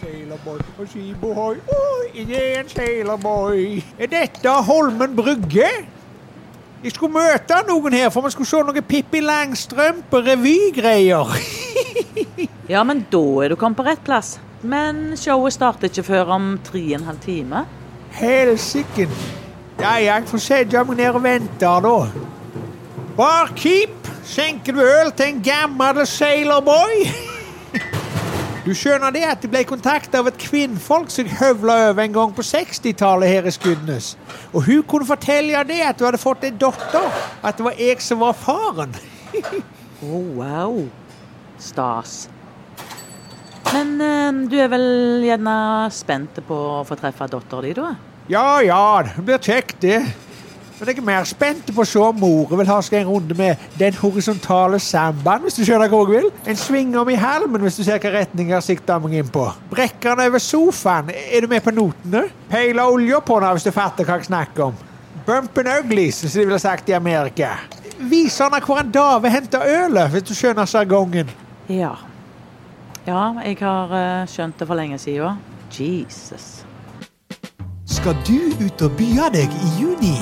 sailorboy på skibohoi. Oi, jeg er en sailorboy. Er dette Holmen brygge? Jeg skulle møte noen her, for vi skulle se noe Pippi Langstrømpe-revygreier. Ja, men da er du kommet på rett plass. Men showet starter ikke før om tre og en halv time. Helsiken. Ja, ja, jeg får sette meg ned og vente, da. Barkeep, skjenker du øl til en gammel sailorboy? Du skjønner det at jeg ble kontakta av et kvinnfolk som jeg høvla over en gang på 60-tallet her i Skudenes. Og hun kunne fortelle det at hun hadde fått en datter. At det var jeg som var faren. Å, wow. Stas. Men eh, du er vel gjerne spent på å få treffe dattera di, da? Ja ja, det blir kjekt, det. Men jeg er mer spent på å se om mora vil ha seg en runde med den horisontale sambaen, hvis du skjønner hva jeg vil. En sving om i halmen, hvis du ser hvilken retning jeg sikter meg inn på. Brekker den over sofaen. Er du med på notene? Peile olja på den, hvis du fatter hva jeg snakker om. Bumpen uglies, som de ville sagt i Amerika. Viser henne hvor en dave henter ølet, hvis du skjønner sjargongen. Ja. Ja, jeg har eh, skjønt det for lenge siden. Jesus. Skal du ut og bya deg i juni?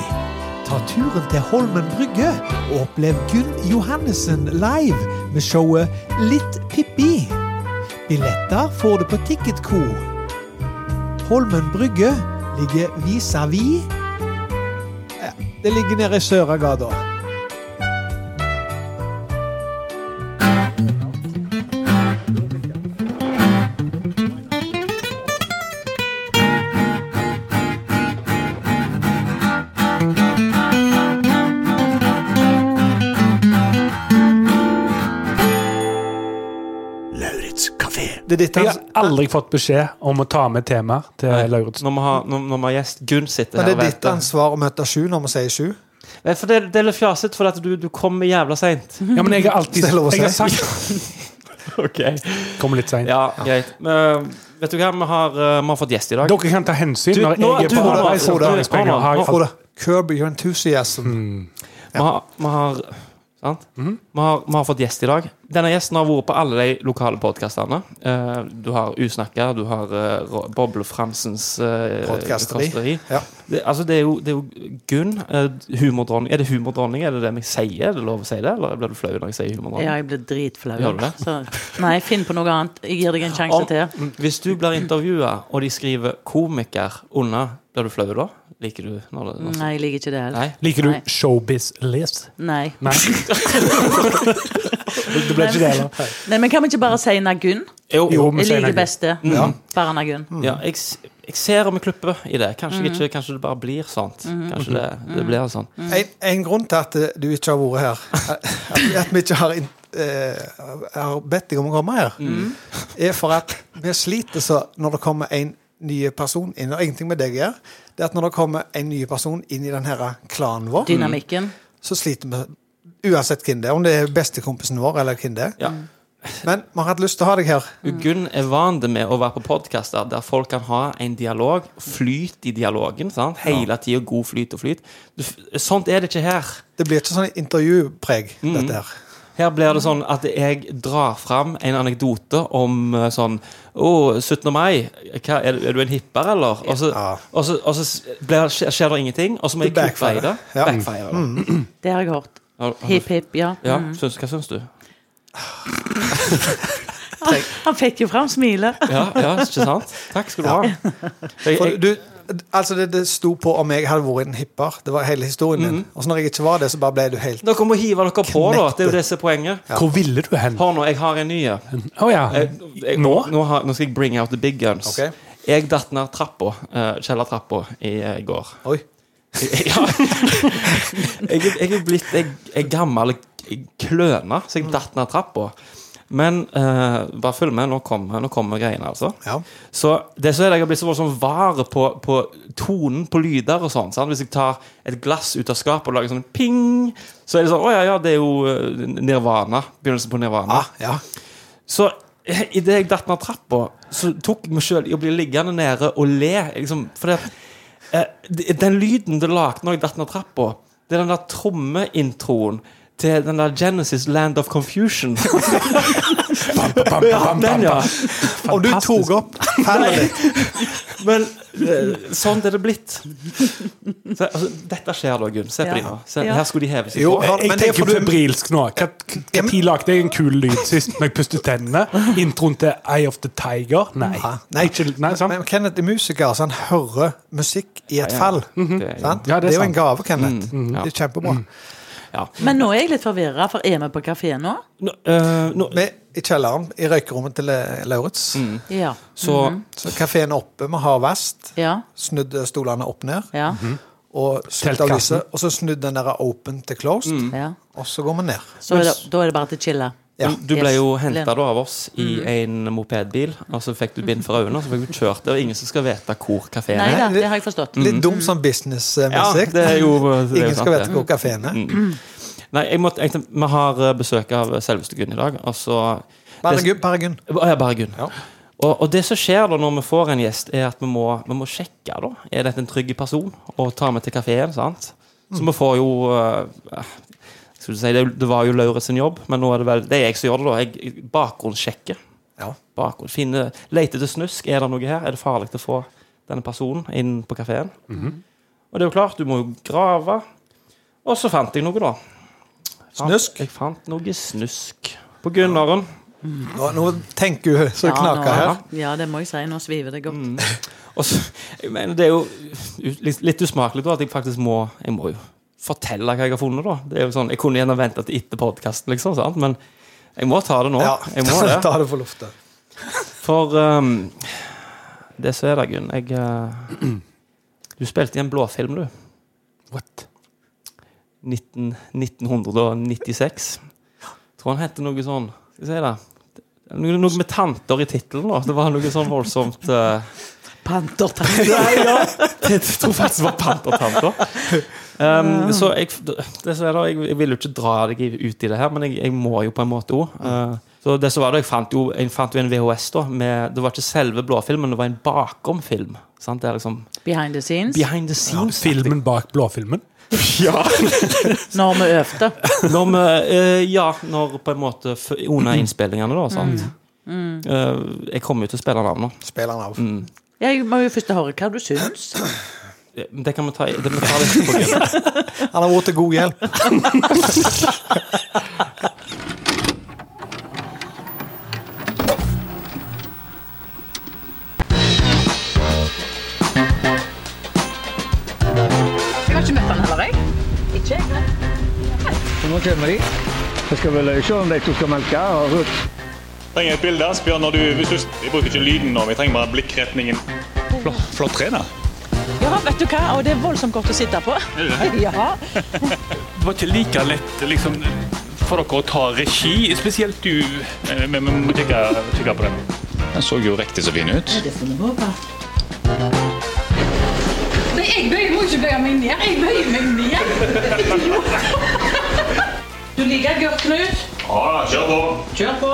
Ta turen til Holmen Brygge og opplev Gunn Johannessen live med showet Litt Pippi. Billetter får du på Ticketco. Holmen Brygge ligger vis-à-vis Ja, Det ligger nede i Søragata. Lauritz kafé. Det er ditt Jeg han, har aldri fått beskjed om å ta med temaer til Lauritz. Eh, Når vi har, når, når vi har gjest Gunn sitter Men her det og er ditt venter. ansvar å møte sju når vi sier sju. Nei, For det, det er litt fjasete, for at du, du kommer jævla seint. Ja, men jeg har alltid Det er lov å jeg har si. sagt Okay. Kommer litt seint. Ja, greit. Men, eh, vet du hva, vi har, eh, vi har fått gjest i dag. Dere kan ta hensyn Du, når nå- jeg er du, på Harald, arbeid. så Frode, betalingspenger Harald, har jeg fått. Frode, curb your enthusiasm. Vi har, vi har, sant? Mhm. Vi, har, vi har fått gjest i dag. Denne gjesten har vært på alle de lokale podkastene. du har Usnakka, du har eh, Ro- Boble Fransens eh, Podcasteri. kåseri. Ja. Det, altså, det er jo, det er jo Gunn. eh, humordronning. Er det humordronning? Er det det vi sier? Er det lov å si det? Eller blir du flau når jeg sier humordronning? Ja, jeg blir dritflau. Gjør du det? Så, nei, finn på noe annet. Jeg gir deg en sjanse Om- til. Hvis du blir intervjua, og de skriver 'komiker' under, blir du flau da? Liker du når det når- Nei, jeg liker ikke det heller. Nei? Liker Mm, Nei. du Showbiz-Liz? Nei. Nei. Det ble ikke det heller. Nei, men kan vi ikke bare si Nagunn? Jo, men Jeg sier liker nei. best det. Bare Nagunn. Mm. Ja, jeg, s- jeg ser om jeg klipper i det. Kanskje, ikke, kanskje det bare blir sånt. Kanskje det, det blir sånn. En, en grunn til at eh, du ikke har vært her, at- at vi ikke har, in- eh, har bedt deg om å komme her, er for at vi sliter så når det kommer en ny person inn. Det har ingenting med deg å gjøre. Det er at når det kommer en ny person inn i den her klanen Mm. vår, Dynamikken. så sliter vi. Uansett hvem det er, om det er bestekompisen vår eller hvem det er. Ja. Mm. Men vi har hatt lyst til å ha deg her. Gunn er vant med å være på podkaster der folk kan ha en dialog, flyt i dialogen. Sant? Hele tida god flyt og flyt. Du, f- sånt er det ikke her. Det blir ikke sånn intervjupreg, dette her. Her blir det sånn at jeg drar fram en anekdote om eh, sånn Å, 17. mai, hva, er, du- er du en hipper, eller? Og så, Ja. og så, og så s- blir, skjer skjer det ingenting, og så må Du jeg klippe i backfirer. det. Ja. Backfire. Det har jeg hørt. Har- har du- Hipp, hipp, ja. Ja, Mm. syns, hva syns du? Han fikk jo fram smilet. Ja, ja, ikke sant? Takk skal du ha. Jeg, For jeg, du, altså det, det sto på om jeg hadde vært en hipper. Det var hele historien din. Mhm. Og så når jeg ikke var det, så bare ble du helt Dere må hive dere på, da. Det er jo det som er poenget. Hvor ville du hen? Å Hør nå, jeg har en ny. ja. Eh, Jeg- Nå? Nå, har, nå skal jeg bring out the big guns. Ok. Jeg datt ned trappa, eh, kjellertrappa, i eh, går. Oi. Ja. jeg, er- jeg er blitt en en gammel kløne, så jeg datt ned trappa. Men eh, bare følg med, nå kommer, nå kommer greiene, altså. Ja. Så det som er det, Jeg har blitt så voldsomt var på, på tonen på lyder og sånn. Sant? Hvis jeg tar et glass ut av skapet og lager sånn ping, så er det sånn Å ja, ja, det er jo eh, Nirvana. Begynnelsen på Nirvana. Ah, ja. Så eh, idet jeg datt ned trappa, så tok jeg meg sjøl i å bli liggende nede og le. jeg Liksom, for det, eh, d- den lyden det lagde når jeg datt ned trappa, det er den der trommeintroen til den der Genesis Land of Confusion. Bam, bam, bam, Ja, bam, den, bam, ja. bam. Om du Fantastisk. tok opp pannet ditt Men eh, sånn er det blitt. Se, altså, dette skjer da, Gunn. Se på Ja. de nå. Se, Ja. her skulle de heve seg Jo, på. ja, men Jeg det er tenker fordi- febrilsk nå. Når lagde jeg en kul lyd sist når jeg pustet tennene? Introen til Eye of the Tiger? Ah. Nei. Ja, nei. Ikke, nei sant? Men Kenneth er musiker, så han hører musikk i et Ja, ja. fall. Det er jo- Mhm. Sant? Mhm. Ja, det er det er jo en sant. Mhm. gave, Kenneth. Mm, ja. Det er kjempebra. Ja. Men nå er jeg litt forvirra, for er vi på kafé nå? Nå, eh, nå, Vi er i kjelleren, i røykerommet til eh, Lauritz. Mhm. Ja. så Mhm. Så kafeen er oppe, vi har vest. Ja. Snudd eh, stolene opp ned. Ja. Og slutta Teltkassen. Mhm. lyset. Og så snudd den der open til closed. ja. Og så går vi ned. Så er det, da er det bare til å chille. Ja. Du ble Yes. Mm. jo henta Len. av oss i en mopedbil, og så fikk du bind for øynene, og så fikk du kjørt det, og ingen som skal vite hvor kafeen Nei er. da, det har jeg forstått. Litt dum som Mm. Ja, businessmusikk. det er jo det er jo Ingen sant, Mm. skal vite det. hvor kafeen er. Nei, jeg måtte, jeg, tenkte- vi har eh, besøk av selveste Gunn i dag, og så Bergun, Bergun. Å, Ja, bare Gunn. Ja. Og, og det som skjer da når vi får en gjest, er at vi må, vi må sjekke da. Er dette en trygg person å ta med til kafeen. sant? Så Mm. vi får jo eh, skal du si, det, det var jo Lauritz sin jobb, men nå er det vel det er jeg som gjør det. da. Jeg bakgrunnssjekker. Ja. Bakgrunn, finne, lete etter snusk. Er det noe her? Er det farlig å få denne personen inn på kafeen? Mhm. Og det er jo klart, du må jo grave. Og så fant jeg noe, da. Snusk? Jeg fant noe snusk på Gunnaren. Nå, nå tenker hun så det knaker her. Mm. nå, ja, det må jeg si. Nå sviver det godt. Mm. Og så, jeg mener, det er jo u- litt, litt usmakelig da, at jeg faktisk må Jeg må jo fortelle hva jeg har funnet. da Det er jo sånn, Jeg kunne gjerne venta til etter podkasten, liksom, sant? men jeg må ta det nå. Ja, Jeg må det. Ta det for lufta. For um, det som er det, Gunn jeg, eh, Du spilte i en blåfilm, du. What? 19, 1996. Tror han heter noe sånn Skal jeg si det? Noe, noe med tanter i tittelen. da. Det var noe sånn voldsomt eh, Pantertante. Nei, ja. Jeg tror faktisk det var pantertanter. Um, så jeg, det som er da, jeg, jeg vil jo ikke dra deg ut i det her, men jeg, jeg må jo på en måte òg. så det som var da, jeg fant jo, jeg fant jo en VHS. da med, Det var ikke selve blåfilmen, det var en bakomfilm. sant? Det er liksom Behind the scenes. behind the scenes. Filmen bak blåfilmen? Ja, Når vi øvde. når, vi, eh, ja, når på en måte f- Under innspillingene, da. sant? Eh, jeg kommer jo til å spille navnet. Spilleren av. Mm. Jeg må jo først høre hva du syns. Eh, Det kan vi ta, i- det, vi tar det på grunn. Han har vært til god hjelp. Jeg har ikke møtt han heller, jeg. Ikke jeg, nei. Nå kommer de. Jeg skal vel se om de to skal melke. og rødt. trenger et bilde. Spør når du, hvis du Vi bruker ikke lyden nå, vi trenger bare blikkretningen. Flott, flott tre, da. Ja, vet du hva? Og det er voldsomt godt å sitte på. Ja. Det var ikke like lett liksom, for dere å ta regi, spesielt du. Eh, Men vi må kikke, kikke på den. Den så jo riktig så fin ut. Nei, jeg bøyer, må ikke bøye meg ned. Jeg bøyer meg ned. Du liker gørr, Knut. Ja, kjør på. Kjør på.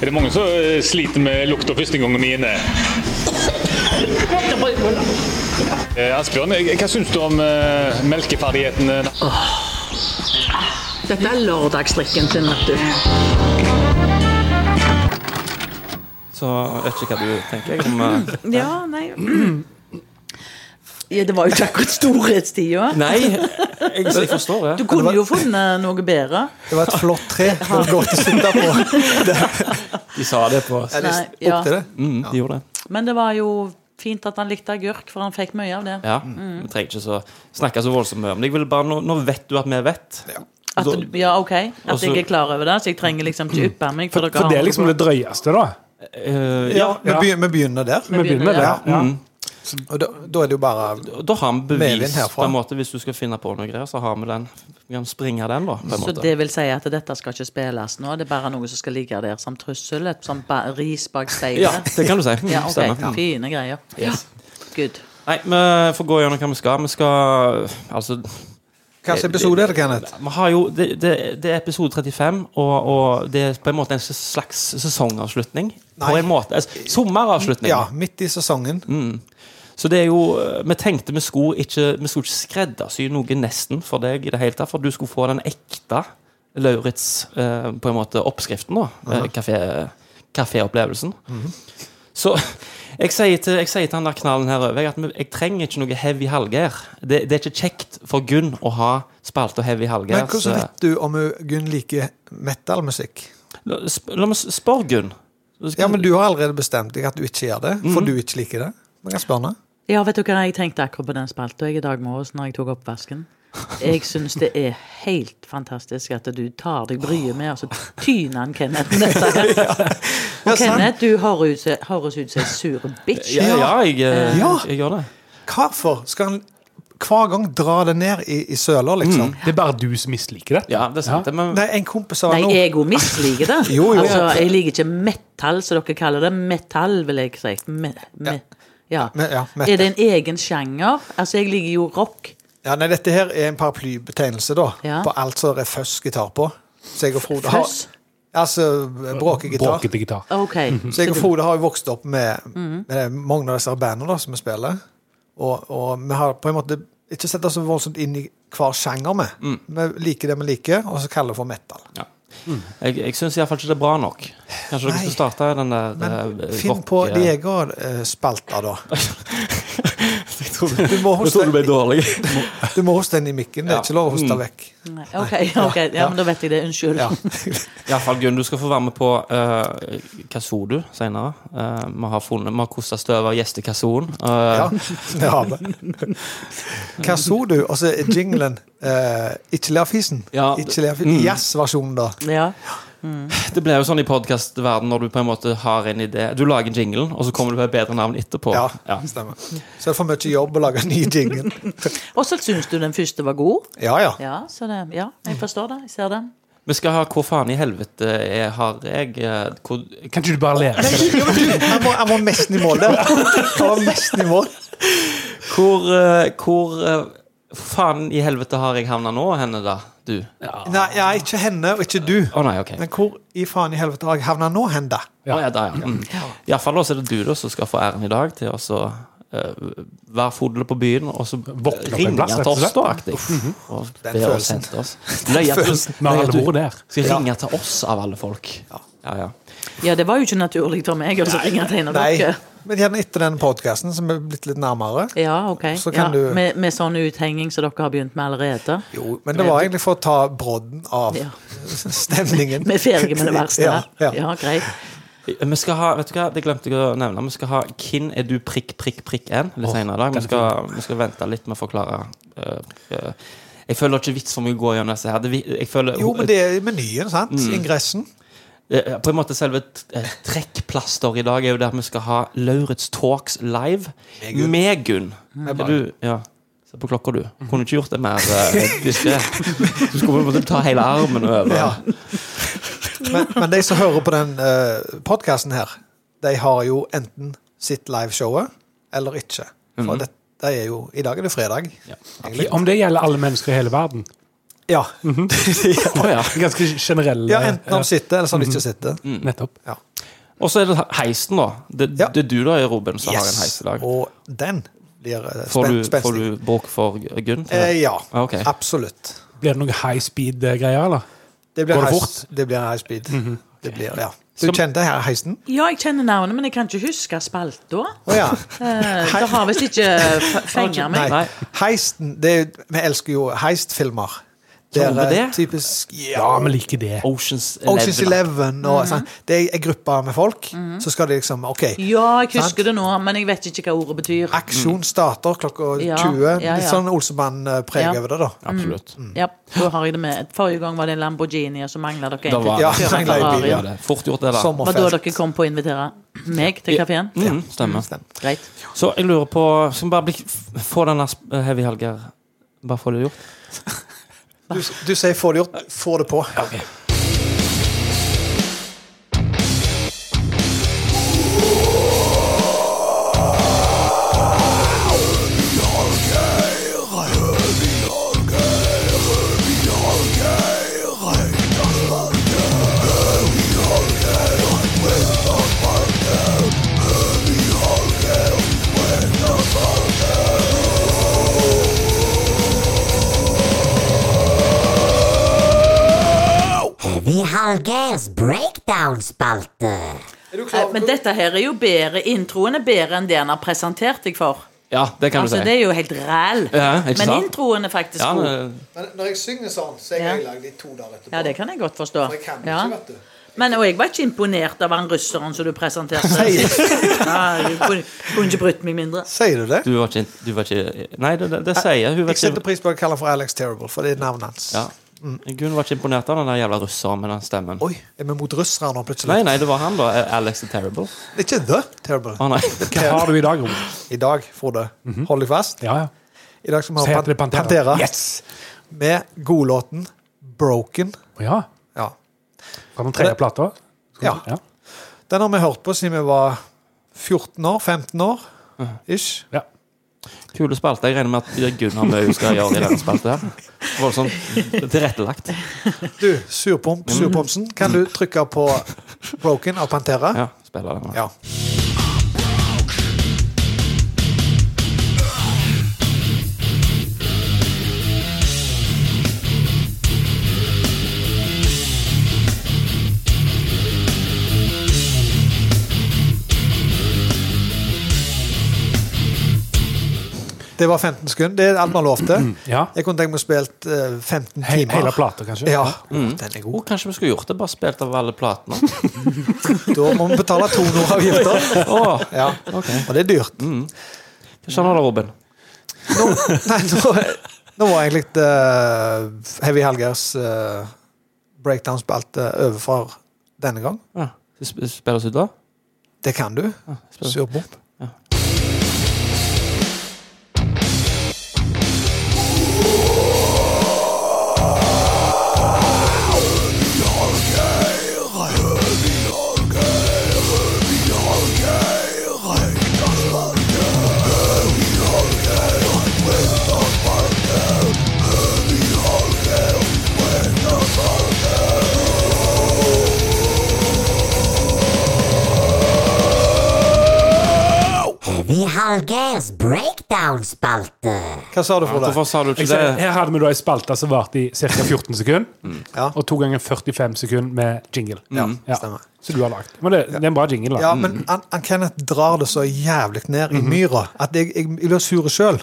Er det mange som eh, sliter med lukta første gangen vi er inne? Eh, Asbjørn, eh, hva syns du om eh, melkeferdighetene? Dette er lørdagsdrikken til Nattu. Så jeg vet ikke hva du tenker. Jeg, om, eh, Ja, nei ja, Det var jo ikke akkurat storhetstida. nei, jeg, jeg forstår det. Du kunne jo funnet noe bedre. Det var et flott tre. Det var godt å sitte på. De sa det på Jeg Nei, lyst ja. opp til det. Mm, de gjorde det. Men det var jo fint at han likte agurk, for han fikk mye av det. Ja. Mm. Vi trenger ikke så, snakke så voldsomt mye om det. Jeg vil bare, nå, nå vet du at vi vet. At, Så- du- ja, ok, at Også- jeg er klar over det, så jeg trenger liksom ikke yppe meg. For, For, dere for det er har- liksom det drøyeste, da. Eh, Ja, ja. vi begynner, vi begynner der. Vi begynner med det. Ja. Mm. Og da, da er det jo bare Og Da har vi Medvind bevis, herfra. på en måte, hvis du skal finne på noe greier. Så har vi den. Vi kan springe den, da. På en Så måte. det vil si at dette skal ikke spilles nå, det er bare noe som skal ligge der som trussel? Et sånt ba ris bak speilet? Ja, det kan du si. Mm, Ja, ok, Stemmer. Fine greier. Good. Nei, vi får gå gjennom hva vi skal. Vi skal Altså, Hvilken episode er det, Kenneth? vi har jo Det, det, det er episode 35, og, og det er på en måte en slags sesongavslutning. På Nei. en måte. Altså, sommeravslutning. Ja, midt i Mm, sesongen. Så det er jo, eh, Vi tenkte vi skulle ikke, vi skulle ikke skreddersy noe nesten for deg, i det hele tatt, for du skulle få den ekte Lauritz eh, på en måte oppskriften, da. Eh, kafé- Kaféopplevelsen. Mhm. Så jeg sier, til, jeg sier til han der knallen her over jeg at vi- jeg trenger ikke noe heavy Hallgeir. Det, det er ikke kjekt for Gunn å ha spalte og heavy Hallgeir. Men hvordan så- vet du om hun- Gunn liker metalmusikk? La, sp- la meg s- spørre Gunn. Ja, men du har allerede bestemt deg at du ikke gjør det, Mm. for du ikke liker det. Men jeg spør henne. Ja, vet du hva jeg tenkte akkurat på den spalta jeg i dag morges når jeg tok oppvasken? Jeg syns det er helt fantastisk at du tar deg bryet med, og så tyner han Kenneth med dette her. Og Kenneth, du høres ut- høres ut som en sur bitch. Ja, ja jeg, eh, Ja. jeg gjør det. Hvorfor skal han hver gang dra det ned i, i søla, liksom? Mm. Det er bare du som misliker det. Ja, det er sant. det, Men, Nei, en kompis av Nei, nå jeg òg misliker det. Jo, jo. Altså, jeg liker ikke metal, som dere kaller det. Metal, vil jeg si. Me, me, ja. Men, ja, Er metal. det en egen sjanger? Altså, jeg liker jo rock. ja, nei, dette her er en paraplybetegnelse, da, Ja. på alt som det er fuzz-gitar på. Så jeg og Frode har Fuzz? Altså bråkegitar. Bråkete gitar. OK. Mhm. Så jeg og Frode har jo vokst opp med, Mm. med mange av disse bandene da, som vi spiller. Og, og vi har på en måte ikke sett oss så voldsomt inn i hver sjanger. Med. Vi liker det vi liker, og så kaller vi det for metal. jeg, jeg syns iallfall ikke det er bra nok. Kanskje dere Nei. skulle starte den der Men eh, finn rock- på din egen spalta, da. Jeg trodde Du må jeg trodde hoste, det ble dårlig. Mm. du må hoste den i mikken. Det er ikke lov å hoste vekk. Nei, OK, ok, ja, men da vet jeg det. Unnskyld. Ja. Iallfall, Gunn, du skal få være med på uh, Kasodu senere. Eh, vi har funnet, vi har kosta støv av gjestekasoen. Eh, Ja, det har vi. Hva så du? Og så er jinglen eh, Ikke le av fisen. Ja, Mm. det- Ikke le av fisen. Yes-versjonen, da. Ja. Det blir jo sånn i podkastverden når du på en måte har en idé. Du lager jinglen, og så kommer du på et bedre navn etterpå. Ja, Ja. stemmer. Så er det for mye jobb å lage en ny jingle. Og så syns du den første var god. Ja, ja. Ja, så det, ja, jeg Mhm. forstår det. Jeg ser den. Vi skal ha Hvor faen i helvete er, har jeg eh, hvor, Kan ikke du bare lære det? Ja, men du, Jeg må, jeg må nesten i mål der. Jeg var nesten i mål. Hvor, eh, hvor eh, faen i helvete har jeg havna nå, henne da? Du? Å Nei, ja, ikke henne og ikke du. nei, ok. Men hvor i faen i helvete har jeg havna nå, hen, da? Ja. ja, der, ja. Mm. I alle fall da, så er det du da som skal få æren i dag til å så, eh, være fodle på byen og så Våkne opp en ringe plass, rett til og oss, slett. da, aktig. Og Den be oss følelsen. hente oss. Løye at følelsen. du Vi har løye at alle du vært der. skal ringe til oss av alle folk. Ja, ja. Ja, det var jo ikke naturlig for meg å så ringe til en av Nei. dere. Men gjerne etter denne podkasten, som er blitt litt nærmere. Ja, ok. Så Ja, kan du- med, med sånn uthenging som dere har begynt med allerede. Jo, men det var egentlig for å ta brodden av Ja. stemningen. Vi er ferdige med det verste. Ja, ja. ja greit. Vi skal ha, vet du hva, det glemte jeg å nevne. Vi skal ha 'Hvem er du prikk, prikk, prikk en?' litt senere i dag. Vi skal, vi skal vente litt med å forklare. eh, eh, jeg føler ikke vits for meg å gå gjennom disse her. Det, vi- jeg føler, Jo, men det er i menyen, sant? Ingressen. Eh, På en måte selve t- eh, trekkplaster i dag er jo der vi skal ha Lauritz Talks live med Gunn. Mm. Er du Ja. Se på klokka, du. Mhm. Kunne ikke gjort det mer eh, diskré. Du skulle på en måte ta hele armen over. Ja. Men, men de som hører på den uh, podkasten her, de har jo enten sitt liveshowet eller ikke. For Mhm. det, de er jo I dag er det fredag. Ja. egentlig. Om det gjelder alle mennesker i hele verden. Ja. Å, ja. Ganske generelle. ja, enten han sitter, eller så han ikke sitter. Ja, Nettopp. Og så er det heisen, da. Det, Ja. det er du da, er Robin, som har en heis i dag. Og den blir eh, Får spen du, får spenstig. du bråk for Gunn? til Eh, det? ja, Ah, ok. absolutt. Blir det noen high speed-greier, eller? Det blir, Går det heis, det blir high speed. Det blir, ja. Du Mhm. Som- kjente her heisen? Ja, jeg kjenner navnet, men jeg kan ikke huske spalta. Å ja. Eh, Det har visst ikke f- fenga meg. Nei. Heisten det er, jo- Vi elsker jo heistfilmer. Gjør vi eh, det? typisk Ja, vi liker det. Oceans Oceans Eleven. Eleven og Mhm. sånn. Det er en gruppe med folk, så skal de liksom OK. Ja, jeg husker det nå, men jeg vet ikke hva ordet betyr. Aksjon starter klokka Ja, 20. ja, Litt ja. sånn Olsemann-preg Ja. over det, da. Absolutt. Mm. Ja, da har jeg det med. Forrige gang var det en Lamborghini, og så mangla dere Da en. var Ja, det. sånn mangler en bil, Ja, ja. det er Fort gjort, det, da. Var da Sommerfest. dere kom på å invitere meg til kafeen? Mm, stemmer. Greit. Så jeg lurer på Skal vi bare bli, f- få denne sp- Heavy Helger Bare få det gjort? Du, du sier 'få det gjort', få det på. I Hallgeirs breakdown-spalte. Eh, Men dette her er jo bedre. Introen er bedre enn det han har presentert deg for. Ja, det kan altså, du si. det er jo helt ræl. Ja, ikke men sant? introen er faktisk Ja, god. men- Men når jeg synger sånn, så er Ja. jeg ødelagt i to dager etterpå. Ja, det kan jeg godt forstå. For jeg kan Ja. ikke, vet du. Men og jeg var ikke imponert av han russeren som du presenterte. Ja, jeg kunne, kunne ikke brydd meg mindre. Sier du det? Du var ikke, du var ikke Nei, det, det, det sier jeg. Hun var Jeg setter ikke, pris på å kalle han for Alex Terrible, for det er navnet hans. ja. Gunn var ikke imponert av den der jævla russeren med den stemmen. Oi, er vi mot russere nå plutselig? Nei, nei, det var han, da. Alex the Terrible. Det er ikke The Terrible. Å, nei. Hva har du i dag, Robert? I dag, Frode, hold deg fast. Ja, ja. I dag skal vi Så ha heter det Pan- Pantera. Pantera Yes! med godlåten Broken. Å Ja, Ja. Fra den tredje plata? Skal vi- Ja. Den har vi hørt på siden vi var 14 år, 15 år, ish. ja. Kule spalte. Jeg regner med at Gunn har mye hun skal gjøre i denne spalten. her. Voldsomt tilrettelagt. Du, surpomp, surpompsen, kan du trykke på Broken av Pantera? Ja, spiller den. Ja. Det var 15 sekunder. Det er alt man lovte. ja. Jeg kunne tenkt meg å spilt eh, 15 He timer. hele plata, kanskje? Ja, den er Oh, god. kanskje vi skulle gjort det, bare spilt av alle platene. Da må vi betale tonoravgifter. Åh, Ja. Og det er dyrt. Hva skjønner du, Robin? nå, nei, nå, nå var egentlig eh, Heavy Helgers eh, breakdown-spalte over for denne gang. Ja. Sp- Spiller oss ut, da? Det kan du. spiller. Surpomp. I Hallgeirs breakdown-spalte. Hva sa du for det? Hvorfor sa du Jeg ikke ser, det? her hadde vi da ei spalte som varte i ca. 14 sekunder. Ja. Og to ganger 45 sekunder med jingle. Ja, Ja. stemmer. Så du har lagt. Men det, det er en bra jingle, da. Ja, men han, han Kenneth drar det så jævlig ned i myra at jeg, jeg, jeg blir sur sjøl.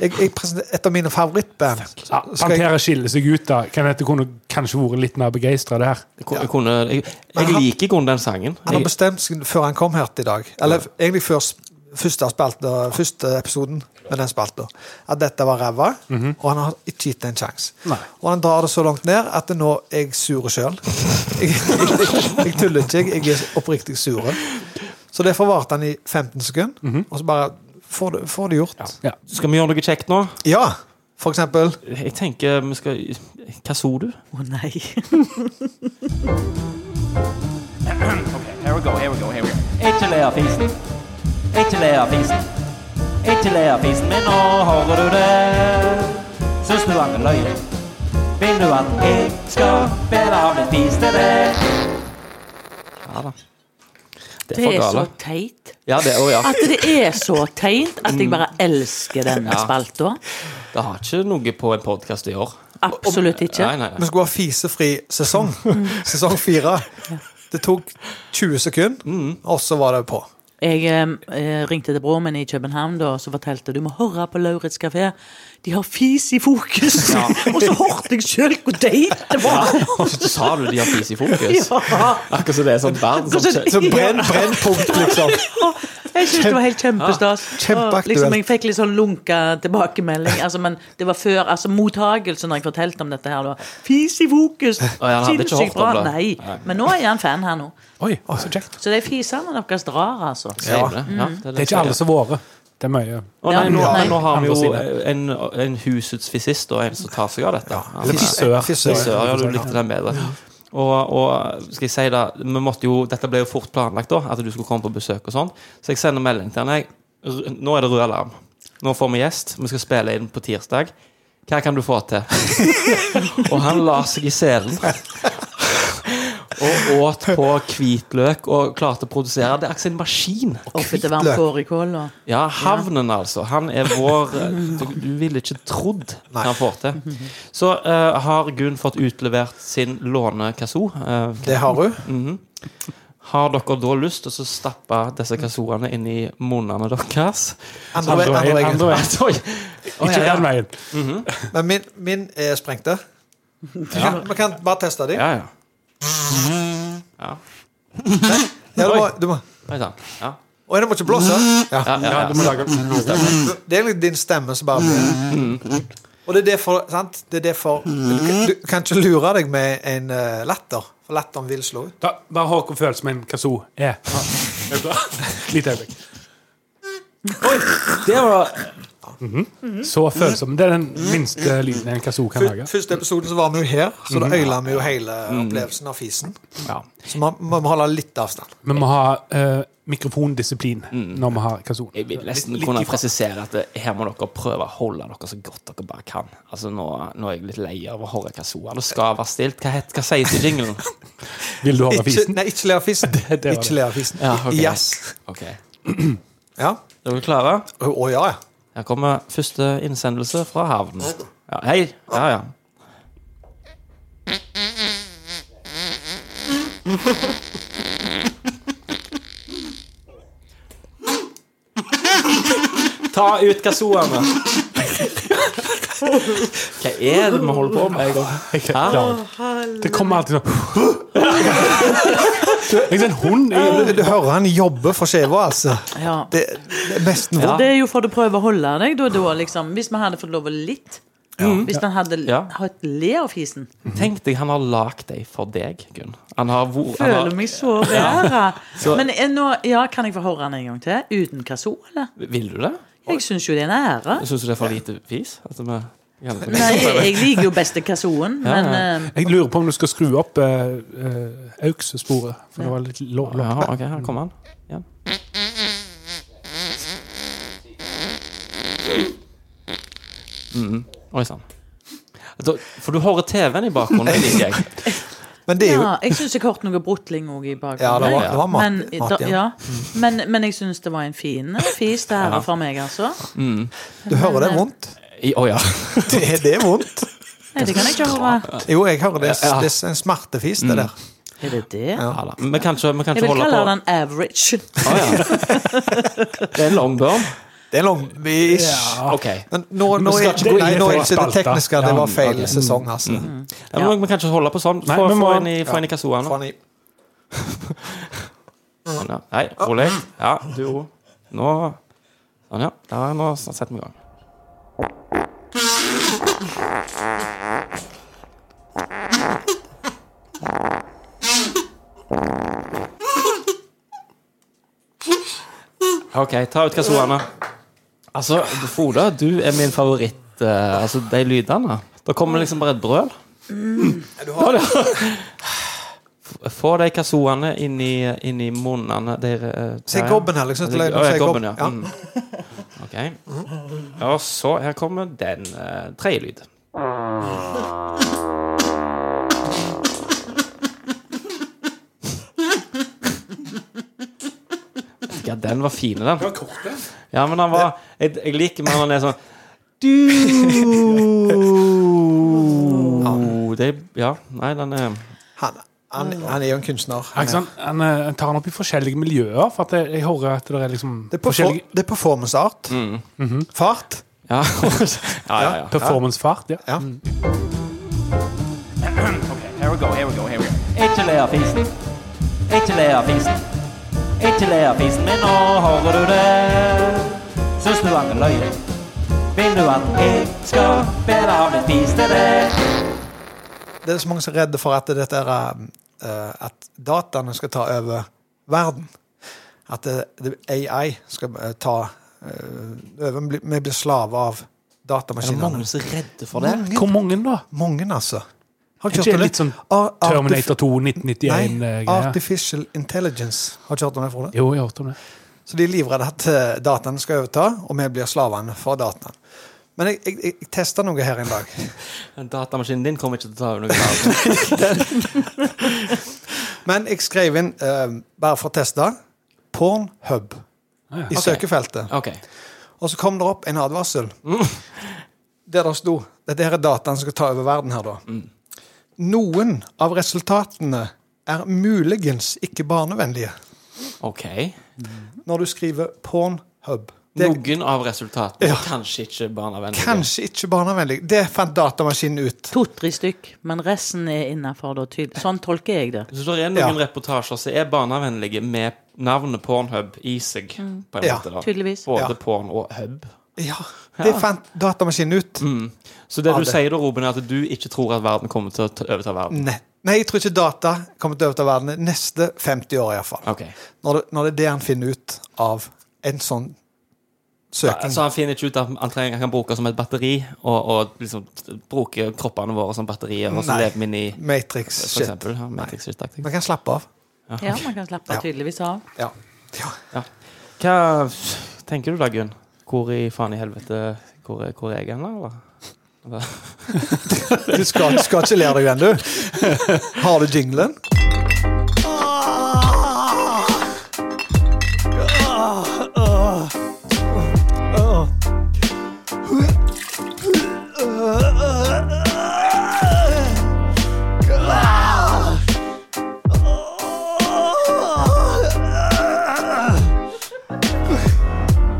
Jeg, jeg presenter- et av mine favorittband. Ja, Skal jeg- Pantera skiller seg ut, da. Kan dette kunne kanskje vært litt mer begeistra der? Jeg, kunne- jeg, kunne, jeg, jeg han- liker i grunnen den sangen. Han har Jeg, bestemt seg før han kom her til i dag. Eller egentlig før s- første, spalte, første episoden med den spalta. At dette var ræva, og han har ikke gitt det en sjanse. Og han drar det så langt ned at nå er jeg sur sjøl. Jeg, jeg, jeg tuller ikke, jeg, jeg er oppriktig sur. Så derfor varte han i 15 sekunder, og så bare får det, får det gjort. Ja. Ja. skal vi gjøre noe kjekt nå? for eksempel. Jeg tenker vi skal Hva så du? Å nei. Here we go, here we go, here we go. Ikke-le-av-fisen. Ikke-le-av-fisen. Ikke-le-av-fisen, men nå hører du det. Syns du han er løyen? Vil du at jeg skal spille av den fiste det? Ja da. Det Det er for er så gale. teit. Ja, det, å, ja. At det er så teit at jeg bare elsker denne Ja. spalta. det har ikke noe på en podkast i år. Absolutt ikke. Nei, nei, Vi nei. skulle ha fisefri sesong. Sesong fire. Det tok 20 sekunder, og så var det på. Jeg eh, ringte til broren min i København da, og så fortalte du må høre på Lauritz kafé. De har fis i fokus! og så hørte jeg sjøl hvor teit det var! Sa du de har fis i fokus? Ja. Akkurat som det er sånn verden som Akkurat som- skjer. Så brenn, brennpunkt, liksom. Jeg synes det var helt kjempestas. Kjempeaktuelt. Og Liksom, jeg fikk litt sånn lunka tilbakemelding. Altså, men det var før altså, mottagelsen når jeg fortalte om dette her. Det var fis i fokus! han hadde ikke hørt om det. Nei. Men nå er han fan her nå. Oi, så kjekt. Så de fisene deres drar, altså. Ja, det er Det er ikke alle som har vært. Det er mye. Å, nei, nå, Nei. men nå har Andre vi jo sine. en, en husets fisist og en som tar seg av dette. Ja, Eller frisør. frisør. Frisør, ja, du likte den bedre. Og, og skal jeg si det, vi måtte jo, dette ble jo fort planlagt, da, at du skulle komme på besøk. og sånn Så jeg sender melding til han. Jeg, "R- nå er det rød alarm. Nå får vi gjest. Vi skal spille inn på tirsdag. Hva kan du få til? og han la seg i selen. og åt på hvitløk og klarte å produsere. Det er akkurat en maskin. Oppi til varmt fårikål og Ja, havnen altså. Han er vår eh, Du ville ikke trodd hva han får til. Så eh, har Gunn fått utlevert sin lånekasso. eh, Det har hun. Mhm. Har dere da lyst til å stappe disse kassoene inn i munnene deres? Andre veien, andre veien. Andre veien. Oi. Å, ja, ja. Men min, min er sprengte. Ja. Vi kan bare teste dem. Ja, ja. Ja. Ja, du må, du må. Oi sann. Ja. Oi, du må ikke blåse. Ja. Ja, ja, ja. Du må lage- Det er egentlig din stemme som bare blir Og det er derfor, sant? Det er derfor du, kan- du kan ikke lure deg med en eh, latter, for latteren vil slå ut. Da, da har Håkon følelsen min hva så er. Er du klar? Lite øyeblikk. Det var Mhm. Så følsom. Det er den minste lyden en kazoo kan lage. Fyr- Første episoden så var vi jo her, så da Mhm. øyla vi jo hele opplevelsen av fisen. Så man man må holde litt avstand. Vi må ha eh, mikrofondisiplin når vi har kazoo. Mm. Jeg vil nesten Litt- litt kunne ifra. presisere at det- her må dere prøve å holde dere så godt dere bare kan. Altså Nå, nå er jeg litt lei av å høre hva soa Det skal være stilt. Hva, het, hva sies i jinglen? Vil du høre Ikke, fisen? nei, ikke le av fisen. det var Ikke det. le av fisen. Ja, ok. Yes. Ok. Ja. Er dere klare? Å å, ja, ja. Her kommer første innsendelse fra havnen. Ja, hei. Ja, ja. Ta ut kazooene. Hva er det vi holder på med? Jeg Klar. Det kommer alltid sånn Jeg ser en hund i Du, du hører han jobber for skjeva, altså. Ja. Det, det er nesten Og vondt. det er jo for å prøve å holde deg da, da liksom. Hvis vi hadde fått lov å litt mm, Hvis man hadde Ja. hatt le av fisen Tenk deg, han har lagd deg for deg, Gunn. Han har hvor han har- Føler meg så ræra Så- Men er nå, ja, kan jeg få høre den en gang til Uten kasso, eller? Vil du det? Jeg synes jo det er en ære Syns du det er for lite fis? Altså, At vi Nei, jeg liker jo beste kassoen Ja, Men ja. eh, Jeg lurer på om du skal skru opp eh, eh, AUX-sporet. For det var litt lå- lågt. Ja, ok, her kommer han. Ja. Mm. Oi sann. Da- Altså, For du hører TV-en i bakgrunnen, det liker jeg. Men det er jo ja, jeg syns jeg hørte noe brotling òg i bakgrunnen. Ja, det var- det var mat- men, mat igjen. ja. men, men jeg syns det var en fin eh, fis. Det her Ja. er for meg, altså. Mm. Du hører det er vondt? I- Å ja. Det, er- det er vondt. Nei, det kan jeg ikke høre. Jo, jeg hører det. Ja. Det er en smertefis, det der. Mm. Er det det? Ja da. Vi kan ikke, vi Jeg kan ikke vil holde kalle på den average. Å, ja. Det er en long burn. Det er longbish. Ok. Men nå, nå, Vi skal er, ikke gå nei, inn i nå er flere ikke det spalter. tekniske. Det Ja, Mm. var feil ok. sesong, altså. Ja, men Vi kan ikke holde på sånn. Nei, Få vi få må- inn i, få inn i kassoene. Faen i- Sånn, ja. Nei, rolig. Ja, du ro. Nå Sånn, ja. Da, nå setter vi i gang. OK, ta ut kassoene. Altså, Frode, du er min favoritt. eh, altså, De lydene. Da kommer liksom bare et brøl. Få de kassoene inn i, inn i munnene dere eh, Se der. gobben her, liksom. Så Ja, løgner du, ja, se gobben, ja. gobb. Ja. Mm. Ok. Og så her kommer den uh, tredje lyd. Ja, den var fin, den. Ja, men han var Jeg, jeg liker når han er sånn Du det, Ja. Nei, den er Han, han, han er jo en kunstner. Ja, ikke sant? Han eh, tar den opp i forskjellige miljøer. For at jeg, jeg hører at det er liksom Det er, perfor, forskjellige det er performanceart. mm. Fart. Ja, ja, ja. ja. performancefart. Ja. Ja. Here we go, here we go, here we go. Ikke le av fisen. Ikke le av fisen. Ikke le av fisen, men nå hører du det. Syns du han er løye? Vil du at jeg skal bære av en fis til deg? Det er så mange som er redde for at dette er eh, At dataene skal ta over verden. At eh, det- AI skal eh, ta eh, over. Vi blir- Vi blir slave av Er det mange datamaskinene. som er redde for det? Hvor mange, da? Mange, altså. Har Er du hørt ikke det om det? litt sånn Ar- artif- Terminator 2 1991-greie? eh, Nei, Artificial Intelligence. Har du ikke hørt om det, Frode? Jo, jeg har hørt om det. Så de er livredde at eh, dataene skal overta, og vi blir slavene for dataene. Men jeg, jeg, jeg testa noe her en dag. Datamaskinen din kommer ikke til å ta over noe. Men jeg skrev inn, eh, bare for å teste, Pornhub i Ok. søkefeltet. Ok. Og så kom det opp en advarsel. Der det sto Dette her er dataen som skal ta over verden her, da. Noen av resultatene er muligens ikke barnevennlige OK. når du skriver Pornhub. Det er Noen av resultatene er kanskje ikke barnevennlige. kanskje ikke barnevennlig. Det fant datamaskinen ut. To-tre stykk, men resten er innafor. Sånn tolker jeg det. Så det er noen reportasjer som er barnevennlige med navnet Pornhub i seg. På en Ja, måte, da. tydeligvis. Både Ja. porn og hub. Ja, det fant datamaskinen ut. Så det Ja, du det- sier da, Ruben, er at du ikke tror at verden kommer til å ta- overta verden? Nei. Nei, jeg tror ikke data kommer til å overta verden de neste 50 år, iallfall. Okay. Når, det- når det er det han finner ut av en sånn søking. Så han finner ikke ut at han trenger han kan bruke som et batteri, og, og liksom bruke kroppene våre som batterier, og så Nei. lever vi inn i Matrix for shit. eksempel. Ja, Matrix shit-aktig. Man kan slappe av. Ja, man kan slappe Ja. tydeligvis av. Ja. Ja. Hva tenker du da, Gunn? Hvor i faen i helvete Hvor er, hvor er jeg hen, da, eller? Du skal, du skal ikke le deg igjen, du. Har du jinglen?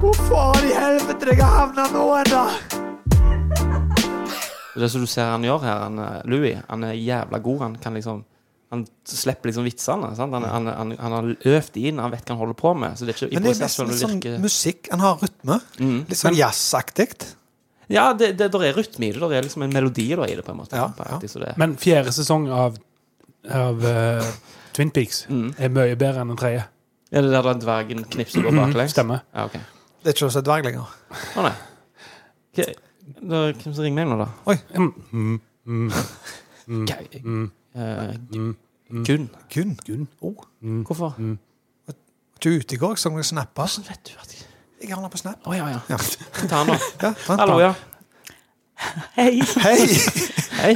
Hvor faen i helvete jeg har havna nå, da? Det som du ser han gjør her, han, eh, Louis, han er jævla god. Han kan liksom Han slipper liksom vitsene. Sant? Han, han, han, han har øvd inn, han vet hva han holder på med. Så det er ikke Men det er nesten improvisasjon, litt det sånn virker- musikk. Han har rytme. Mm. Litt sånn Men- jazzaktig. Ja, det, det der er rytme i det. Der er liksom en melodi da, i det, på en måte. På aktig, så det er- Men fjerde sesong av, av eh, Twin Peaks Mm. er mye bedre enn den tredje. Mm, Er det der den dvergen knipser går baklengs? Mm-hmm, Stemmer. Ja, ok. Det er ikke å se dverg lenger. Å nei. Hva- da, hvem som ringer meg nå, da? Oi. Hva- eh, Gunn. Gunn? Gunn. Oh. Hvorfor? Var ikke ute i går? Jeg så noen snapper. vet du at Jeg har den på snap. Å ja, ja. Ja. Ta den, da. Ja, ta den. Hallo, ja. Hei. Hei! Hei.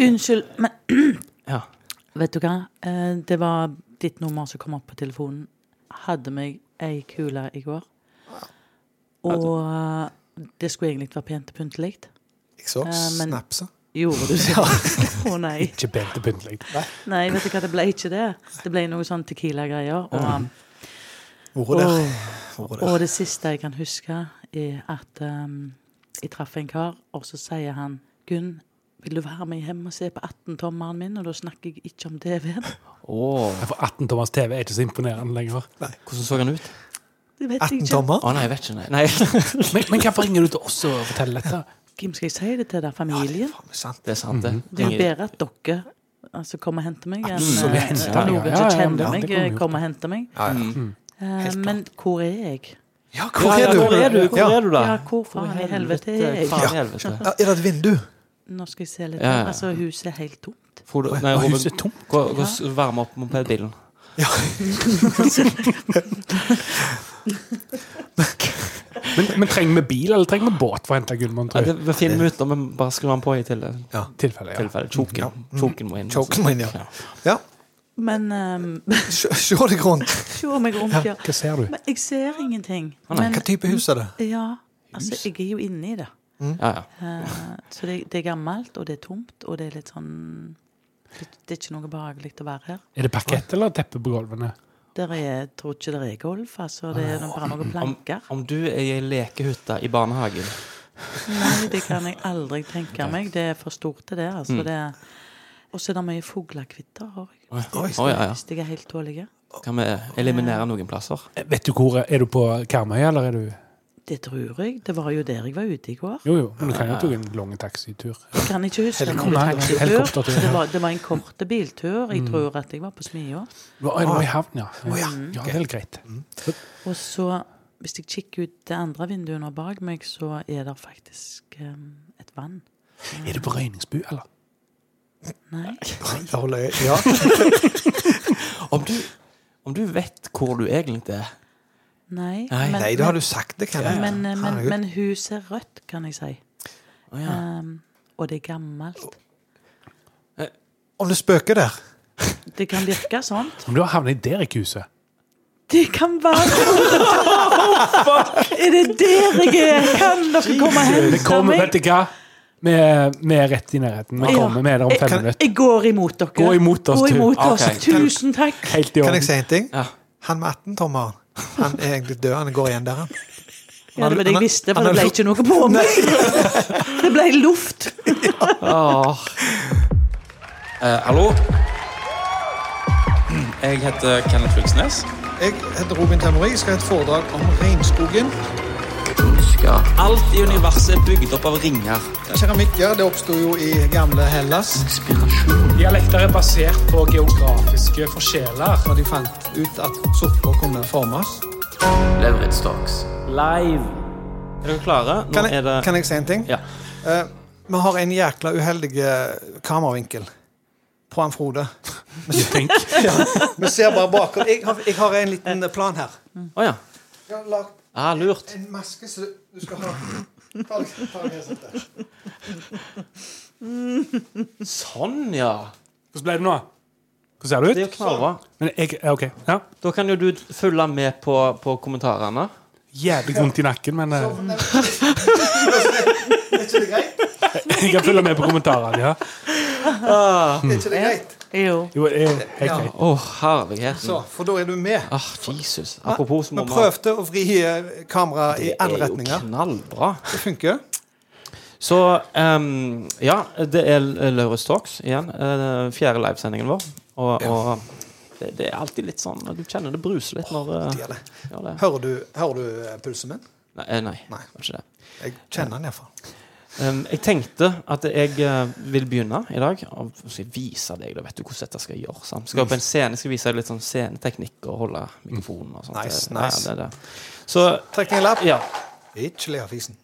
Unnskyld, men Ja. Vet du hva? Eh, Det var ditt nummer som kom opp på telefonen. Hadde meg ei kule i går. Og Altså- eh, det skulle egentlig være pent og pyntelig. Jeg så Eh, men- snapsa. Gjorde du det? Å nei. Ikke pent og pyntelig. Nei, vet du hva, det ble ikke det. Det ble noe sånn Tequila-greier. Og, um, Hvor er det? og- Hvor er det? og det siste jeg kan huske, er at um, jeg traff en kar, og så sier han Gunn, vil du være med hjem og se på 18-tommeren min? Og da snakker jeg ikke om TV-en. Åh. For 18 Thomas TV er ikke så imponerende lenger. Hvordan så han ut? Det vet jeg ikke. 18-tommer? Å nei, jeg vet ikke. Nei. nei. Men, men hvorfor ringer du til oss og forteller dette? Hvem skal jeg si det til? da? Familien? Sant. Det er sant, det. Det er jo bedre at dere altså, kommer og henter meg, enn Absolutt. eh, Ja, at ja, noen som ja, ja, men det- kjenner det meg, eh, kunne vi gjort. kommer og henter meg. Ja, ja. Eh, Helt klart. Men hvor er jeg? ja, Ja, hvor ja, er du? Hvor er du, hvor Ja. er du da? Ja, hvor faen i helvete er jeg? Faen i helvete. Ja, er det et vindu? Nå skal jeg se litt. Ja, ja, ja. Altså, huset er helt tomt. Frode, nei, Og Robin, huset er tomt. gå, gå s- varm opp mopedbilen. Men, men trenger vi bil, eller trenger vi båt for å hente Gullmann, Ja, tror det jeg? vi finner ut om vi bare skrur den på i til eh, Ja. Tilfelle, ja. tilfelle. Choken. Mm. Choken må inn. Choken må inn, ja. ja. Men ehm, Se se deg rundt. se meg rundt, ja. Hva ser du? Men jeg ser ingenting. nei. Men Hva type hus er det? ja, altså, jeg er jo inne i det. Ja, ja. Eh, så det, det er gammelt, og det er tomt, og det er litt sånn Det, det er ikke noe behagelig å være her. Er det parkett eller teppe på gulvene? Der er, jeg tror ikke det er golf, altså. Det er noe- bare noen Om, planker. om du er i ei lekehytte i barnehagen Nei, det kan jeg aldri tenke meg. Det er for stort til det. altså. Det er- Og så er det mye fuglekvitter har jeg. Å ja, ja. Hvis jeg er helt tålig. Kan vi eliminere noen plasser? Eh, Vet du hvor Er du på Karmøy, eller er du Det tror jeg. Det var jo der jeg var ute i går. Jo, jo, men du kan Ah. jo ta en lang taxitur. Jeg kan ikke huske om det var Helikopter- taxitur. helikoptertur, ja. Det var, det var en kort biltur. Jeg tror at jeg var på Smia. Nå er du i havn, ja. Ja, det er helt greit. Og så, hvis jeg kikker ut det andre vinduet nå bak meg, så er det faktisk eh, et vann. Er du på Røyningsbu, eller? Nei. Da holder jeg Ja. Om du, om du vet hvor du egentlig er Nei. Nei, men- Nei, da har du sagt det, Kenneth. Men, eh, men, Herregud. men huset er rødt, kan jeg si. ja. Ehm, Um, og det er gammelt. Om det spøker der? Det kan virke sånn. Men du har havnet i Derek-huset. Det kan være sånn. Er det der jeg er? Kan dere komme og Vi hente kommer, meg? vet du hva? Vi er, vi er rett i nærheten. Vi Ja. kommer med dere om fem minutter. Jeg går imot dere. Gå imot oss, Gå du. imot oss. Ok. Tusen takk. Helt i Kan jeg orden. si en ting? Han med 18-tommeren, han er egentlig død. Han går igjen der, han. Ja, det var det jeg visste, for Han har det ble lukt- ikke noe på meg. Det ble luft. Åh. Eh, hallo? Jeg heter Kenneth Fylkesnes. Jeg heter Robin Temori, jeg skal ha et foredrag om regnskogen. Ja. Alt i universet er bygd opp av ringer. Keramikker det oppsto jo i gamle Hellas. Dialekter er basert på geografiske forskjeller. Og de fant ut at sopper kunne formes. Lauritz Stocks. Live. Er dere klare? Nå Kan jeg, er det kan jeg si en ting? Ja. Eh, vi har en jækla uheldig eh, kameravinkel på han Frode. Tenk. Ja, vi ser bare bakover. Jeg, har- jeg har en liten plan her. Å ja. Jeg har lagd Ah, lurt. en maske som du skal ha. Ta, ta det her, sånn der. Sånn, ja. Hvordan ble det nå? Hvordan ser det ut? Det er jo knallbra. Men jeg, ja, ok. Ja. Da kan jo du følge med på, på kommentarene. Jævlig vondt i nakken, men eh, Er ikke det greit? jeg kan følge med på kommentarene. Ja. Er ikke det greit? Jo. Jo, jeg, helt Ja. greit. Å, herligheten. Så, for da er du med. Ah, Jesus. Apropos Vi små prøvde å vri eh, kameraet i alle Det er retninger. jo knallbra. Det funker. Så ehm, ja, det er Lauritz Talks igjen. eh, fjerde livesendingen vår. Og, og det, det er alltid litt sånn Du kjenner det bruser litt når eh, det er det. ja, det. Hører du, hører du eh, pulsen min? Nei, eh, nei, Nei. det var ikke det. Jeg kjenner den iallfall. Ehm, jeg tenkte at jeg eh, vil begynne i dag. Og så skal jeg vise deg da vet du hvordan dette skal gjøres. sant? Skal opp på en scene, skal vise deg litt sånn sceneteknikk og holde mikrofonen og sånt. Nice, Det- ja, nice. det er det. Så Trekk ned en lapp. ja. Ikke le av fisen.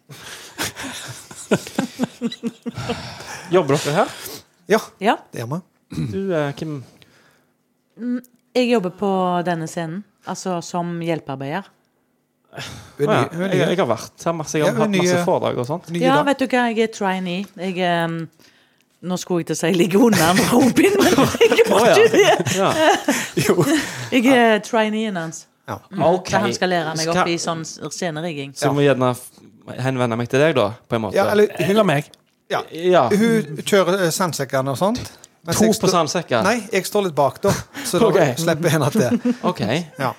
Jobber dere her? Ja, Ja. det gjør vi. Du, eh, Kim? Jeg jobber på denne scenen, altså som hjelpearbeider. Hun Å, ja. er ny- hun er jeg, ny. jeg har vært her masse. Ja, Jeg har hun hatt masse nye- foredrag og sånt. Ny Ja, dag. vet du hva, jeg er trainee. Jeg ehm, Nå skulle jeg til å si ligger under med Robin, men jeg gjorde ikke det. Ja. Jeg er traineen hans. Ja. Mm, Ok. Så han skal lære meg Skal- opp i sånn scenerigging. Så jeg må gjerne f- henvende meg til deg, da, på en måte. ja, eller hun, Eller meg. ja. Ja. hun kjører eh, sandsekkene og sånt. mens To jeg på står- sandsekker? Nei, jeg står litt bak, da. Så da Ok. slipper henne til. OK. Ja.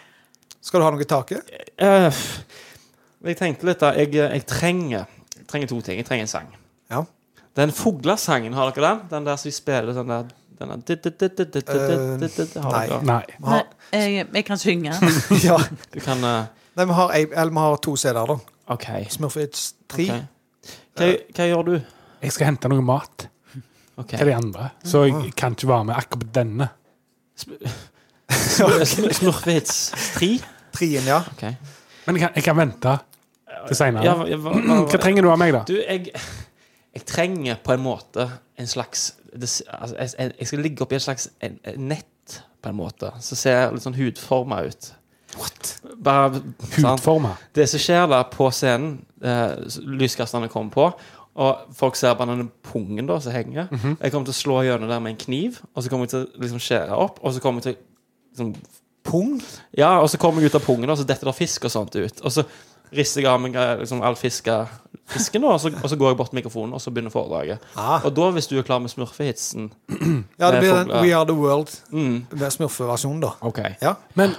Skal du ha noe i taket? Eh, jeg tenkte litt, da. Jeg, jeg trenger jeg trenger to ting. Jeg trenger en sang. Ja. Den fuglesangen, har dere den? Den der som vi spiller sånn der den der dit, dit, dit, dit, dit, dit, dit, dit, har nei. dere? Nei. Vi Nei, har, jeg, jeg kan synge. ja. Du kan eh, Nei, vi har, ei- eller, vi har to CD-er, da. OK. Smurfits 3. ok. Hva, hva gjør du? Jeg skal hente noe mat OK. til de andre, så Mm. jeg kan ikke være med akkurat på denne. Smur- Smurfehits 3? Trien, ja. OK. Men jeg kan, jeg kan vente til Ja, seinere. hva, hva, Hva trenger du av meg, da? Du, jeg, jeg trenger på en måte en slags det- altså, jeg, jeg skal ligge oppi et slags en, en nett, på en måte, som ser litt sånn hudforma ut. Bare, sant? Hudforma. Det som skjer da på scenen, eh, lyskasterne kommer på, og folk ser bare den pungen da som henger. Jeg kommer til å slå gjennom der med en kniv, og så kommer jeg til å liksom skjære opp, og så kommer jeg til å liksom, Pung. ja, og så kommer jeg ut av pungen, og så detter det fisk og sånt ut. Og så rister jeg av meg eh, liksom, all fiske, fisken, og så, og så går jeg bort til mikrofonen, og så begynner foredraget. Ah. Og da, hvis du er klar med smurfehitsen Ja, det Med blir den fugler. We Are The World mm, med smurfeversjonen, da. OK. Ja. Men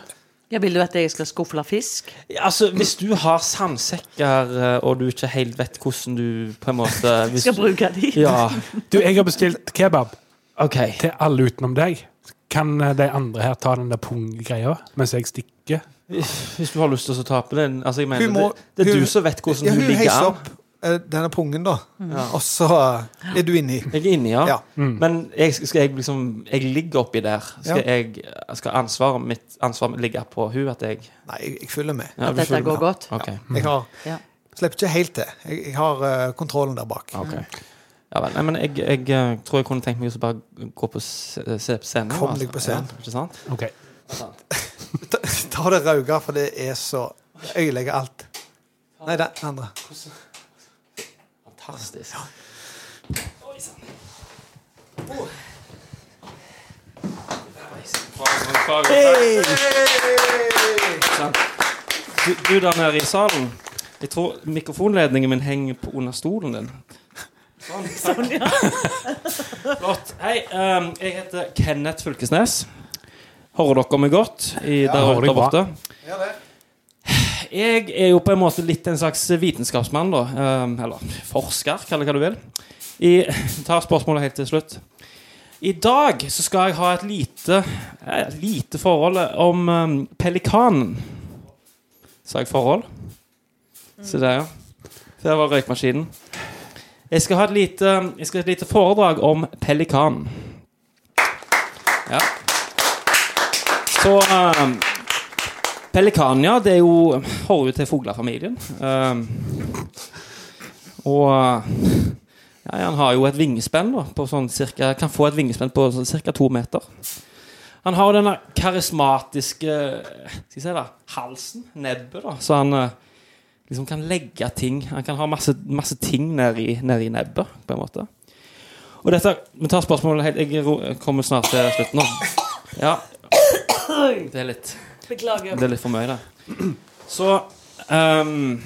Ja, Vil du at jeg skal skufle fisk? Altså, hvis du har sandsekker, eh, og du ikke helt vet hvordan du på en måte hvis, Skal bruke de? Ja, du, jeg har bestilt kebab OK. til alle utenom deg. Kan eh, de andre her ta den der punggreia mens jeg stikker? Hvis du har lyst til å tape den altså, jeg mener, Hun må- det, det er hun- du som vet hvordan Ja, du hun ligger heiser an. opp eh, denne pungen, da. Ja. Og så eh, er du inni. Jeg er inni, ja. Ja. Men jeg, skal- skal jeg liksom Jeg ligger oppi der. Skal, jeg, skal ansvaret mitt ansvar ligge på hun at jeg Nei, jeg, jeg følger med. ja, At du dette følger går med. godt? Ok. Jeg har, Ja. slipper ikke helt til. Jeg, jeg har eh, kontrollen der bak. ok. Ja vel. Nei, men jeg, jeg eh, tror jeg kunne tenkt meg å bare gå på se, se på scenen. altså. Kom deg på scenen. Ja, ikke sant? Ok. Ta, ta det rauga, for det er så Jeg Ødelegger alt. Nei, den andre. Fantastisk. Oi sann. Hei! Sånn. Du, du der nede i salen, jeg tror mikrofonledningen min henger på under stolen din. Sånn, takk. Flott. Hei, ehm, jeg heter Kenneth Fylkesnes. Hører dere meg godt i, Ja, der ute hører deg der borte? bra. Ja, det. Jeg er jo på en måte litt en slags vitenskapsmann, da. Ehm, Eller forsker, kall det hva du vil. I, tar spørsmålet helt til slutt. I dag så skal jeg ha et lite, eh, lite forhold om ehm, pelikanen. Sa jeg forhold? Se der, ja. Der var røykmaskinen. Jeg skal ha et lite, um, jeg skal ha et lite foredrag om pelikanen. Ja. Så um, Pelikan, ja. Det er jo, hører jo til fuglefamilien. Um, og ja, han har jo et vingespenn da, på sånn cirka, kan få et vingespenn på sånn ca. to meter. Han har jo denne karismatiske skal jeg si det, halsen, nebbet, da, så han eh, liksom kan legge ting Han kan ha masse, masse ting nedi ned i nebbet, på en måte. Og dette Vi tar spørsmålet helt Jeg ro- kommer snart til slutten nå. Ja. Det er litt Beklager. Det er litt for mye, det. Så ehm,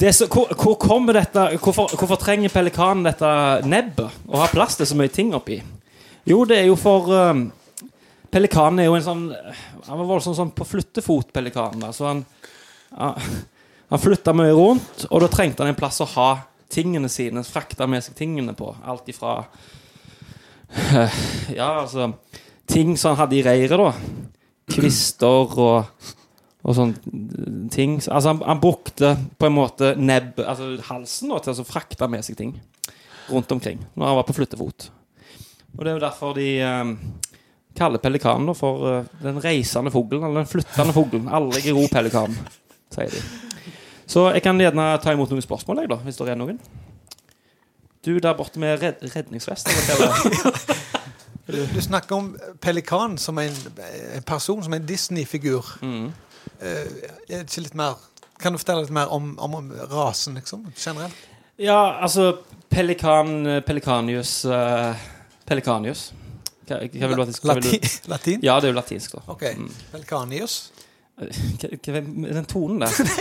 det så, hvor, hvor kommer dette hvorfor, hvorfor trenger pelikanen dette nebbet? Og har plass til så mye ting oppi? Jo, det er jo for ehm, Pelikanen er jo en sånn Han var voldsomt sånn på flyttefot, pelikanen. Da. Så han, han, han flytta mye rundt, og da trengte han en plass å ha tingene sine. Frakta med seg tingene på. Alt ifra eh, Ja, altså Ting som han hadde i reiret, da. Kvister og, og sånne ting. Så, Altså, han, han brukte på en måte nebb, altså halsen da, til å så frakte med seg ting rundt omkring når han var på flyttefot. Og det er jo derfor de eh, kaller pelikanen da, for eh, den reisende fuglen, eller den flyttende fuglen. Aldri i ro pelikan, sier de. Så jeg kan gjerne ta imot noen spørsmål, jeg, da, hvis det er noen. Du der borte med red redningsvest, eller hva det er? Du, du snakker om pelikan som en, en person, som en Disney-figur. Mm. Eh, er det ikke litt mer Kan du fortelle litt mer om, om, om rasen, liksom? Generelt? Ja, altså Pelikan Pelikanius eh, Pelikanius. Hva, hva vil du at jeg skal hva vil du- Lati- latin? Ja, Mm. det er jo latinsk, da. OK. Pelikanius. Hva- hva- Den tonen der.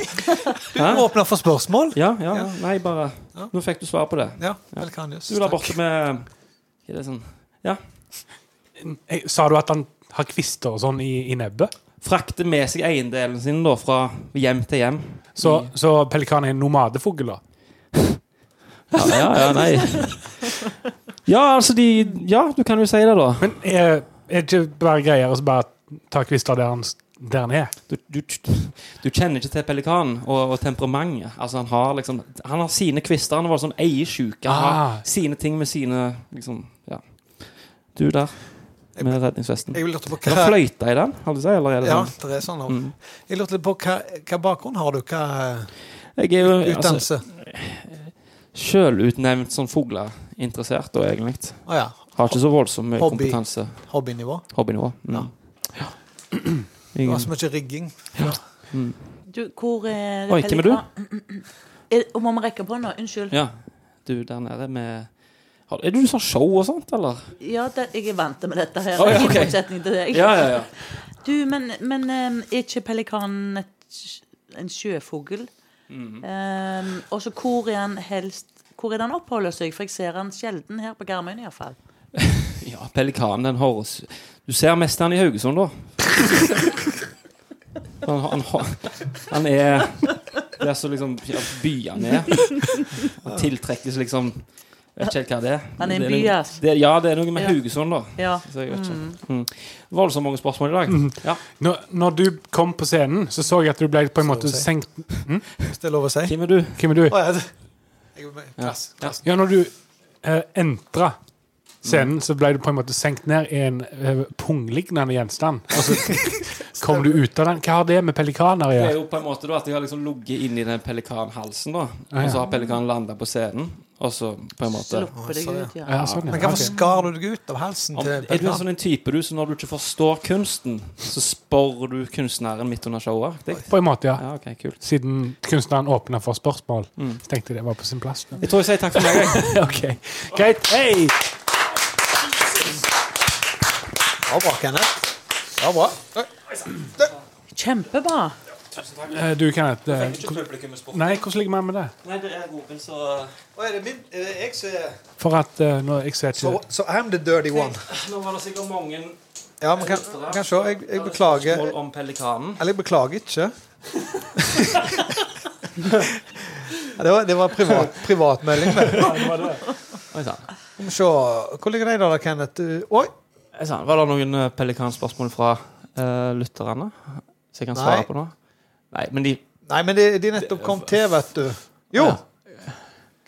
Du må åpne for spørsmål. Ja, ja, Ja. Nei, bare Nå fikk du svar på det. Ja, Pelikanius. Du der borte med hva er det sånn? Ja. Jeg- Sa du at han har kvister og sånn i, i nebbet? Frakter med seg eiendelen sin da, fra hjem til hjem. Så, så pelikanen er en nomadefugl, da? Ja, ja, ja nei. Ja, altså de Ja, du kan jo si det, da. Men er, er det ikke bare greier å så bare ta kvister der han, s- der han er? Du, du, du kjenner ikke til pelikanen og, og temperamentet. Altså, han, har liksom, han har sine kvister. Han var sånn eiesjuke. Han Ah. har sine ting med sine liksom, ja. Du der, med redningsvesten. jeg lurte på Er hva- det fløyte i den? Har du sagt, eller er det Ja, sånn? det er sånn. Mm. Jeg lurte litt på hva, hva bakgrunn har du? Hva Jeg er altså jo utdannelse? sjølutnevnt sånn fugleinteressert, da, egentlig. Å ja. Har ikke så voldsom mye Hobby- kompetanse. hobbynivå? Hobbynivå. Mm. Ja. Det var Ingen- så mye rigging. Ja. Mm. Du, hvor er Oi, hvem er du? pelikan- Er, må vi rekke på nå? Unnskyld. Ja. Du der nede med har- Er du sånn show og sånt, eller? Ja, det, jeg er vant med dette her. Å, ja, ok. I motsetning til deg. Ja, ja, ja. Du, men, men em, er ikke pelikanen et, sj- en sjøfugl? Em, og så hvor er han helst Hvor er det han oppholder seg? For jeg ser han sjelden her på Garmøyen iallfall. Ja, pelikanen den høres Du ser mest han i Haugesund, da. Han, han, han er Det er så liksom ja, byene er. Han tiltrekkes liksom Jeg vet ikke helt hva det er. Han er en Det noe- by, ass. det- Ja, det er noe med Ja. Haugesund, da. Ja. Så jeg vet Mm. ikke. Mm. Voldsomt mange spørsmål i dag. Mm. Ja. Når, når du kom på scenen, så så jeg at du ble på en måte å si. senkt hm? Hvis det er lov å si. Hvem er du? Hvem er du? Å, ja, det- jeg er med- ja. plass. ja, når du eh, entra scenen, så ble du på en måte senkt ned i en eh, punglignende gjenstand. Og så kom du ut av den. Hva har det med pelikaner å Det er gjøre? jo på en måte da at jeg har liksom ligget inni den pelikanhalsen, da. Ja, ja. Og så har pelikanen landa på scenen, og så på en måte Slipper deg ut, ja. Ja, sånn, ja. Men hvorfor Ok. skar du deg ut av halsen Om, til Er du en pelikanen? sånn en type du som når du ikke forstår kunsten, så spør du kunstneren midt under showet? riktig? På en måte, ja. ok, kult. Siden kunstneren åpna for spørsmål, Mm. så tenkte jeg det var på sin plass. Jeg tror jeg sier takk for meg, jeg. ok, Greit. Hei! Ja, bra, Kenneth. Ja, bra. Kjempebra. Eh, Du, Kenneth. eh, Jeg fikk ikke hvor- publikum med sport. Nei, hvordan ligger vi an med det? Nei, det er Robin, så er det min? Er det jeg som er For at eh, nå, Jeg ser ikke Så I'm the dirty one. Nå var det sikkert mange Ja, men kan, kan se. Jeg, jeg beklager. spørsmål om pelikanen. Eller jeg beklager ikke. Ja, det var, det var privat, privatmelding. det. Oi sann. Skal vi se. Hvor ligger de da, da, Kenneth? Du- Oi! Oi sann. Var det noen eh, pelikanspørsmål fra eh, lytterne som jeg kan Nei. svare på nå? Nei, men de Nei, men de, de nettopp kom til, vet du. Jo!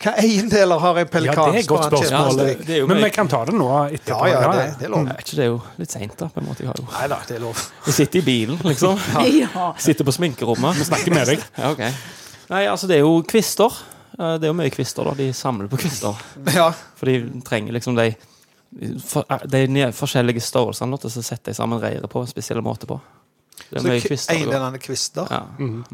Hva eiendeler har en pelikan? Ja, det er et godt spør han spørsmål. Kjell Stig. Men vi kan ta det nå etterpå. Ja, ja, det- det er lov. Jeg vet ikke, det er jo litt seint, da. på en måte. Jeg har jo Nei da, det er lov. Jeg sitter i bilen, liksom. Ja. Sitter på sminkerommet. Vi snakker med deg. Ja, ok. Nei, altså, det er jo kvister. Eh, Det er jo mye kvister, da. De samler på kvister. Ja. For de trenger liksom de for, eh, de nye, forskjellige størrelsene til å sette de sammen reiret på en spesiell måte på. Det Så er mye det er kvister. det går. eiendelene kvister. Ja.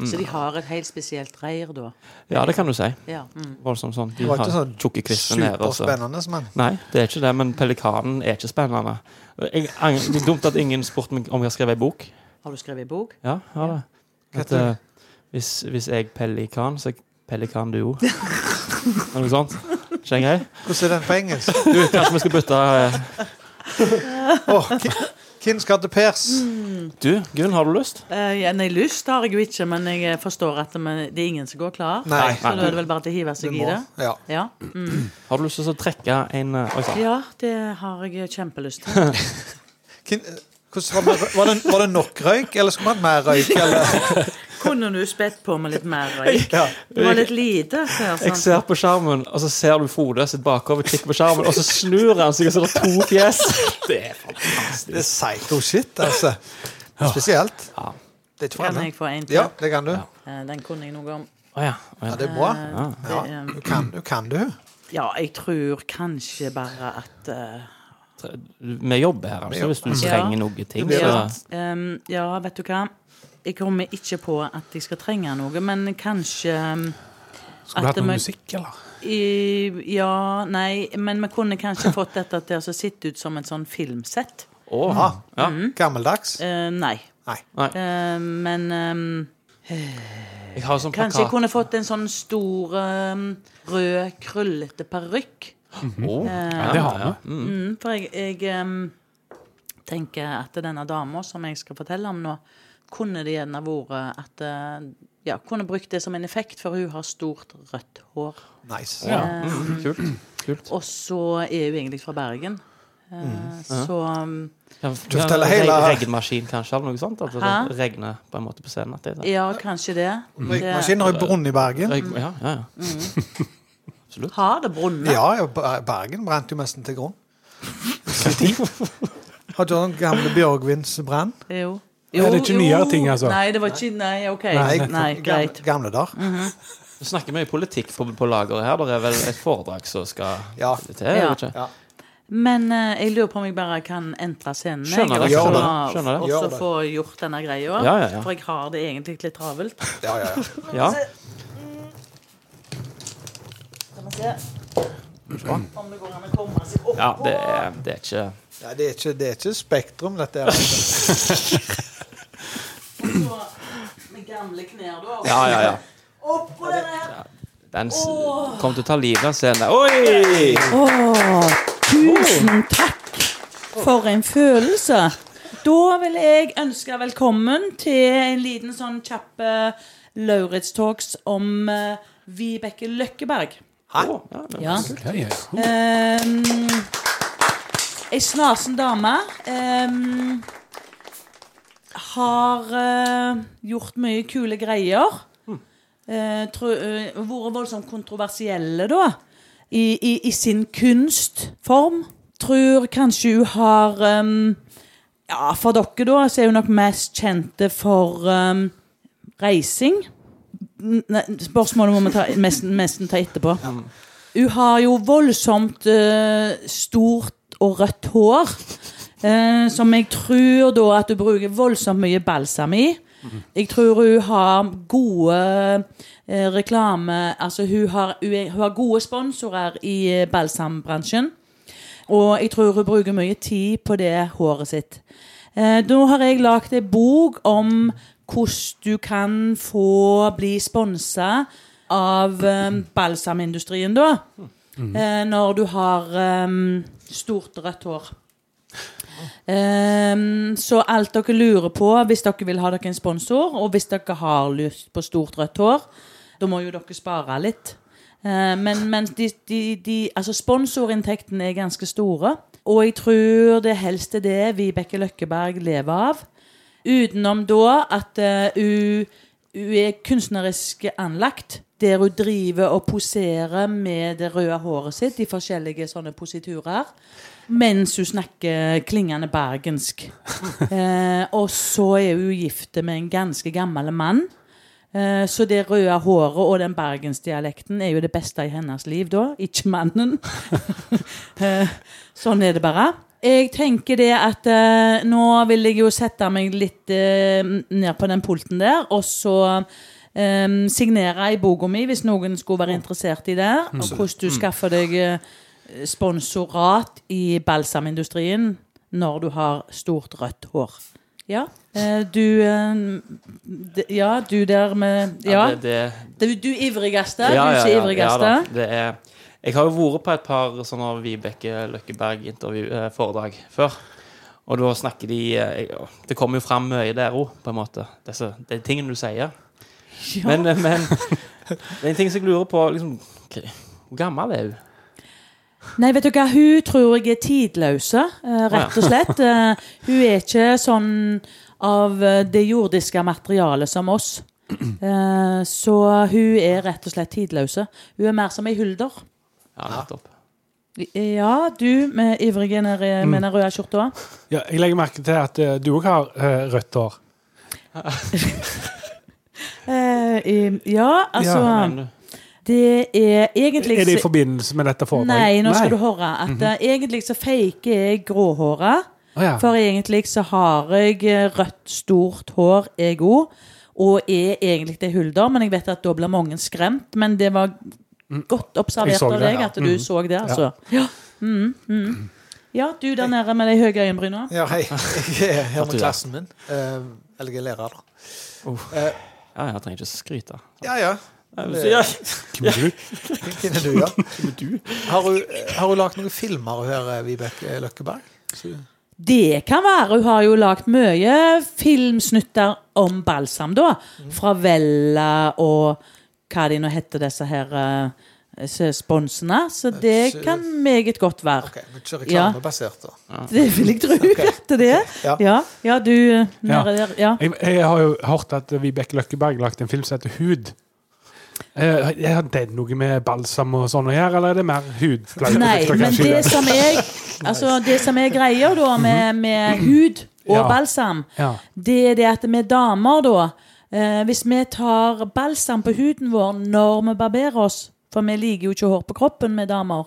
Så de Mm. har et helt spesielt reir, da? ja, det kan du si. Ja, mm. Voldsomt sånn. De Det var har ikke sånn tjukke kvister altså. nede. og så- superspennende, men- Nei, det er ikke det, men pelikanen er ikke spennende. Jeg, ang- det er dumt at ingen spurte meg om jeg har skrevet ei bok. Har du skrevet bok? Ja, jeg har det. Hva At, heter det? eh, hvis, hvis jeg pelikan, så er jeg pelikan du òg. Eller noe sånt. Ikke jeg? Hvordan er den på engelsk? Du, kanskje vi skal bytte eh, Åh, ki- Hvem skal til pers? Du, Gunn, har du lyst? Eh, ja, nei, lyst har jeg jo ikke, men jeg eh, forstår at men det er ingen som går klar. Nei. Så da er det vel bare til å hive seg i det. Ja. Ja. Mm. Har du lyst til å trekke en eh, Oi sann. ja, det har jeg kjempelyst til. Hvem, eh, hvordan, var, det, var, det, var det nok røyk, eller skulle man ha mer røyk? Eller? Kunne du spett på med litt mer røyk? Ja. Det var litt lite. før, sånn, Jeg sant? ser på skjermen, og så ser du Frode sitt bakover, kikker på skjermen, og så snur han seg, og så er det to fjes. Det er Det er fantastisk. psycho shit, altså. Det er Spesielt. Ja. Det er ikke for Kan alle. jeg få en til? Ja, det kan du. Eh, Den kunne jeg noe om. Å ja. Å, Ja, ja. det er bra. Eh, Ja, det er- du kan, du kan du. ja, jeg tror kanskje bare at eh, Vi jobber her, altså, hvis du trenger noe ting. ja, Så. ehm, ja, vet du hva. Jeg kommer ikke på at jeg skal trenge noe, men kanskje ehm, Skulle du hatt at vi- noe musikk, eller? I, ja, nei, men vi kunne kanskje fått dette til å sitte ut som et sånn filmsett. Å, Ja. Ja. Gammeldags. Eh, nei. Nei. Nei. Eh, men ehm, Jeg har sånn kanskje jeg plakat. kunne fått en sånn stor ehm, rød, krøllete parykk. Å, ja, Det ja, har ja. Mm, for jeg, jeg ehm, tenker at denne dama som jeg skal fortelle om nå, kunne det gjerne vært at eh, Ja, kunne brukt det som en effekt, for hun har stort rødt hår. Nice. Ja. Mm, Kult. Kult. Og så er hun egentlig fra Bergen. Eh, Mm. Så um, Ja, Du forteller reg- hele- Regnmaskin, kanskje, eller noe sånt? At det Hæ? regner på en måte på scenen. At det, er det. ja, kanskje det. Mm. det Røykmaskinen har jo brunn i Bergen. Reg- Ja, ja, ja. har det brunnet. Ja, ja, Ber- Bergen brant jo nesten til grunn. Har du den gamle Bjørgvins brann? Jo. Ja, det er ikke nyere ting, altså. Nei, det var ikke Nei, OK. Nei, Nei, gamle- greit. Gamle der. Vi snakker mye politikk på, på lageret her. Det er vel et foredrag som skal Ja. til? jeg Ja. vet ikke. Men eh, jeg lurer på om jeg bare kan entre scenen. jeg, Skjønner det, og så- gjør det, skjønner det. Og Gjør det. så få gjort denne greia. Ja, ja, ja. For jeg har det egentlig litt travelt. Ja, ja, ja. Ja. Skal vi se om det går an å komme seg opp. ja, det er, det er ikke Ja, det, er ikke, det er ikke Spektrum, dette. her. Og så med gamle knær, da. Ja, ja, ja. Oppå denne her. Den s kom til å ta livet av scenen. Oi! Tusen Mm, takk for en følelse. Da vil jeg ønske velkommen til en liten sånn kjapp eh, Lauritz Talks om eh, Vibeke Løkkeberg. Å, ja, det- Ja. Ja, ja. Um, Ei snasen dame. ehm, har eh, gjort mye kule greier. Mm. Eh, tro- eh, vært voldsomt kontroversielle, da. I, i, I sin kunstform. Tror kanskje hun har ehm, Ja, for dere, da, så er hun nok mest kjente for ehm, reising. N- Nei, spørsmålet må vi ta, nesten, nesten ta etterpå. Hun har jo voldsomt eh, stort og rødt hår. eh, som jeg tror da at hun bruker voldsomt mye balsam i. Jeg tror hun har gode eh, E, reklame Altså hun har, hun, er- hun har gode sponsorer i eh, balsambransjen. Og jeg tror hun bruker mye tid på det håret sitt. Eh, da har jeg lagd en bok om hvordan du kan få bli sponsa av eh, balsamindustrien, da. Mhm. Eh, når du har eh, stort rødt hår. Ehm, så alt dere lurer på hvis dere vil ha dere en sponsor, og hvis dere har lyst på stort rødt hår, da må jo dere spare litt. Eh, men men de, de, de, altså sponsorinntektene er ganske store, og jeg tror det helst er det Vibeke Løkkeberg lever av. Utenom da at eh, hun, hun er kunstnerisk anlagt, der hun driver og poserer med det røde håret sitt i forskjellige sånne positurer, mens hun snakker klingende bergensk. Eh, og så er hun gifte med en ganske gammel mann. Eh, Så det røde håret og den bergensdialekten er jo det beste i hennes liv, da. Ikke mannen. Eh, sånn er det bare. Jeg tenker det at eh, nå vil jeg jo sette meg litt eh, ned på den pulten der, og så eh, signere i boka mi hvis noen skulle være interessert i det. Mm. Og hvordan du skaffer deg eh, sponsorat i balsamindustrien når du har stort rødt hår. Ja, eh, du eh, d- Ja, du der med Ja. det, det, Du, du ivrigste. Ja, ja, du som ja, ivrigste. ja da, det er, jeg har jo vært på et par sånne Vibeke Løkkeberg-foredrag før. Og da snakker de eh, jeg- Det kommer jo fram mye der òg, på en måte. Disse, de tingene du sier. Ja. Men, eh, men det er en ting som jeg lurer på liksom, k- Hvor gammel er hun? Nei, vet du hva, hun tror jeg er tidløse, eh, rett og slett. Eh, Hun er ikke sånn av eh, det jordiske materialet som oss. Eh, Så hun er rett og slett tidløse. Hun er mer som ei hulder. Ja, nettopp. Ja, du med ivrige Mm. nede- med den røde skjorta. Ja, jeg legger merke til at eh, du òg har eh, rødt hår. Eh, i- Ja, Ja, altså eh, men- Det er egentlig Er det i forbindelse med dette foredraget? Nei, nå skal du høre at Mhm. eh, egentlig så faker jeg gråhåret. Å ja. For egentlig så har jeg eh, rødt, stort hår, jeg òg. Og er egentlig det hulder, men jeg vet at da blir mange skremt. Men det var godt Mm. Jeg observert så av det, deg ja. at du Mhm. så det, Ja. altså. Ja, Mhm, mhm. ja du der nede med de høye øyenbryna. Ja, hei. Jeg er her med klassen min. Eh, Eller jeg er lærer. Eh, Ja, jeg trenger ikke skryte. Ja, ja. Nei, men så- ja. Hvem er du? Hvem er du, ja? Har hun, har hun lagd noen filmer her, eh, Vibeke Løkkeberg? Så- Det kan være. Hun har jo lagd mye filmsnutter om balsam, da. Mm. Fra Vella og hva de nå heter, disse her eh, s- sponsene. Så det kan meget godt være. Ikke reklamebasert, da. Det vil jeg tro at det er. Ja. Ja, ja du eh, Ja. nede der. Ja. Jeg, jeg har jo hørt at Vibeke Løkkeberg lagde en film som heter Hud. Eh, er det noe med balsam og sånn å gjøre, eller er det mer hudpleie? Nei, men det som er, altså, det som er greia da med, med hud og Ja. balsam, Ja. det er det at vi damer da eh, Hvis vi tar balsam på huden vår når vi barberer oss, for vi liker jo ikke hår på kroppen, vi damer,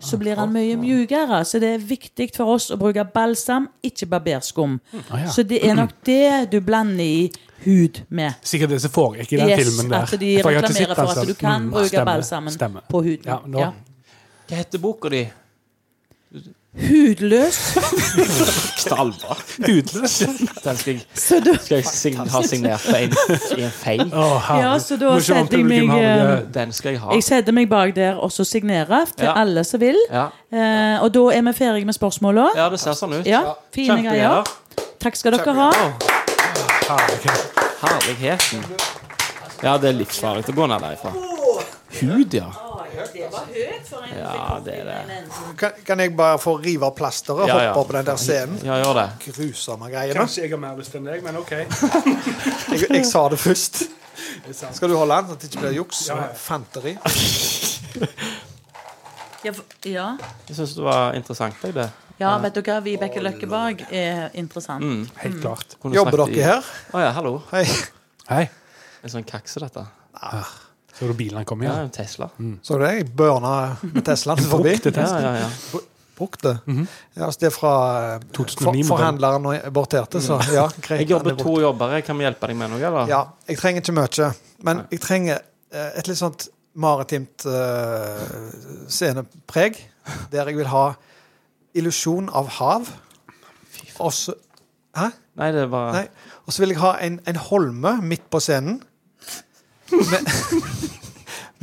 så blir han mye mjukere. Så det er viktig for oss å bruke balsam, ikke barberskum. Ah, ja. Så det er nok det du blander i hud med. Sikkert det som foregikk i den Yes, filmen der. at de For jeg har ikke sett reklamerer den for at selv. du kan Mm, bruke stemmer, balsamen stemmer. på huden. Ja, nå- Ja. Hva heter boka di? Hudløs. Stalva. Hudløs. Den skal jeg, Så du- skal jeg sign, ha signert på en, i en feil. Å, herre. Ja, så da Må ikke setter jeg publikum meg, ha det. eh, Den skal jeg ha. Jeg setter meg bak der og så signerer til Ja. alle som vil. Ja. Eh, og da er vi ferdige med spørsmåla. Ja, det ser sånn ut. Ja, fine Kjempegreier. greier. Takk skal dere ha. Herligheten. Ja, det er livsfarlig å gå ned derifra. Hud, ja. Ja, det er det. Kan, kan jeg bare få rive av plasteret og Ja, ja. hoppe opp på den der scenen? Ja, gjør det. Grusomme greiene. Kanskje jeg har mer lyst enn deg, men OK. Jeg, jeg sa det først. Skal du holde den, så det ikke blir juks? Ja, ja. Fanteri. Ja, f- ja. Jeg syns det var interessant, jeg, det. ja, vet du hva, Vibeke Løkkeberg er interessant. Mm. Mm. Kunne Jobber snakket dere i- her? Å ja, hallo. Hei. Hei. En sånn kakse, dette. Så du bilen han kom Ja, igjen? en Tesla. Så du det? Jeg burna med Teslaen forbi. Brukte Tesla. Ja, ja, ja. Bru- Brukte? Ja, altså det er fra eh, 2009 Mhm. for, forhandleren og aborterte, så ja. greit, Jeg jobber den er to jobber. Jeg kan vi hjelpe deg med noe, eller? Ja, jeg trenger ikke mye. Men jeg trenger eh, et litt sånt maritimt eh, scenepreg, der jeg vil ha illusjon av hav. Og så Hæ? Nei, det var Nei. Og så vil jeg ha en, en holme midt på scenen. Med,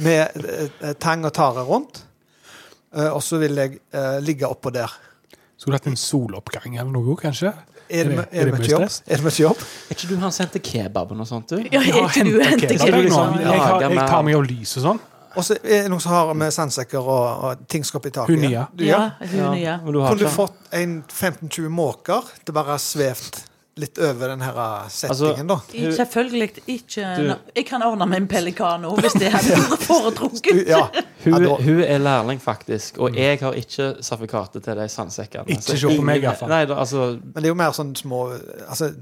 med eh, tang og tare rundt. Eh, og så vil jeg eh, ligge oppå der. Skulle hatt en soloppgang eller noe, kanskje? Er det, er det mye jobb? stress? Er det mye jobb? Er ikke du han sendte kebaben og sånt, du? Ja, jeg Ja, hente henter kebab. kebab. Jeg, Altså, har- liksom, jeg tar meg av lys og sånn. Og så er det noen som har med sandsekker og, og ting skal opp i taket. Hun nye. Du, ja. Ja, hun Ja, nye. men du har Kunne du ikke- fått en 15-20 måker til bare å ha svevd litt over den her eh, I- settingen, da? Selvfølgelig ikke Du- no- Jeg kan ordne meg en pelikan òg, hvis det hadde vært foretrukket. Hun, hun er lærling, faktisk, og jeg har ikke sertifikatet til de sandsekkene. Ikke Så se på ingen- meg, i hvert fall. Nei, da, altså, Men det er jo mer sånn små altså,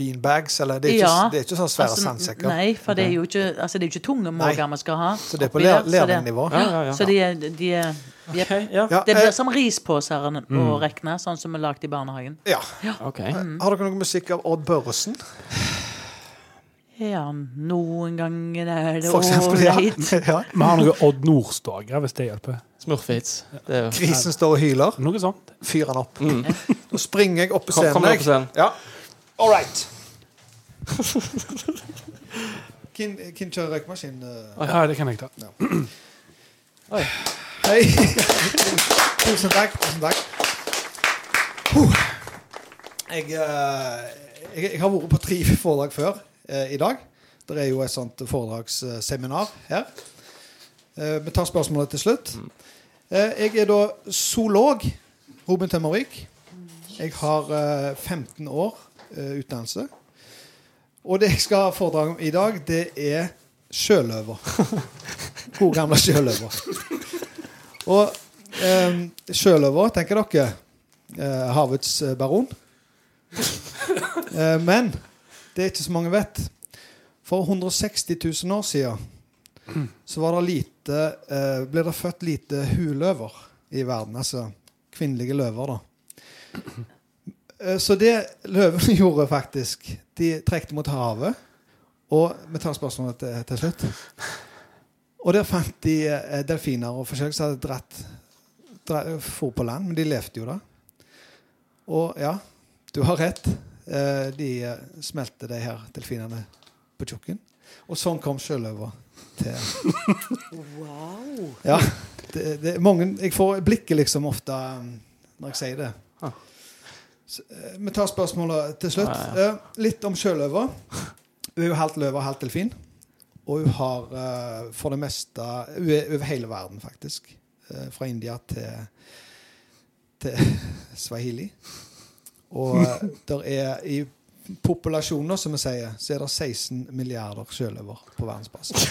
beanbags, eller det er ikke, Ja. det er ikke sånn svære Altså, sandsekker. Nei, for det er jo ikke, altså, det er jo ikke tunge måker vi skal ha. Så det er på oppi der, lær- så det- lærlingnivå. Ja, ja, ja. Så de er, de er jep. eh, Det blir som rispåser å Mm. rekne, sånn som er lagd i barnehagen. Ja. Ok. Eh, Mm. Har dere noe musikk av Odd Børresen? Ja, noen ganger er det For eksempel, ja. ålreit. Ja. Vi har noe Odd Nordstoga, hvis det hjelper. Smurfhits. Grisen står og hyler. Noe sånt. Fyr han opp. Da springer jeg opp på Mm. Kom- scenen. kom deg opp jeg. på scenen. Ja. All right. Hvem hvem kjører røykmaskin? eh? Ja, det kan jeg ta. Hei. Tusen takk. Tusen takk. Huh. Jeg, eh, jeg, jeg har vært på tre foredrag før eh, i dag. Det er jo et sånt foredragsseminar her. Eh, vi tar spørsmålet til slutt. Eh, jeg er da zoolog. Ruben Tømmervik. Jeg har eh, 15 år eh, utdannelse. Og det jeg skal ha foredrag om i dag, det er sjøløver. God gamle sjøløver. Og eh, sjøløver, tenker dere. Eh, havets eh, baron. Eh, men det er ikke så mange vet. For 160 000 år siden så var det lite, eh, ble det født lite huløver i verden. Altså kvinnelige løver, da. Eh, så det løvene gjorde, faktisk De trekte mot havet. Og vi tar spørsmålet til, til slutt. Og der fant de eh, delfiner og forskjellig som hadde dratt, dra- for på land, men de levde jo da. Og ja, du har rett. Eh, De eh, smelte de her delfinene på tjukken. Og sånn kom sjøløva til Wow. Ja. Det, det, er mange, jeg får blikket liksom ofte um, når jeg sier det. Ah. Så, eh, vi tar spørsmålet til slutt. Ja, Eh, litt om sjøløva. Hun er jo halvt løve og halvt delfin. Og hun har eh, for det meste Hun er over hele verden, faktisk. Eh, fra India til, til swahili. Og eh, der er i populasjoner, som vi sier, så er det 16 milliarder sjøløver på verdensbasis.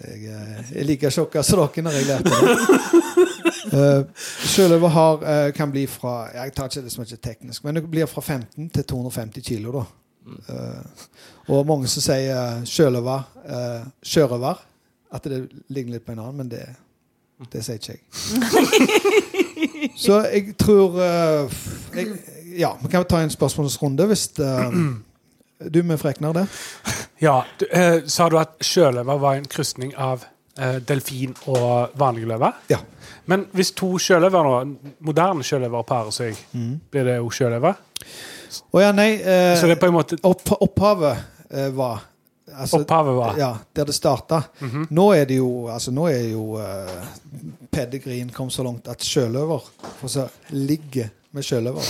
Jeg eh, er like sjokka som dere når jeg lærte det. Uh, Sjøløver har, eh, kan bli fra Jeg tar ikke det som er ikke teknisk, men det blir fra 15 til 250 kilo. da. Eh, og mange som sier eh, sjøløver, eh, sjørøver, at det ligner litt på en annen, men det, det sier ikke jeg. Så jeg tror eh, f- jeg, Ja, vi kan jo ta en spørsmålsrunde hvis eh, Du med Frekner der? Ja, du, eh, Sa du at sjøløver var en krysning av eh, delfin og vanlig løve? Ja. Men hvis to sjøløver nå, moderne sjøløver parer seg, Mm. blir det jo sjøløver? Å ja, nei eh, Så det er på en måte opp, Opphavet eh, var altså, Opphavet var? Ja, der det starta. Mhm. Nå er det jo altså, Nå er jo eh, Pedigreen kom så langt at sjøløver for så ligger med sjøløver.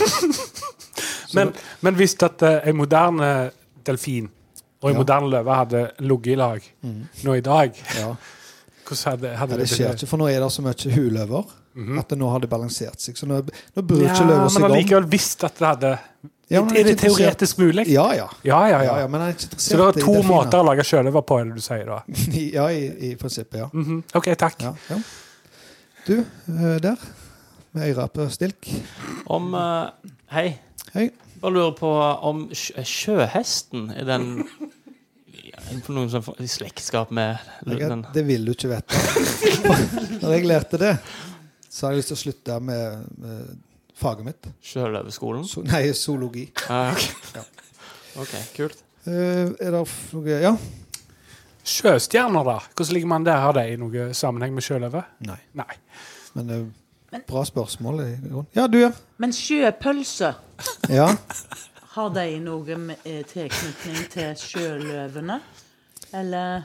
Men, men hvis at eh, en moderne delfin og Ja. en Mm. moderne løve hadde ligget i lag nå i dag Hvordan hadde, Ja, hadde det skjer ikke, for nå er det så mye huløver at det nå har det balansert seg. Så nå, nå bryr Mhm. Ja, ikke løver seg men om. allikevel visst at det hadde Ja, men han Er det ikke interessert- teoretisk mulig? Ja, ja. ja, ja, Ja, ja, men han er ikke Så det interessert i er to delfiner. måter å lage sjøløver på, er det du sier da? Mhm. ja, i, i prinsippet, ja. OK, takk. Ja, ja. Du, eh, der. Med øyra på stilk. Om eh, Hei. Bare lurer på om sj sjøhesten er den ja, på noen sånn for- i slektskap med Jeg, den det vil du ikke vite. Når jeg lærte det, så har jeg lyst til å slutte med, med faget mitt. sjøløveskolen? So, nei, zoologi. Ah, ok. OK, kult. Eh, er det f- noe Ja. Sjøstjerner, da? Hvordan ligger man der? Har de noe sammenheng med sjøløve? Nei. Nei. Men det er bra spørsmål. i grunnen. Ja, du, ja. Men sjøpølse, ja. har de noe med- eh, tilknytning til sjøløvene? Eller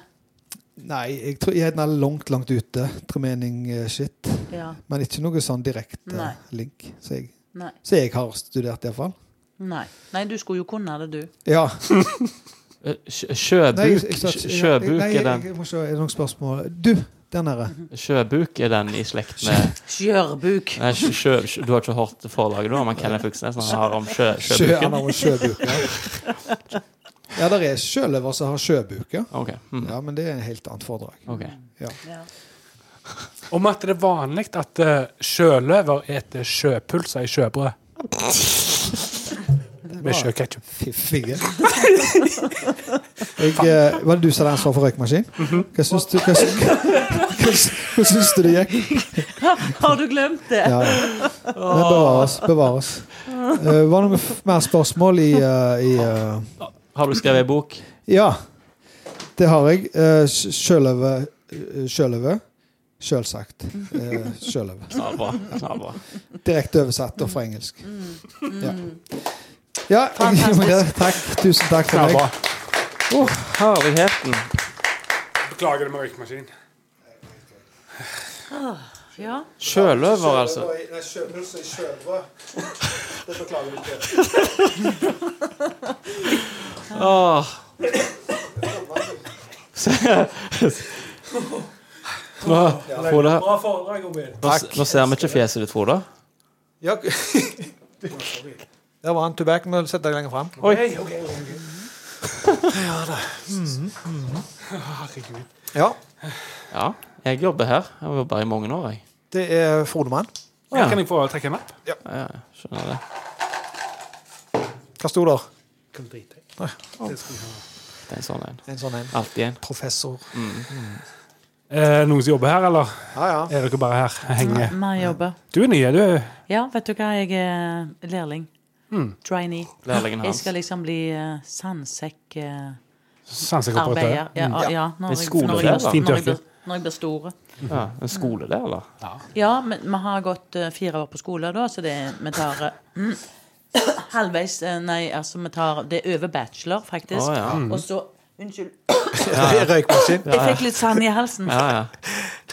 Nei, jeg tror jeg er langt, langt ute. Tremening-shit. Ja. Men ikke noe sånn direkte Nei. link som jeg, Nei. så jeg har studert, iallfall. Nei. Nei, du skulle jo kunne det, du. Ja. Eh, sjø- Sjøbuk Nei, jeg- jeg sa- sjø- Sjøbuk Nei, er jeg, den jeg må se, er det noen spørsmål? Du, der nede. Sjøbuk er den i slekt med Skjørbuk. Nei, sjø, sjø, du har ikke hørt forlaget nå om han Kenneth Fuksnes? Han har om sjø, sjøbuken? Sjø- han har om sjøbuken, Ja, der er sjøløver som har sjøbuk, ja. Ok, mhm. ja. Men det er et helt annet foredrag. Ok. Ja. Om at det er vanlig at eh, sjøløver eter sjøpølser i sjøbrød. Med sjøketchup. Fiffige. Jeg, eh, var det du som hadde ansvar for røykmaskin? Hva syns du, hva, syns- hva, syns- hva syns du det gikk? Har du glemt det? Ja, ja. Men bevares. bevares. Eh, var det noen f- mer spørsmål i, eh, i eh, Har du skrevet ei bok? Ja, det har jeg. Eh, sj- Sjøløve. eh, Sjøløve. Sjølsagt. Eh, Sjøløve. Knallbra. knallbra. Direkte oversatt og fra engelsk. Ja. Ja, jeg, Fantastisk. med det. takk. Tusen takk for meg. Knallbra. Å, herligheten. Beklager det med røykmaskin. Ah, ja. Sjøløver, altså. Nei, sjølpølse i sjølbrød. Det beklager du Åh. Nå, Frode, Bra foredrag, Robin. nå, s- nå ser vi ikke fjeset ditt, Frode. Ja. Der var han tilbake. Må sette deg lenger fram. Oi. Ja da. Mm-hmm, Mhm, mhm. Herregud. Ja, Ja, jeg jobber her. Jeg har jobbet i mange år, jeg. det er Frodemann. Ja, kan jeg få trekke en lapp? Ja. Ja, skjønner det. Hva sto der? Kan drite i. Nei. Det skal vi ha. Det er en sånn en. En sånn en. Alltid en. Professor. Eh, noen som jobber her, eller? Ja, ja. Er dere bare her? Henger? Nei, vi jobber. Du er ny, er du? Ja, vet du hva, jeg er lærling. Mm. Trainee. Lærlingen Jeg hans. skal liksom bli uh, sandsekk... eh, Sandsekkoperatør. arbeider. Ja, Mm. ja, Ja. når Det er jeg- skole når der, jeg da. blir- Fint Når jeg yrke. blir- når jeg blir store. Ja, en skole der, eller? Ja, men vi har gått eh, fire år på skole, da, så det er, vi tar eh, mm, halvveis eh, Nei, altså, vi tar Det er over bachelor, faktisk. Å, ja. Mm. Og så Unnskyld. Ja, ja. Røykmaskin. Jeg fikk litt sand i halsen. Ja, ja.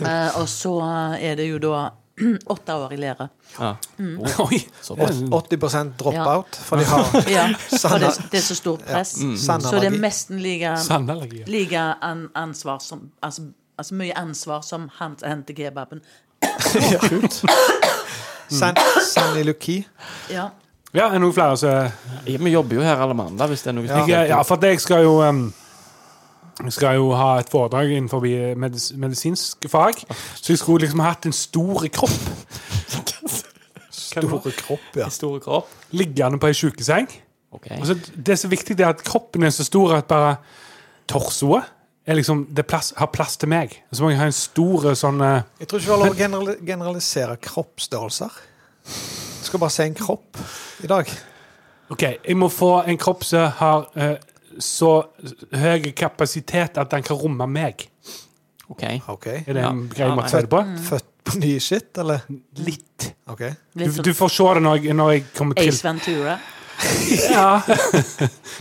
Eh, og så eh, er det jo da åtte år i lære. Ja. Mm. Oi. Såpass. 80 dropout, for de har ja, for det, Sand- det er så stort press. Ja. Mm. Så det Sandallergi. er nesten like, Sandallergi, ja. like an, ansvar som altså, altså mye ansvar som han henter kebaben. San- Sandy Luki. Ja. Ja, er det noen flere som Ja, Vi jobber jo her alle mandag, hvis det er noe Ja, jeg, ja for at jeg skal jo em, jeg skal jo ha et foredrag innenfor eh, medis medisinsk fag. Så jeg skulle liksom hatt en stor kropp. Store kropp, ja. Store kropp. Liggende på ei sjukeseng. Og så Det som er viktig, det er at kroppen er så stor at bare torsoet er liksom, det er plass, har plass til meg. Og så må jeg ha en stor sånn eh, Jeg tror ikke vi har lov å generali generalisere kroppsstørrelser. Du skal bare se en kropp i dag. OK, jeg må få en kropp som har eh, så høy kapasitet at den kan romme meg. OK. Er det Ja. en grei Ja, måte å si det på? Mm. Født- Født på ny shit, eller? Litt. Ok. sånn Du, du får se det når jeg, når jeg kommer til. Ace Ventura. Ja.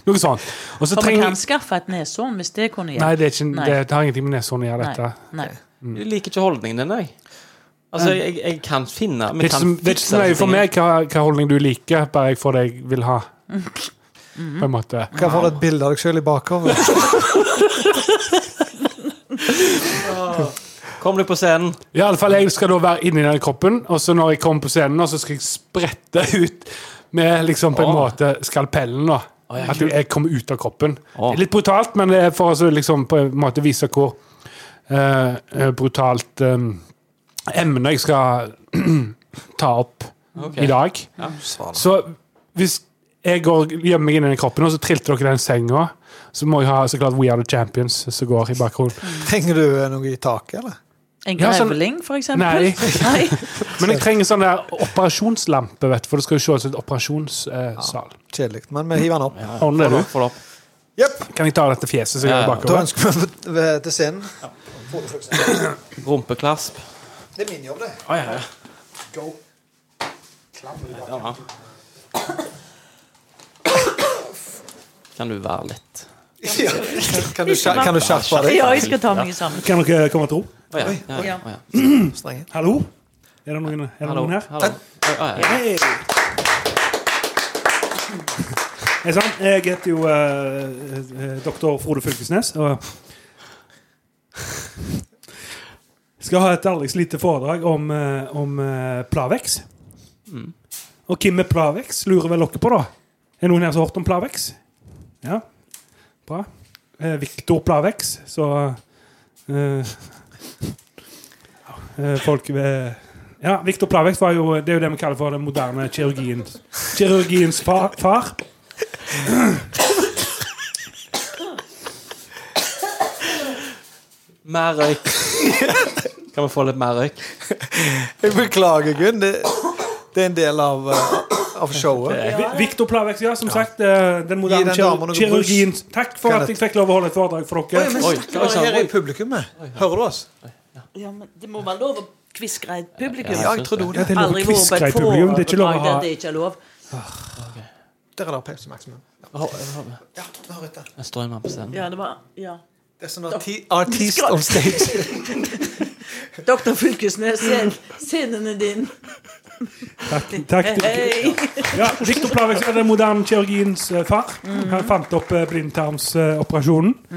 Noe sånt. Og så For vi trenger kan skaffe et neshorn hvis det kunne hjelpe. Nei, det, er ikke, Nei. det, det har ingenting med neshorn å gjøre, Nei. dette. Nei. Jeg liker ikke holdningen din, jeg. Altså, jeg, jeg kan finne Det er ikke så- det er ikke så nøye for meg hva, hva holdning du liker, bare jeg får det jeg vil ha. Mm. På en måte. Kan jeg få et bilde av deg sjøl i bakhodet? Kom deg på scenen. I alle fall, Jeg skal da være inni den kroppen, og så når jeg kommer på scenen, nå, så skal jeg sprette ut med liksom på en Åh. måte skalpellen. da. Åh, ja, At kult. jeg kommer ut av kroppen. Det er litt brutalt, men det er for å så liksom på en måte vise hvor eh, eh, brutalt eh, emne jeg skal ta opp Ok. i dag. Ja. Så hvis jeg går gjemmer meg inn i den kroppen, og så trilte dere den senga, så må jeg ha så klart We Are The Champions som går i bakgrunnen. Trenger du eh, noe i taket, eller? En Ja, sånn- grevling, for eksempel? Nei. Nei. Men jeg trenger sånn der operasjonslampe, vet du, for det skal jo se ut som et eh, operasjonssal. Kjedelig. Men vi hiver den opp. Ordner du? Få det opp. Kan jeg ta dette fjeset som Ja, går ja. i Da bakhodet? ønsker vi ved- til scenen. Rumpeklasp. Det er min jobb, det. Å, ja, ja. Go. Klam i Ja, ja. Kan du være lett? Ja. Kan du skjer- kan du skjerpe deg? Ja, jeg skal ta meg sammen. Kan dere komme til ro? Å ja, ja, ja, ja. Hallo? Er det noen, er det Hallo, noen her? hallo. Oi, oi, oi. Hei. Hei sann. Jeg heter jo eh, eh, doktor Frode Fylkesnes. Og skal ha et aldri lite foredrag om, eh, om eh, Plavex. Mm. Og hvem er Plavex, lurer vel dere på, da? Er det noen her som har hørt om Plavex? Ja? Bra. Eh, Viktor Plavex, så eh, eh, Folk ved Ja, Viktor Plavex var jo, det er jo det vi kaller for den moderne kirurgien, kirurgiens far. far. Mer røyk. Kan vi få litt mer røyk? Jeg beklager, Gunn. Det, det er en del av, eh, av showet. Vi- Viktor Plavex, ja, som sagt. eh, Den Gi moderne den damen noe kirur- kirurgiens brus. Takk for at jeg fikk lov å holde et foredrag for Oi, dere. men snakker bare her i publikummet. Hører du oss? Ja, men Det må være lov å kviskre et publikum. Ja, jeg trodde også det. Ja, det er lov å Aldri vært på kviskre i et publikum, det er ikke lov å foredrag der ha- det ikke er lov. Der er det Pepsi Maximum. Ja, der ute. Jeg står en mann på scenen. Ja, det var Ja. Det er sånn arti- artist on stage. Doktor Fylkesnes, scen- scenen er din. Takk. takk. Eh, Hei. Ja, Viktor Plavex er den moderne kirurgiens eh, far. Han fant opp eh, blindtarmsoperasjonen.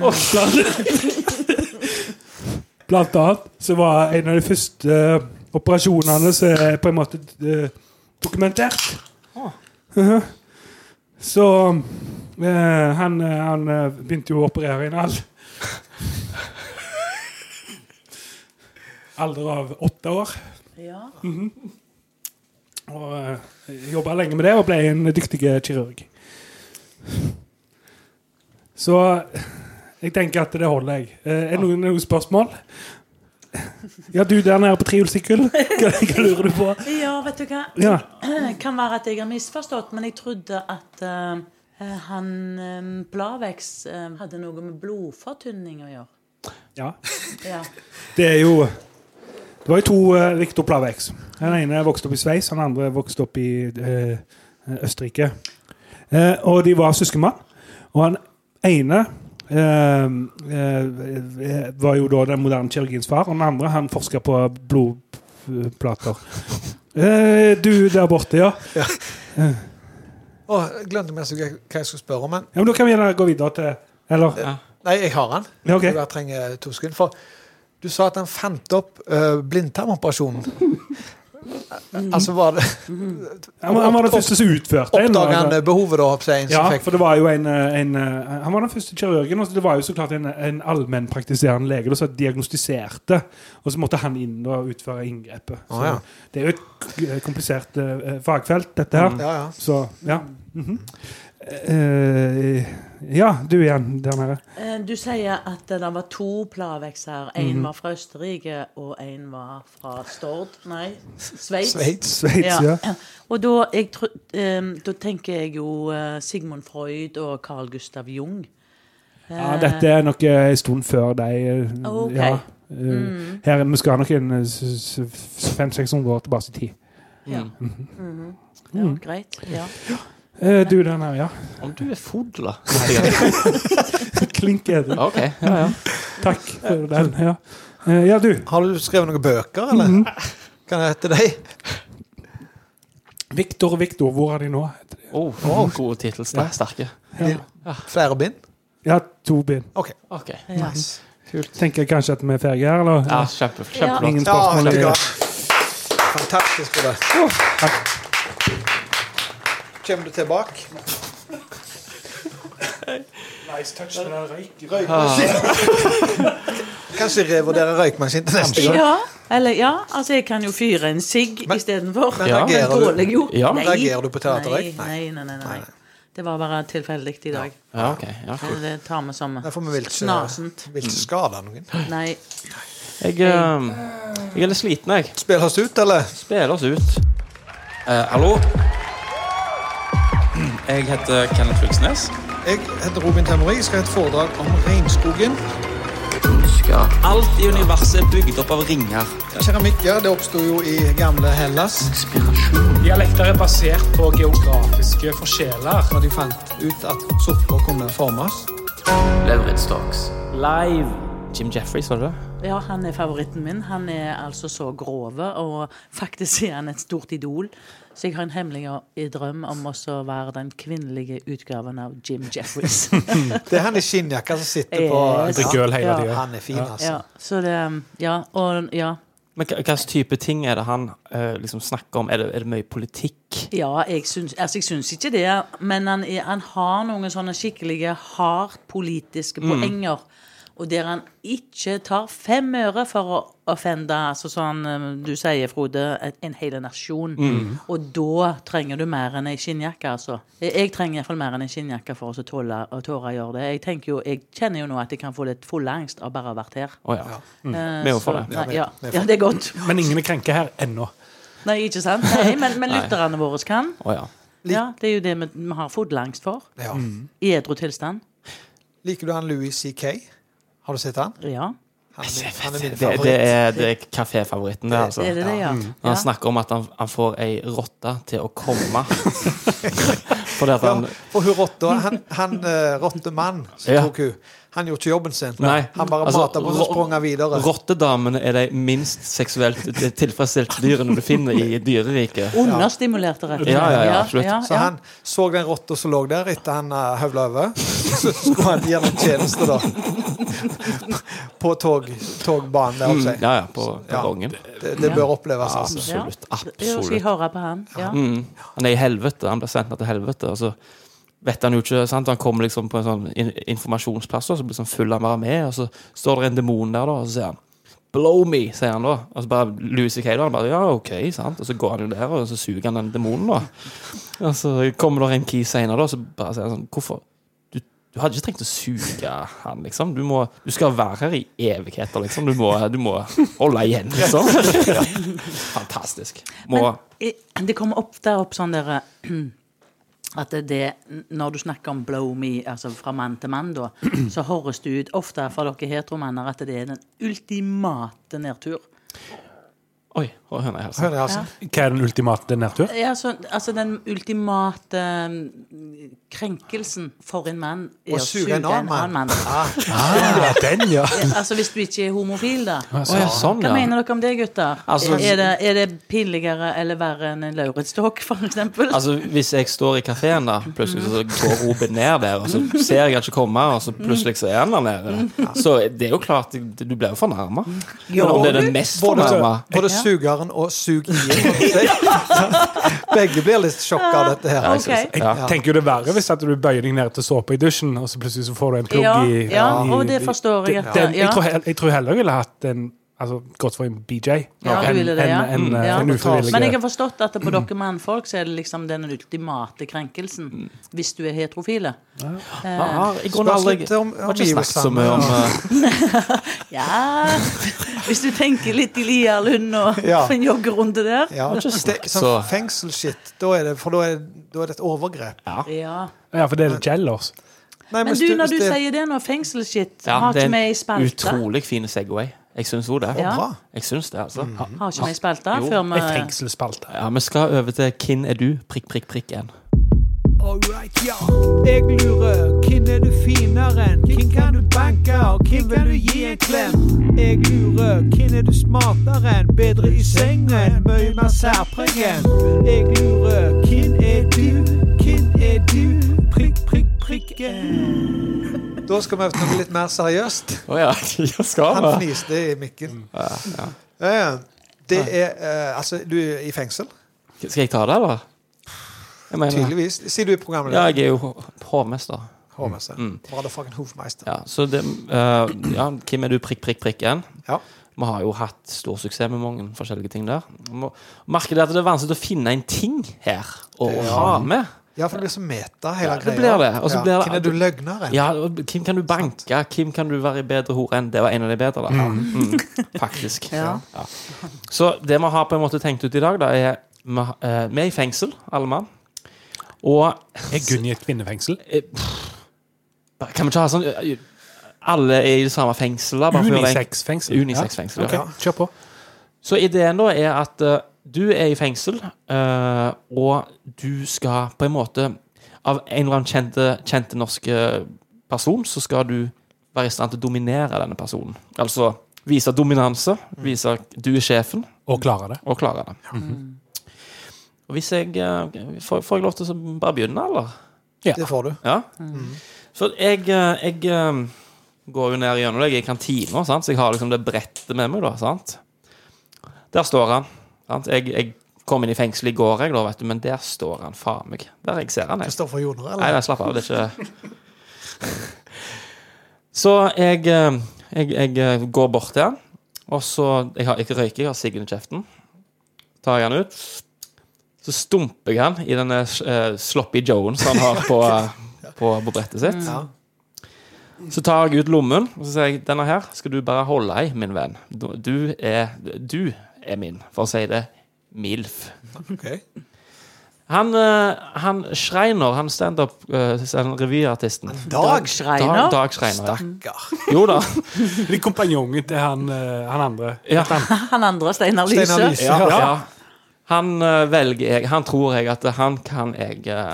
Blant annet så var en av de første eh, operasjonene som er på en måte eh, dokumentert. Mhm. Så eh, han, eh, han eh, begynte jo å operere i en hall. Alder av åtte år. Ja. Mhm. Og eh, jobba lenge med det og ble en dyktig eh, kirurg. Så jeg tenker at det holder, jeg. Eh, Er det noen, noen spørsmål? Ja, du der nede på trehjulssykkel, hva, hva lurer du på? Ja, vet du hva? Ja. Det Eh, kan være at jeg har misforstått, men jeg trodde at eh, han eh, Blavex eh, hadde noe med blodfortynning å gjøre. Ja. Ja. Det er jo Det var jo to eh, Victor Plavex. Den ene vokste opp i Sveits, den andre vokste opp i eh, Østerrike. Eh, og de var søskenbarn. Og han ene eh, eh, var jo da den moderne kirurgiens far, og den andre han forska på blodplater. Eh, du der borte, ja. Eh, Å, jeg glemte meg så gøy hva jeg skulle spørre om. Men ja men da kan vi gjerne gå videre til Eller? Nei, jeg har den. Ja, ok. Jeg bare trenger to sekunder. For du sa at han fant opp eh, blindtarmoperasjonen. altså, var det Han, var- han var den første som utførte en, Oppdaga og- han behovet, da, hoppsi, en Ja, som fikk for det var jo en, eh, en Han var den første kirurgen, og så det var jo så klart en, en allmennpraktiserende lege da, som diagnostiserte, og så måtte han inn og utføre inngrepet. Så Å, ja. Det er jo et k- komplisert eh, fagfelt, dette her. Mm. Ja, ja. Så ja. Mhm. Eh, ja, du igjen der nede. Eh, Du sier at det var to Plavex her. Én Mhm. var fra Østerrike, og én var fra Stord Nei, Sveits. Sveits, Sveits, ja. Og da, jeg, tro- eh, da tenker jeg jo eh, Sigmund Freud og Carl Gustav Jung. Ja, dette er nok eh, en stund før deg. eh, Ok. Ja. Eh, Mm. Her, vi skal ha nok en eh, 500-600 år tilbake i tid. Ja. Mhm. Mhm. Mm. ja greit. Ja. Eh, du der nede, ja. Om du er fodla Klink er det. Ok, ja, ja. Takk for den. Ja. Eh, ja, du. Har du skrevet noen bøker, eller? Mhm. Kan jeg hete deg? Viktor og Viktor, hvor er de nå? Oh, for gode titler. Ja. Sterke. Ja. Flere bind? Ja, to bind. OK. Ja. Nice. Tenker jeg kanskje at vi er ferdige her, eller? Ja, kjempe- kjempeflott. Ingen Ja, spørsmål. vet du Ja, hva? Fantastisk for deg. Kommer du tilbake? nice touch med den røyken. Kanskje revurdere røykmaskin til neste gang. Ja, eller ja, altså jeg kan jo fyre en sigg istedenfor. men Ja. reagerer du- tåler jeg jo. Ja. Nei. Reagerer du på teaterrøyk? Nei, nei, nei, nei, nei. Det var bare tilfeldig i dag. Ja, ok. Ja, cool. Men Det tar vi som Derfor vi vil ikke, snasent. vil ikke skade noen. Nei. Jeg, ehm, jeg er litt sliten, jeg. Spiller oss ut, eller? Spiller oss ut. Eh, hallo? Jeg heter Kenneth Fylkesnes. Jeg heter Robin Temori. Jeg skal ha et foredrag om regnskogen. reker. Alt i universet er bygd opp av ringer. Keramikker det oppsto jo i gamle Hellas. Dialekter er basert på geografiske forskjeller. Når de fant ut at sopper kunne formes. Lauritz Talks. Live. Jim Jeffries, var det det? Ja, han er favoritten min. Han er altså så grove, og faktisk er han et stort idol. Så jeg har en hemmelig og- i drøm om også å være den kvinnelige utgaven av Jim Jeffries. Det er han i skinnjakka som sitter på Yes. Drikker øl hele tiden. Han er fin, altså. ja, så det Ja, og ja. Men hva hva slags type ting er det han eh, liksom snakker om? Er det, er det mye politikk? Ja, jeg syns, altså, jeg syns ikke det. Men han, er, han har noen sånne skikkelige hardt politiske Mm. poenger. Og der han ikke tar fem øre for å offende, altså sånn eh, du sier, Frode, et- en hel nasjon. Mm. Og da trenger du mer enn ei skinnjakke, altså. Jeg, jeg trenger iallfall mer enn ei skinnjakke for å tåle å tåle å gjøre det. Jeg, tenker jo, jeg kjenner jo nå at jeg kan få litt fullangst av bare å ha vært her. Å ja. Mm. Eh, Vi er jo for så- det. nei, ja. Ja, det er godt. Men ingen er krenka her ennå. Nei, ikke sant? Nei, men, men Nei. lytterne våre kan. Å ja. Ja, det er jo det vi, vi har fotleangst for. Ja. Mm. I edru tilstand. Liker du han Louis C.K.? Har du sett han? Ja. Han er, han er min Det, favoritt. det er, det er kaféfavoritten, det. Altså. Er det det, ja? Mm. Ja. Når Han snakker om at han, han får ei rotte til å komme. Fordi at han Og hun rotta, han, han eh, rottemann som Ja. tok hun, han gjorde ikke jobben sin. Nei. Han bare Altså, mata på og så ro- sprang han videre. Rottedamene er de minst seksuelt tilfredsstilte dyrene du finner i dyreriket. Understimulerte, rett og slett. Ja, ja, ja, absolutt. ja, Så ja. han så den rotta som lå der etter han uh, høvla over. Så skulle han gi den tjeneste, da. På tog, togbanen der. altså. Mm, ja, ja, på perrongen. Det, det bør oppleves. Ja, altså. absolutt. Ja, så jeg absolutt. hører på han. Ja. Mm. Han er i helvete. Han blir sendt ned til helvete. Og så vet han jo ikke sant? Han kommer liksom på en sånn in informasjonsplass, og så blir han full av med, og så står det en demon der, da, og så sier han Blow me, sier han da. Og så bare Lucy Kay, da. Han bare, ja, ok, sant? Og så går han jo der, og så suger han den demonen, da. Og så kommer det en key senere, da, og så bare sier han sånn Hvorfor du, du hadde ikke trengt å suge han, liksom. Du, må, du skal være her i evigheter, liksom. Du må, du må holde igjen, liksom. Ja. Fantastisk. Må I- Det kommer ofte opp sånn der at det, det Når du snakker om 'blow me', altså fra mann til mann, da, så høres det ut ofte fra dere heteromanner at det er den ultimate nedtur. Oi, og høna i halsen. Høna i halsen. Hva er den ultimate nedtur? Ja, så, altså den ultimate mm, krenkelsen for en mann er Å å suge en annen mann. Ah, den, ja. Ja, altså hvis du ikke er homofil, da. Å, ja, sånn, Hva ja. mener dere om det, gutter? Altså- er, det, er det pinligere eller verre enn en lauritstokk, for eksempel? Altså, hvis jeg står i kafeen, da, plutselig så går Robin ned der, og så ser jeg han ikke komme, og så plutselig så er han der nede. Så det er jo klart, du blir jo fornærma. Men om det er den mest Både, fornærma både sugeren og sugien. Begge blir litt sjokka av dette her. altså, Jeg, tenker jo det er verre hvis at du bøyer deg ned til såpe i dusjen, og så plutselig så får du en plugg Ja, i ja, i- og det forstår jeg Det- at- det- ja. Jeg, tror, hell- jeg tror heller jeg ville hatt en altså, gått for en BJ Ja, du enn ville det, en, ja. Mm, en, en, ja. en ufrivillig Men jeg har forstått at på dere mannfolk så er det liksom den ultimate krenkelsen hvis du er heterofile. Eh, Jeg har i grunnen aldri eh, jeg har ikke snakket så mye om eh, Ja Hvis du tenker litt i Lierlund og Ja. en joggerunde der. Ja, det, sånn så- fengselsshit, da er det, for da er, da er det et overgrep. Ja. Ja, for det er Jellers. Nei, Men hvis du, når hvis du det- sier det nå, fengselsshit, ja, har Det ikke vi i er en spalta? utrolig fin Segway. Jeg syns jo det. Ja. Bra. Jeg syns det, altså. Mhm. Har ikke vi i spalta Jo. før vi En Ja, vi skal over til 'Hvem er du?' prikk, prikk, prikk igjen. Alright, ja. Jeg lurer, hvem er du finere enn? Hvem kan du banke, og hvem vil du gi en klem? Jeg lurer, hvem er du smartere enn? Bedre i sengen, mye mer særpreg enn. Jeg lurer, hvem er du? Hvem er du? Prikk, prikk, prikken. Da skal vi snakke litt mer seriøst. Å ja, jeg skal Han vi. fniste i mikken. Ja, ja. Eh, Det er eh, Altså, du er i fengsel, Skal jeg ta det, eller? Jeg mener- tydeligvis. Si du er programleder. Ja, jeg er jo hov- hovmester. Hovmester. Mm. altså. Motherfucking hovmeister. Ja, så det, eh, ja, hvem er du prikk, prikk, prikk igjen? Ja. Vi har jo hatt stor suksess med mange forskjellige ting der. Vi må- Merker dere at det er vanskelig å finne en ting her å ha med? Ja, for det blir så meta, hele Ja, greia. det blir det. Og så Ja. blir det Hvem er du løgneren? Ja, og hvem kan du banke? Hvem kan du være i bedre hore enn? Det var en av de bedre, da. Mm, faktisk. Ja. Ja. Så det vi har på en måte tenkt ut i dag, da, er vi har- eh, vi er i fengsel, alle mann. Og Er Gunn i et kvinnefengsel? Kan vi ikke ha sånn eh, alle er i det samme fengselet. bare for å gjøre det enkelt. Unisex-fengsel. Unisex-fengsel, Ja. ja. Ok, Kjør på. Så ideen da er at eh, du er i fengsel, eh, og du skal på en måte Av en eller annen kjente, kjente norske person, så skal du være i stand til å dominere denne personen. Altså vise dominanse, vise at du er sjefen. Og klare det. Og klare det. Og hvis jeg eh, Får, får jeg lov til å bare begynne, eller? Ja. Det får du. Ja. Mhm. Så jeg, eh, jeg eh, går jo ned gjennom deg i kantina, sant? så jeg har liksom det brettet med meg. da, sant? Der står han. Sant? Jeg, jeg kom inn i fengselet i går, jeg, da, vet du, men der står han, faen meg. Der jeg ser han, jeg. Kristoffer Joner, eller? Nei, nei, slapp av. Det er ikke Så jeg, eh, jeg, jeg eh, går bort til han, og så Jeg, har, jeg røyker, jeg har siggen i kjeften. Tar jeg han ut, så stumper jeg han i denne eh, sloppy joe-en som han har på, eh, på, på brettet sitt. Ja. Så tar jeg ut lommen og så sier jeg, denne her skal du bare holde i, min venn. Du du er, du er min, for å si det milf. Ok. Han, eh, han Schreiner, han standup, eh, han revyartisten. Dag Schreiner? Dag, Dag Schreiner ja. Stakkar. Jo da. De kompanjongen til han, eh, han andre. Ja. Han andre, Steinar Lyse. Ja, ja. Han eh, velger jeg Han tror jeg at han kan jeg eh,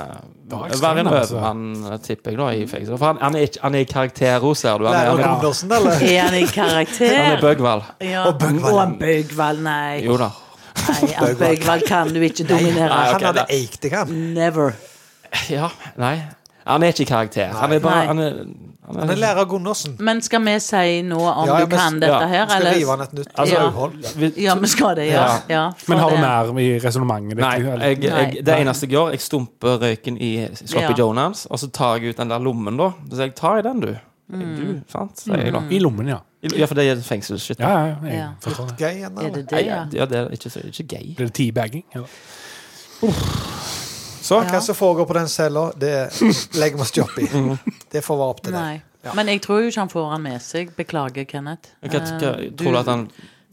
Dag Schreiner, være en altså. overmann, tipper jeg, da, i fengsel. For han, han, er, ikke- han er i karakter hos ser du. Han Lærer han Gundersen, eller? Er han i karakter? Han er Bøgvall. Ja. Og Bøgvall. nei. Jo da. Nei, han Bøgvall kan du ikke dominere. Nei, ok, Han hadde da. eikt deg, han. Never. Ja, nei. Han er ikke i karakter. Han er Nei. bare han er, han Han er lærer Gundersen. Men skal vi si noe om Ja, ja, du men- kan dette ja. her, Skal eller? rive han et nytt ja. Altså, øyehold? ja, vi skal det, ja. ja. Men har for du det. mer i resonnementet ditt? Nei, eller? jeg, jeg, det eneste jeg gjør, jeg stumper røyken i Sloppy Ja. Joan hans, og så tar jeg ut den der lommen, da. Så jeg tar i den, du. Mm. Du, sant? Sier jeg da. I lommen, ja. I- Ja, for det er fengselsskitt. Ja, ja, jeg Ja. forstår det. Gøy, han, Er eller? det det, ja? Ja, det er ikke, så- ikke gay. Blir det teabagging? eller? Så hva som foregår på den cella, det legger vi oss ikke opp i. Det får være opp til Nei. deg. Ja. Men jeg tror jo ikke han får han med seg. Beklager, Kenneth. Hva- hva- Eh, tror du at han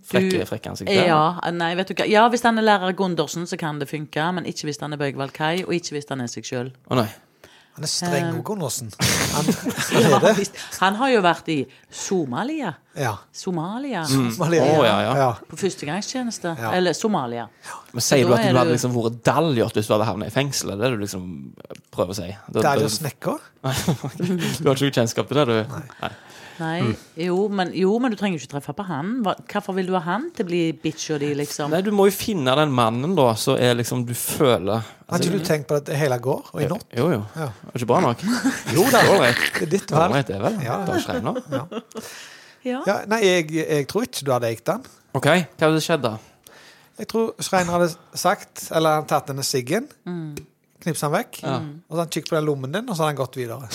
frekker- du- Eh, frekker han seg der? Ja, nei, vet du hva. Ja, hvis han er lærer Gundersen, så kan det funke. Men ikke hvis han er Bøgvald Kai, og ikke hvis han er seg sjøl. Å nei. Han er streng, Eh, Gundersen. Ja, visst. han har jo vært i Somalia. Ja. Somalia. Mm. Somalia, ja. Å, ja, ja. Ja. På førstegangstjeneste. Ja. Eller Somalia. Men Sier Så du da at du er hadde du- liksom vært daljert hvis du hadde havnet i fengsel? Det er det du liksom prøver å si. Da- da- Dahlia Snekker? Du har ikke kjennskap til det, du? Nei. Nei, Mm. jo men, jo, men du trenger jo ikke treffe på han. Hva- Hvorfor vil du ha han til å bli bitch og de, liksom? Nei, du må jo finne den mannen, da, som er liksom du føler altså- Har ikke du tenkt på at det hele går, og i natt? Jo, jo. Ja. Det er ikke bra nok. Jo da. All right. Det er ditt All valg. right, det er vel Ja. Dag Schreiner. Ja. Ja, nei, jeg, jeg tror ikke du hadde eikt den. OK, hva hadde skjedd da? Jeg tror Schreiner hadde sagt, eller han tatt denne siggen, Mm. knipset han vekk, Ja. og så hadde han kikket på den lommen din, og så hadde han gått videre.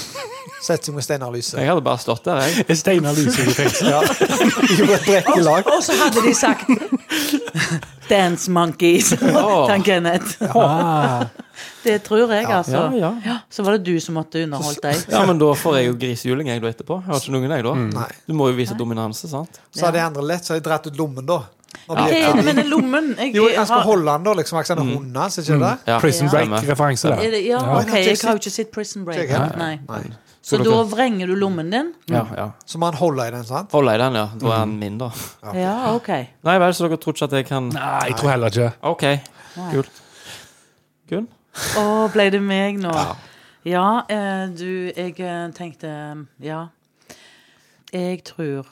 Sett seg med Steinar Lyse. Jeg hadde bare stått der, jeg. Er Steinar Lyse i fengsel? Ja. Gjorde et brekk i lag. Og så hadde de sagt Dance Monkeys. Åh. Tann Kenneth. Ah. Det tror jeg, altså. Ja, ja. så var det du som måtte underholdt deg. Ja, men da får jeg jo grisehjuling jeg da etterpå. Jeg har ikke noen jeg da. Nei. Du må jo vise dominanse, sant? Så hadde de andre lett, så hadde de dratt ut lommen, da. Når Hva de gikk er det forbi. med den lommen? Jeg- Jo, han skal har- holde den, da, liksom. Han skal ha hunden hans, ikke det? Ja. Prison Break-referanse der. Er det, ja, Ja. ok, jeg har jo ikke sett Prison Break. Ikke jeg. Nei. Nei. Så Så da dere- vrenger du lommen din? Ja, ja. Så må han holde i den, sant? Hold deg i den, ja. Da er han min, da. Ja, ok. Mhm. Nei vel, så dere tror ikke at jeg kan Nei, jeg tror heller ikke OK. Kult. Gunn? Å, ble det meg nå? Ja, eh, du, jeg eh, tenkte Ja. Jeg tror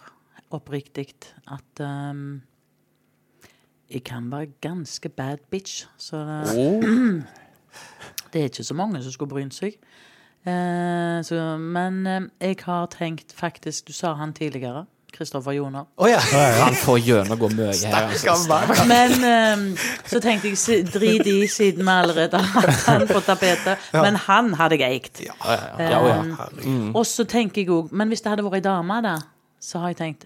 oppriktig at ehm, jeg kan være ganske bad bitch, så det, Åh. det er ikke så mange som skulle brynt seg. Eh, så, men eh, jeg har tenkt faktisk Du sa han tidligere. Kristoffer Joner. Å ja. Han får gjennomgå mye her. altså. Men ehm, så tenkte jeg si- drit i, siden vi allerede har hatt han på tapetet. Ja. Men han hadde jeg eikt. Ja, ja, ja. ja, Um, ja. Mm. Og så tenker jeg òg Men hvis det hadde vært ei dame, da, så har jeg tenkt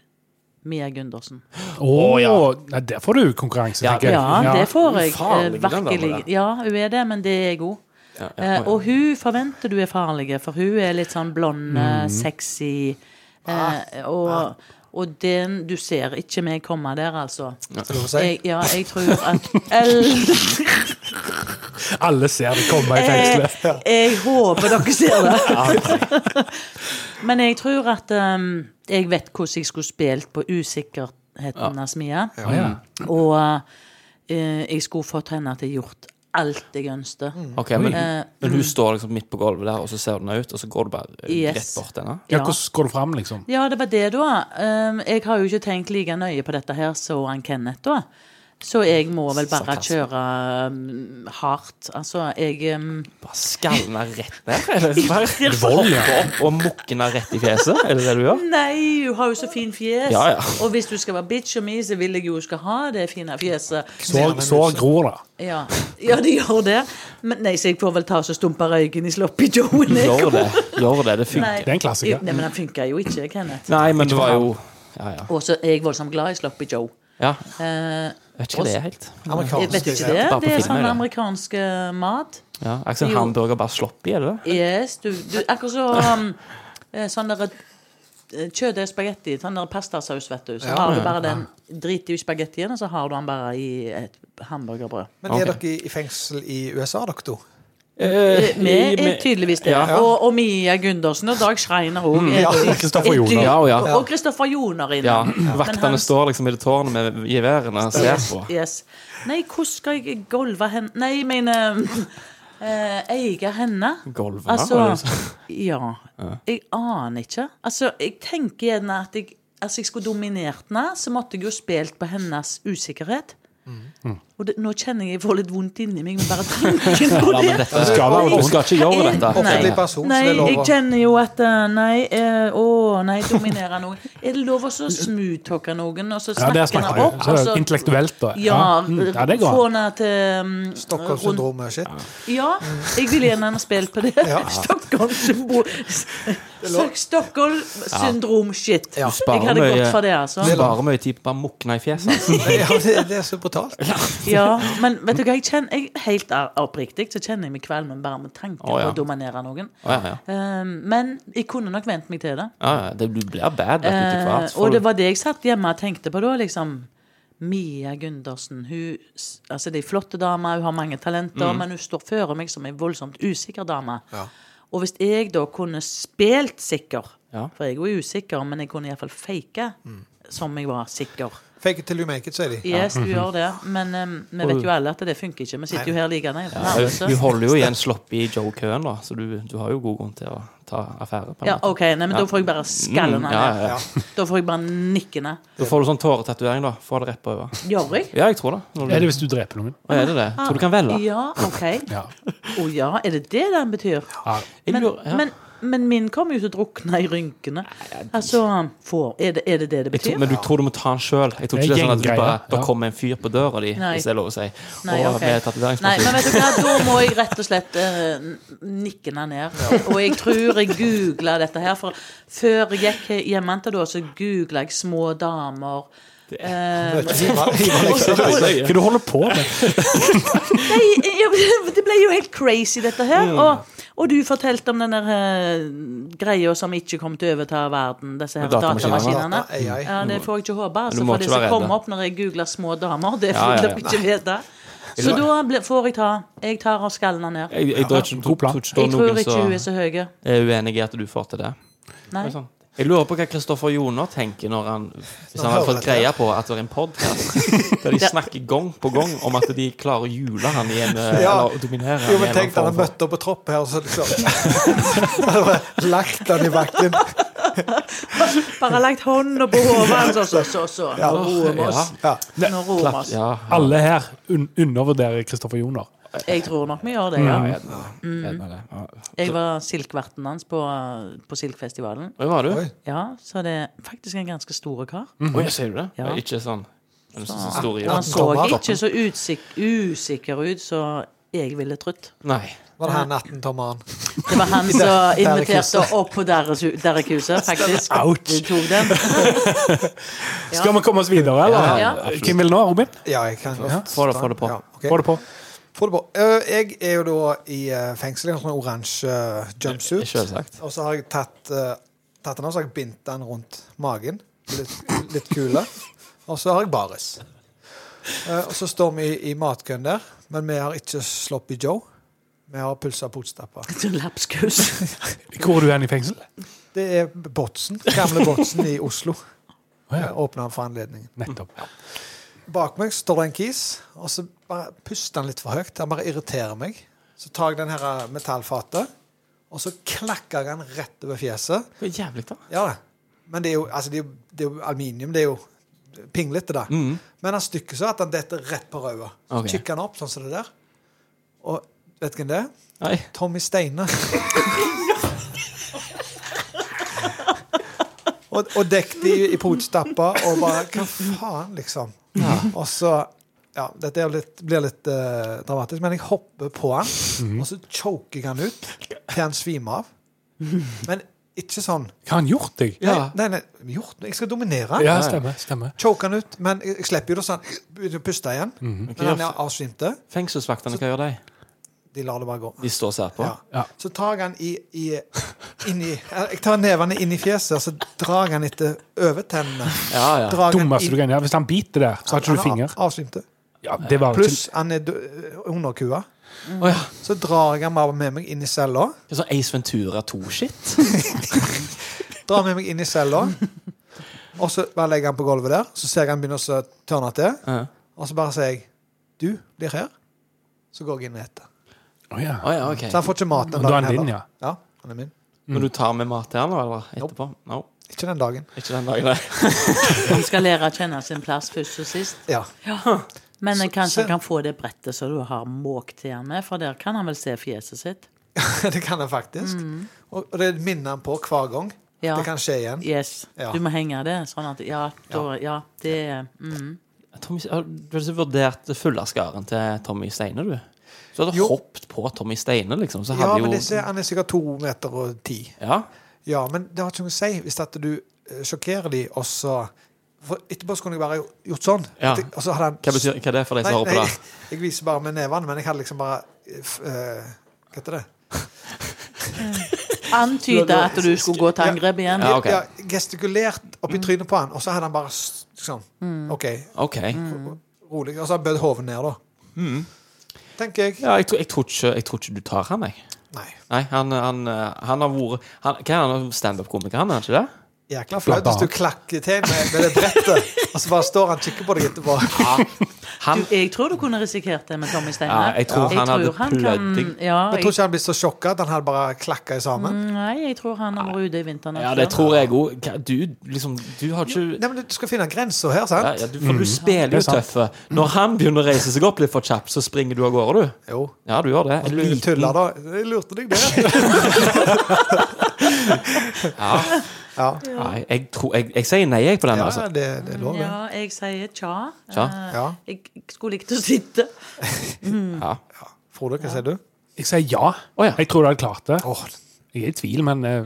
Mia Gundersen. Å ja. Nei, der får du konkurranse, tenker jeg. Ja, det får jeg. Farlig, eh, den Virkelig. damen der. Ja, hun er det, men det er jeg òg. Ja, ja, Eh, ja. Og hun forventer du er farlig, for hun er litt sånn blond, eh, Mhm. sexy eh, Og, og den Du ser ikke meg komme der, altså. Hva skal du si? Jeg, ja, jeg tror at Eller Alle ser det komme i fengselet. Jeg, Eh, jeg håper dere ser det. Men jeg tror at um, jeg vet hvordan jeg skulle spilt på usikkerheten av Smia. Ja, ja. Og eh, jeg skulle fått henne til å gjort alt jeg ønsket. Ok, men, Eh, men hun står liksom midt på gulvet der, og så ser du henne ut, og så går du bare eh, rett Yes. bort til henne? Ja, Ja. hvordan går du fram, liksom? Ja, det var det, da. Um, jeg har jo ikke tenkt like nøye på dette her så han Kenneth, da. Så jeg må vel bare Sarkasme. kjøre um, hardt. Altså, jeg um, Bare skalne rett ned? Eller Ja. bare hoppe opp og mukke henne rett i fjeset? Er det det du gjør? Nei, hun har jo så fin fjes. Ja, ja. Og hvis du skal være bitch og me, så vil jeg jo hun skal ha det fine fjeset. Sår sår gror, da. Ja, ja de gjør det. Men nei, så jeg får vel ta så stumper røyken i sloppy joe Gjør det. Gjør det. Det Nei. funker. Nei, men den funker jo ikke, Kenneth. Nei, men det var jo Ja, ja. Og så er jeg voldsomt glad i sloppy joe. ja. Eh, Jeg vet ikke hva det er helt. Amerikansk, jeg vet ikke det. Bare på Det er film, sånn det. amerikansk eh, mat. Ja, Akkurat Jo. som hamburger bare sloppy, er det det? Yes, du, du Akkurat så um, eh, sånn der eh, Kjøttdeig spagetti, sånn der pastasaus, vet du. Så Ja, har du ja, bare ja. den drit i spagettien, og så har du den bare i et hamburgerbrød. Men er dere i fengsel i USA, dere to? Eh, Vi er tydeligvis det. Ja. Og, og Mia Gundersen og Dag Schreiner òg. Mm. Ja, og Kristoffer Joner. Ja, og ja. Og Kristoffer Joner inne. Ja. Men Vaktene han- står liksom i det tårnet med geværene og ser Yes, på. yes. Nei, hvordan skal jeg golve henne Nei, jeg mener eh, Eie henne. Golve, var det du altså, sa? Ja. Ja. Jeg aner ikke. Altså, jeg tenker gjerne at jeg, altså, jeg skulle dominert henne, så måtte jeg jo spilt på hennes usikkerhet. Mm. Og det, nå kjenner jeg jeg får litt vondt inni meg med bare tanken på Ja, det. men dette- Du skal være vondt. Du skal ikke gjøre dette. Offentlig person, så Nei, det er lov jeg å- kjenner jo at eh, Nei, eh, å nei, dominere noen. Er det lov å så smoothtalke noen, og så Ja, snakke der henne snakker vi. opp? Så det er altså- intellektuelt, da. Ja, Mm, ja, det går an. Få henne til um, Stockholm-syndromet shit. ja, jeg vil gjerne ha spilt på det. Stockholm-symbol Stockholm-syndrom-shit. Du Jeg sparer hadde gått mye, for det, altså. du sparer mye tid på å bare mukne i fjeset. Ja, det, det er så brutalt. Ja, men vet du hva, jeg kjenner jeg, Helt oppriktig så kjenner jeg meg kvalmen bare med tanken Å, ja. på å dominere noen. Å, ja, ja. Um, men jeg kunne nok vent meg til det. Ja, ja, det du blir bad vet du, etter Eh, hvert. og det Folk- var det jeg satt hjemme og tenkte på da, liksom. Mia Gundersen. Hun, s- altså, det er en flott dame, hun har mange talenter, Mm. men hun står før meg som en voldsomt usikker dame. Og hvis jeg da kunne spilt sikker, for jeg er jo usikker, men jeg kunne iallfall fake Mm. som jeg var sikker. Fake it till you make it, sier de. Yes, du gjør det, men em, vi vet jo alle at det funker ikke. Vi sitter jo her liggende. Ja, nærmest. du du holder jo igjen sloppy Joe-køen, da, så du, du har jo god grunn til å ta affære. på en Ja, måte. OK, nei, men Ja. da får jeg bare skalle Mm, ned. ja, ja, ja. Da får jeg bare nikke ned. Da får du sånn tåretatovering, da. Får det rett på øyet. Gjør jeg? Ja, jeg tror det. Når Er det hvis du dreper noen? Å, Er det det? Tror du kan velge? Ja, OK. Ja. Å ja, er det det den betyr? Ja. Men, lurer- ja. men, men min kommer jo til å drukne i rynkene. Altså, får, er, det, er det det det Jeg tror, betyr? men du tror du må ta den sjøl. Jeg tror Det er ikke det er sånn at du gjenggreier, bare, da ja. kommer en fyr på døra di, Nei. hvis det er lov å si. Nei, og ok. med Nei, men vet du tatoveringsmaskin. hva, da må jeg rett og slett eh, nikke den ned. Og jeg tror jeg googla dette her, for før jeg gikk hjemme til da, så googla jeg små damer. Eh, Hva du holder på med? Nei, jeg- det ble jo helt crazy, dette her. Og, og du fortalte om den der eh, greia som ikke kom til å overta verden. Disse her Med datamaskinene. datamaskinene. Data, AI. Ja, det får jeg ikke håpe. Men du Altså, må for det ikke være som redd, kommer da. opp når jeg googler små damer, det Ja, får ja, dere ja. ikke vite. Så Nei. da ble, får jeg ta. Jeg tar og skaller den ned. Jeg, jeg, tror ikke- tror- tror ikke det er Jeg tror noen ikke som hun er så høy. Er uenig i at du får til det? Nei. Jeg lurer på hva Kristoffer Joner tenker når han, hvis han hadde hører fått dette. greie på at det er en podkast der de snakker gang på gang om at de klarer å jule han i en eh, Ja. Eller å dominere Jo, han i men en tenk deg eller han annen form møtte opp på tropp her, og så liksom Bare Lagt han i bakken. Bare lagt hånda på hodet hans, og så, så, så. Nå Ja. roer vi oss. Ja. Nå roer vi oss. Alle her un undervurderer Kristoffer Joner. Jeg tror nok vi gjør det, ja. Mm. Ja, jeg tror det. Mm. Jeg tror det. Ja. Jeg var silkverten hans på, eh, på Silkfestivalen. Oi, var du? Oi. Ja, så det er faktisk en ganske stor kar. Mhm. Oi, sier du det? Ja. Ja. Ikke sånn er det sånn stor i Han så ikke så utsik usikker ut som jeg ville trodd. Nei. Var det her natten, Tommeren? Det var han som inviterte opp på Derrekhuset, Derrekhuset, faktisk. Ouch. Du tok den. Ja. Skal vi komme oss videre, eller? Ja, ja, absolutt. Hvem vil nå, Robin? Ja, jeg kan Ja. godt Få det- ta få det den. på. Ja, ok. Få det på. Få det på. Eh, Jeg er jo da i eh, fengsel. Jeg har sånn oransje eh, jumpsuit. Selvsagt. Og så har jeg tatt, eh, tatt den av, så har jeg bindt den rundt magen. Litt, litt kule. Og så har jeg baris. Eh, Og så står vi i, i matkøen der, men vi har ikke Sloppy Joe. Vi har pølse og potstapper. Lapskaus. Hvor er du hen i fengsel? Det er Botsen. Gamle Botsen i Oslo. Åpna han for anledningen. Nettopp. Bak meg står det en kis, og så bare puster han litt for høyt. Han bare irriterer meg. Så tar jeg den her metallfatet, og så klakker jeg han rett over fjeset. Det er jævlig, da. Ja, da. men det er jo, altså, det er jo, det er jo aluminium. Det er jo pinglete, da. Mhm. Men han stykker så at han detter rett på røda. Så Ok. kikker han opp sånn som det der. Og vet du hvem det er? Nei. Tommy Steine. og, og dekket i, i potstappa og bare Hva faen, liksom? Og så Ja, dette er jo litt, blir litt eh, dramatisk, men jeg hopper på han, Mhm. og så choker jeg han ut til han svimer av. Men ikke sånn Hva har han gjort deg? Nei, nei, nei, gjort, jeg skal dominere. Ja, stemmer, stemmer. Choke han ut, men jeg jeg slipper jo det, så han begynner å puste igjen. Mhm. Men han er avsvimte. Fengselsvaktene, hva gjør de? De lar det bare gå. De står og ser på? Så tar jeg han i, i inni Jeg tar nevene inn i fjeset, så drar jeg han etter overtennene. Ja, Drar han Dummeste du inn- kan gjøre. Hvis han biter der, så har ikke du Han er finger. av- Avsvimte. Ja, det var Pluss han er dø- under kua. Så drar jeg han bare med meg inn i cella. Det er sånn Ace Ventura 2-shit. Drar med meg inn i cella. Og så bare legger jeg han på gulvet der. Så ser jeg han begynner å tørne til. Og så bare sier jeg 'Du blir her'. Så går jeg inn og spiser. Å ja. ok. Så han får ikke mat den Og da er dagen han din, heller. Ja, han er min. Når du tar med mat til han, eller etterpå? No. Ikke den dagen. Ikke den dagen, nei. Han skal lære å kjenne sin plass først og sist. Ja. Men Så- kanskje så- han kan få det brettet som du har måkt til han med, for der kan han vel se fjeset sitt. det kan jeg faktisk. Mm. Og, og det minner han på hver gang. Ja. Det kan skje igjen. Yes. Ja. Du må henge det sånn at Ja, da, ja det mm. Tommy, har du har vurdert fullerskaren til Tommy Steine, du? Så hadde du hoppet på Tommy Steine, liksom. Så ja, hadde men jo disse, han er sikkert to meter og ti. Ja. Ja, men det har ikke noe å si hvis at du eh, sjokkerer de, og så for Etterpå så kunne jeg bare gjort sånn. Ja. Og så hadde han, Hva betyr- hva er det for de som Nei, hører på nei, det? Jeg viser bare med nevene, men jeg hadde liksom bare eh, f- eh, Hva heter det? Antyde at du skulle gå til angrep igjen. Ja, ja, gestikulert Mm. oppi trynet på han, og så hadde han bare s- sånn. Mm. OK. OK. Mm. Rolig. Og så har han bøyd hodet ned, da. Mm. Tenker jeg. Ja, jeg, tror, jeg, tror ikke, jeg tror ikke du tar han, jeg. Nei. han, han, han har vært han, Hva er han? Standup-komiker, han, er han ikke det? Jækla flaut hvis du klakker til med, med det brettet, og så bare står han og kikker på deg etterpå. Du, jeg tror du kunne risikert det med Tommy Steinar. Ja, jeg tror han hadde kan- plødding. Ja, jeg tror ikke han blir så sjokka at han hadde bare klakka i sammen. Mm, Nei, jeg tror han har vært ute i vinteren. Ja, det tror jeg òg. Du, liksom, du har ikke Nei, men Du skal finne grensa her, sant? ja, Mm. ja, du, for du spiller Det er jo sant. tøffe. Når han begynner å reise seg opp litt for kjapt, så springer du av gårde, du. Jo. Ja, du gjør det. Du tuller, da. Jeg lurte deg der. Ja. Nei, jeg, tror, jeg, jeg sier nei jeg på den, Ja, altså. det, det er lov, det. Ja, jeg sier tja. Tja. Eh, Ja. Jeg skulle likt å sitte. Mm. Ja. Frode, hva sier du? Jeg sier ja. Jeg tror du hadde klart det. Jeg er i tvil, men eh,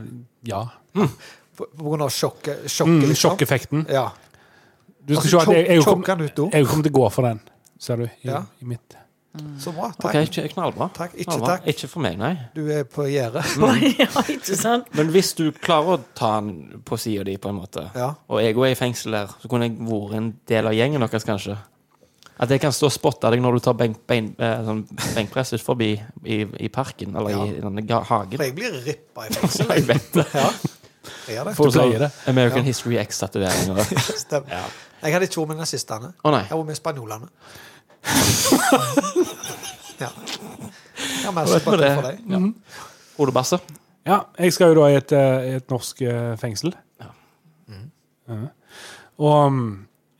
ja. På, på grunn av sjokket? Mm, sjokket liksom. Sjokkeffekten. Ja. Du skal Altså, se at jeg, jeg, choke- kom- choke han ut, da. jeg kommer til å gå for den, ser du. I, Ja. i mitt. Så bra. Ok, Takk. ikke- knallbra. Takk, ikke Knallbra. takk. Ikke for meg, nei. Du er på gjerdet. Men hvis du klarer å ta han på sida di, på en måte, Ja. og jeg òg er i fengsel der, så kunne jeg vært en del av gjengen deres, kanskje. At jeg kan stå og spotte deg når du tar benk, bein, eh, sånn benkpress ut forbi i, i parken, eller i, i denne ga- hagen. For jeg blir rippa i fengsel. Jeg vet det. Ja. Jeg gjør det. Får sånn American Ja. History X-tatoveringer. Stemmer. Ja. Jeg hadde ikke vært med nazistene. Å, nei. Jeg var med spanjolene. ja. Ja, men Da vet vi sympati det. for deg. Mhm. Ja. Ole Basse. Ja, jeg skal jo da i et, eh, et norsk eh, fengsel. Mm. Ja. Og mm,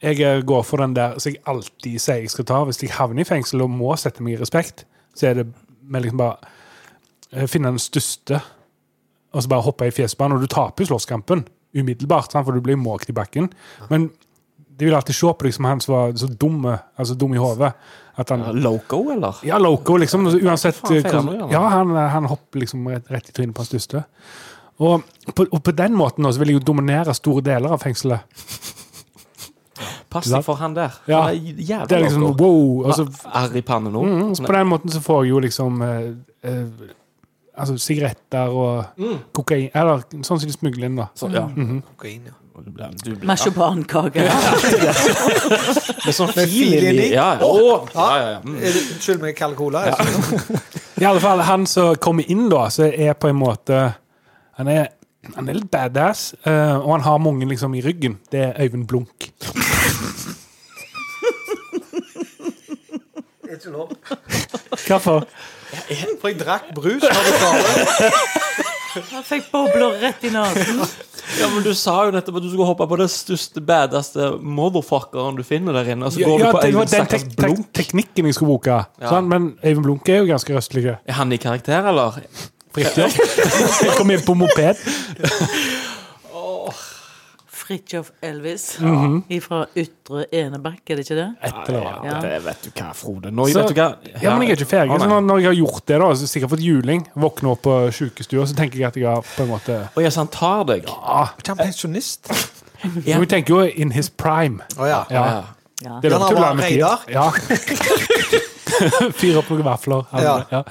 jeg eh, går for den der som jeg alltid sier jeg skal ta. Hvis jeg havner i fengsel og må sette meg i respekt, så er det med liksom bare eh, finne den største, og så bare hoppe i fjesbanen. Og du taper jo slåsskampen umiddelbart, sant? for du blir måkt i bakken. Men de vil alltid se på deg som han som var så dum, altså dum i hodet. at han- Loco, eller? Ja, loco, liksom. Altså, Uansett Faen, feiler eh, han hvor, jo, Ja, han, han hopper liksom rett, rett i trynet på hans største. Og på, og på den måten nå, så vil jeg jo dominere store deler av fengselet. Pass deg for han der. Ja. Han er jævlig Det er liksom loco. wow, og så- Ah, Arr i pannen nå. Mhm. Mm, så på den måten så får jeg jo liksom eh, eh, Mm. Altså sigaretter og kokain Eller sånn som de smugler inn, da. Så, ja. Mhm. Kokain, ja. du blir- Marsipankake. Ja. Med sånn fil inni. Ja, ja. Å, ja, ja, ja. Mm. Er det- Unnskyld meg, kald cola. jeg synes. I alle fall, han som kommer inn da, så er på en måte Han er, han er litt badass, eh, og han har mange liksom i ryggen. Det er Øyvind Blunk. Det er ikke lov. Hvorfor? For jeg drakk brus når du sa det. Jeg fikk bobler rett i nesen. Ja, men Du sa jo nettopp at du skulle hoppe på den største, badaste motherfuckeren du finner der inne. Og så Ja, går ja, du på det var Eivind den tek Stakkars blunk. tek teknikken jeg skulle bruke. Ja. Sant? Men Øyvind Blunk er jo ganske røstlig. ikke? Er han i karakter, eller? Riktig. Jeg kom inn på moped. Fridtjof Elvis Mhm. ifra Ytre Enebakk, er det ikke det? Et eller annet. Ja. Det vet du hva, Frode. Nå, Så- vet du hva? Ja, men jeg er ikke ferdig. Så Å, nei. når, når jeg har gjort det, da, så har jeg sikkert fått juling, våkner opp på sjukestua, så tenker jeg at jeg har på en måte Å ja, så han tar deg? Ja. Er han pensjonist? Jo, jeg tenker jo in his prime. Å ja. Det Ja. er lov Han til å var la med tid. Reidar. Ja. Fyre opp noen vafler. Ja. Ja.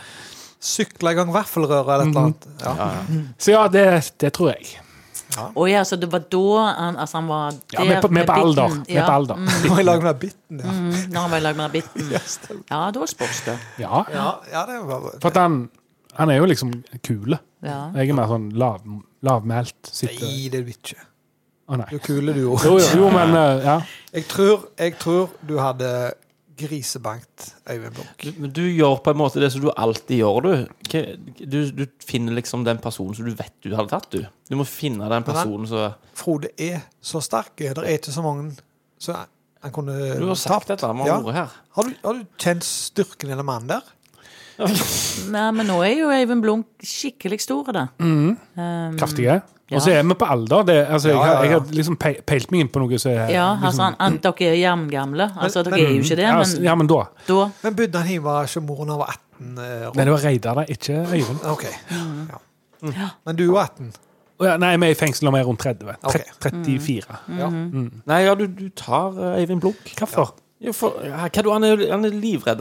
Sykla i gang vaffelrøret eller et eller annet. Mhm. Ja. Så ja, det, det tror jeg. Å ja, så det var da han altså han var der Ja, med på- med på alder. bitten. Med på alder. Mm. Han var i lag med bitten, ja. Mhm. Mm, når han var i lag med bitten. Ja, da spørs det. Ja. Ja, ja, det var For at han, han er jo liksom kule. Ja. Jeg er mer sånn lav, lavmælt. sitter- Nei, det er du ikke. Å, nei. Du er kule, du òg. Jo, jo, jo, men eh, ja. Jeg tror, jeg tror du hadde grisebankt Øyvind Blom. Du, men du gjør på en måte det som du alltid gjør, du. Hva- Du, du finner liksom den personen som du vet du hadde tatt, du. Du må finne den personen som Frode er så sterk. Det er ikke så mange så han kunne Du har sagt tapt. et eller annet med ordet her. Har du, har du kjent styrken i den mannen der? Nei, men nå er jo Eivind Blunk skikkelig stor, da. Mm. Um, Kraftige. ja. Og så er vi på alder. Det, altså, jeg, Ja, ja, har- jeg ja. har liksom pe- peilt meg inn på noe som er Ja, altså, liksom, han, han, dere er jevngamle. Altså, dere er jo ikke det, Ja, altså, men Ja, men da. da Men bodde han hjemme hos moren da han var 18 eh, år? Nei, det var Reidar, da, ikke Øyvind. Ok. Ja. Men du var 18? Å ja, Nei, vi er i fengsel når vi er rundt 30. Tre- Ok. 34. Ja. Mm. Nei, ja, du, du tar eh, Eivind Blunk. Hvorfor? Ja, for, ja, hva du, han, er, han er livredd,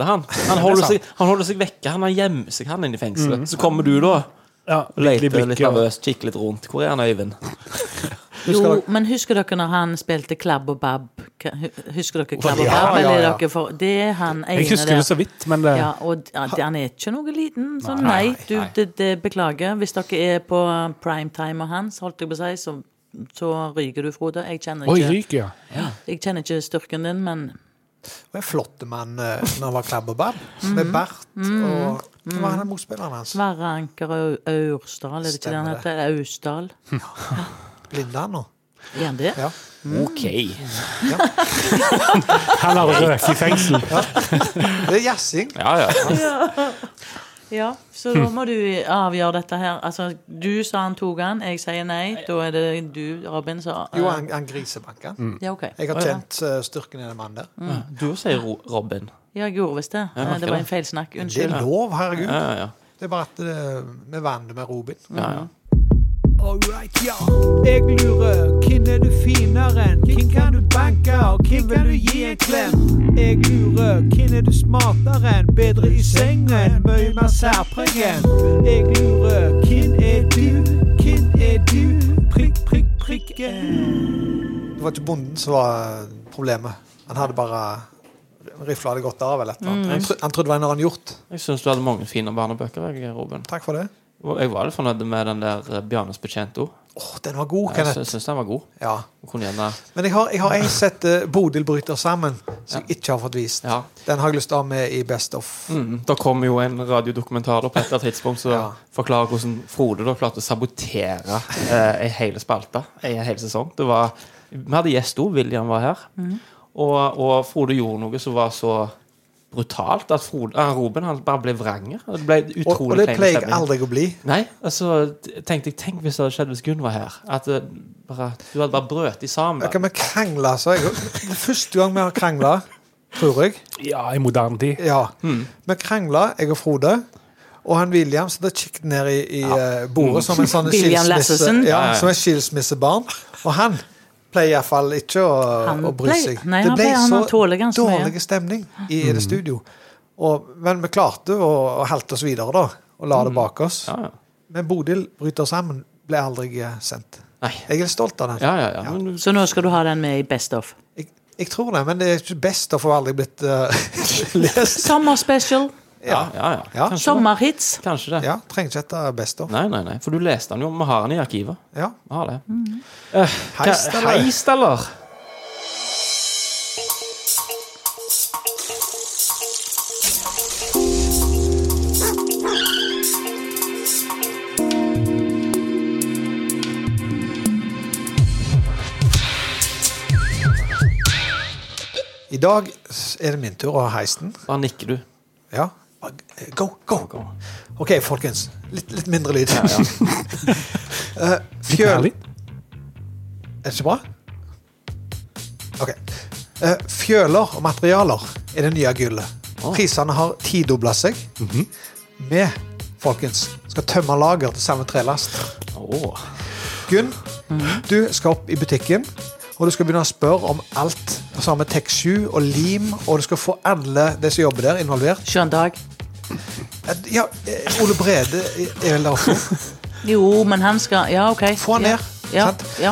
han. Han det holder, er sant. seg, han holder seg vekke. Han har gjemt seg, han, inne i fengselet. Mm. Så kommer du, da. Ja, og leter virkelig litt blikket. nervøst, kikker litt rundt. Hvor er han, Øyvind? Jo, men husker dere når han spilte Klabb og Babb? K- hu- Husker dere Klabb og Ja, Babb? ja, Eller er ja. dere for Det er han ene Jeg husker det så vidt, men eh, det Ja, og d- ja, det- han er ikke noe liten, så nei. Du, det, det, beklager. Hvis dere er på primetimer hans, holdt jeg på å si, så, så ryker du, Frode. Jeg kjenner Oi, ikke ryker, ja. Ja, Jeg kjenner ikke styrken din, men var en flott mann eh, når han var klabbebabb. Med bart og Hvem var han motspilleren hans? Sverre Anker Au- Aursdal, er det ikke det han Stemmer heter? Austdal. Blinde han nå? Er han det? Ja. Mm. Han har røket i fengsel. Ja. Det er jazzing. Ja, ja. Ja. Ja, så da må du avgjøre dette her. Altså, du sa han tok han, jeg sier nei. Da er det du, Robin, som eh, Jo, han, han grisebanker. Mm. Ja, ok. Jeg har Å, ja. kjent eh, styrken i den mannen der. Ja, Du sier Ro- Robin. Ja, jeg gjorde visst det. Ja, Eh, merker Det var det. en feilsnakk. Men Det Unnskyld. er lov, herregud. Ja, ja, ja. Det er bare at eh, vi vann det med Robin. Ja, ja. Alright, ja. Jeg lurer, hvem er du finere enn? Hvem kan du banke, og hvem vil du gi en klem? Jeg lurer, hvem er du smartere enn? Bedre i sengen, mye mer særpregen. Jeg lurer, hvem er du? Hvem er du? Prikk, prikk, prikken. Det var ikke bonden som var eh, problemet. Han hadde bare rifla det godt av, eller et eller annet. Mm. Han, tro- han trodde det var en annen hjort. Jeg syns du hadde mange fine barnebøker, jeg, Robin. Takk for det. Og jeg var litt fornøyd med den der eh, Bjarnes Becento. Åh, den var god, Jeg Kenneth. syns den var god. Ja. Jeg kunne gjerne Men jeg har, jeg har en sett eh, Bodil bryter sammen, som jeg ikke har fått vist. Den har jeg lyst til å ha med i Best of. Mm, Da kom jo en radiodokumentar da på et eller annet tidspunkt som forklarer hvordan Frode da klarte å sabotere eh, ei hel spalte, ei hel sesong. Det var, vi hadde gjest òg, William var her. Mhm. Og, og Frode gjorde noe som var så brutalt at Frode, ah, Ruben han bare ble vrang. Det ble utrolig Og, og det klein pleier jeg stemning. aldri å bli. Nei, altså t- tenkte jeg, Tenk hvis det hadde skjedd hvis Gunn var her. At eh, bare, du hadde bare brøt i sammen. Jeg kan vi krangle, altså. Jeg, det er første gang vi har krangla, tror jeg. Ja, i moderne tid. Ja. Vi krangla, jeg og Frode. Og han William satt og kikket ned i, i eh, bordet som en sånn William skilsmisse, Lassesen. ja, Ja, ja. som en skilsmissebarn. Og han pleier iallfall ikke å, Han å bry pleier- seg. nei, han pleier- han tåler ganske mye. dårlig stemning i det studio. Og, men vi klarte å, å halte oss videre, da. Og la det bak oss. Men Bodil bryter sammen ble aldri eh, sendt. Jeg er stolt av den. Så nå skal du ha den med i Best of. Jeg tror det, men det er ikke best å få aldri blitt eh, lest. Sommerspecial. Ja, ja, ja. Kanskje Sommerhits. det. Kanskje det. Ja, trenger ikke dette best of. Nei, nei, nei, for du leste den jo. Vi har den i arkivet. Ja. Vi har det. Mhm. Eh, Heist, hva- eller? heist, eller? I dag s- er det min tur å ha heisen. Bare nikker du. Ja. Go, go! OK, folkens. Litt, litt mindre lyd. Ja, ja. Eh, fjøl... Er det ikke bra? OK. Eh, fjøler og materialer er det nye gullet. Prisene har tidobla seg. Vi, folkens, skal tømme lager til samme trelast. Gunn, du skal opp i butikken, og du skal begynne å spørre om alt. Og så har vi Tek7 og lim, og du skal få alle de som jobber der, involvert. Skjønn dag. Ja, eh, Ole Brede er vel der også? Jo, men han skal Ja, OK. Få han ja. ned, Ja, ja.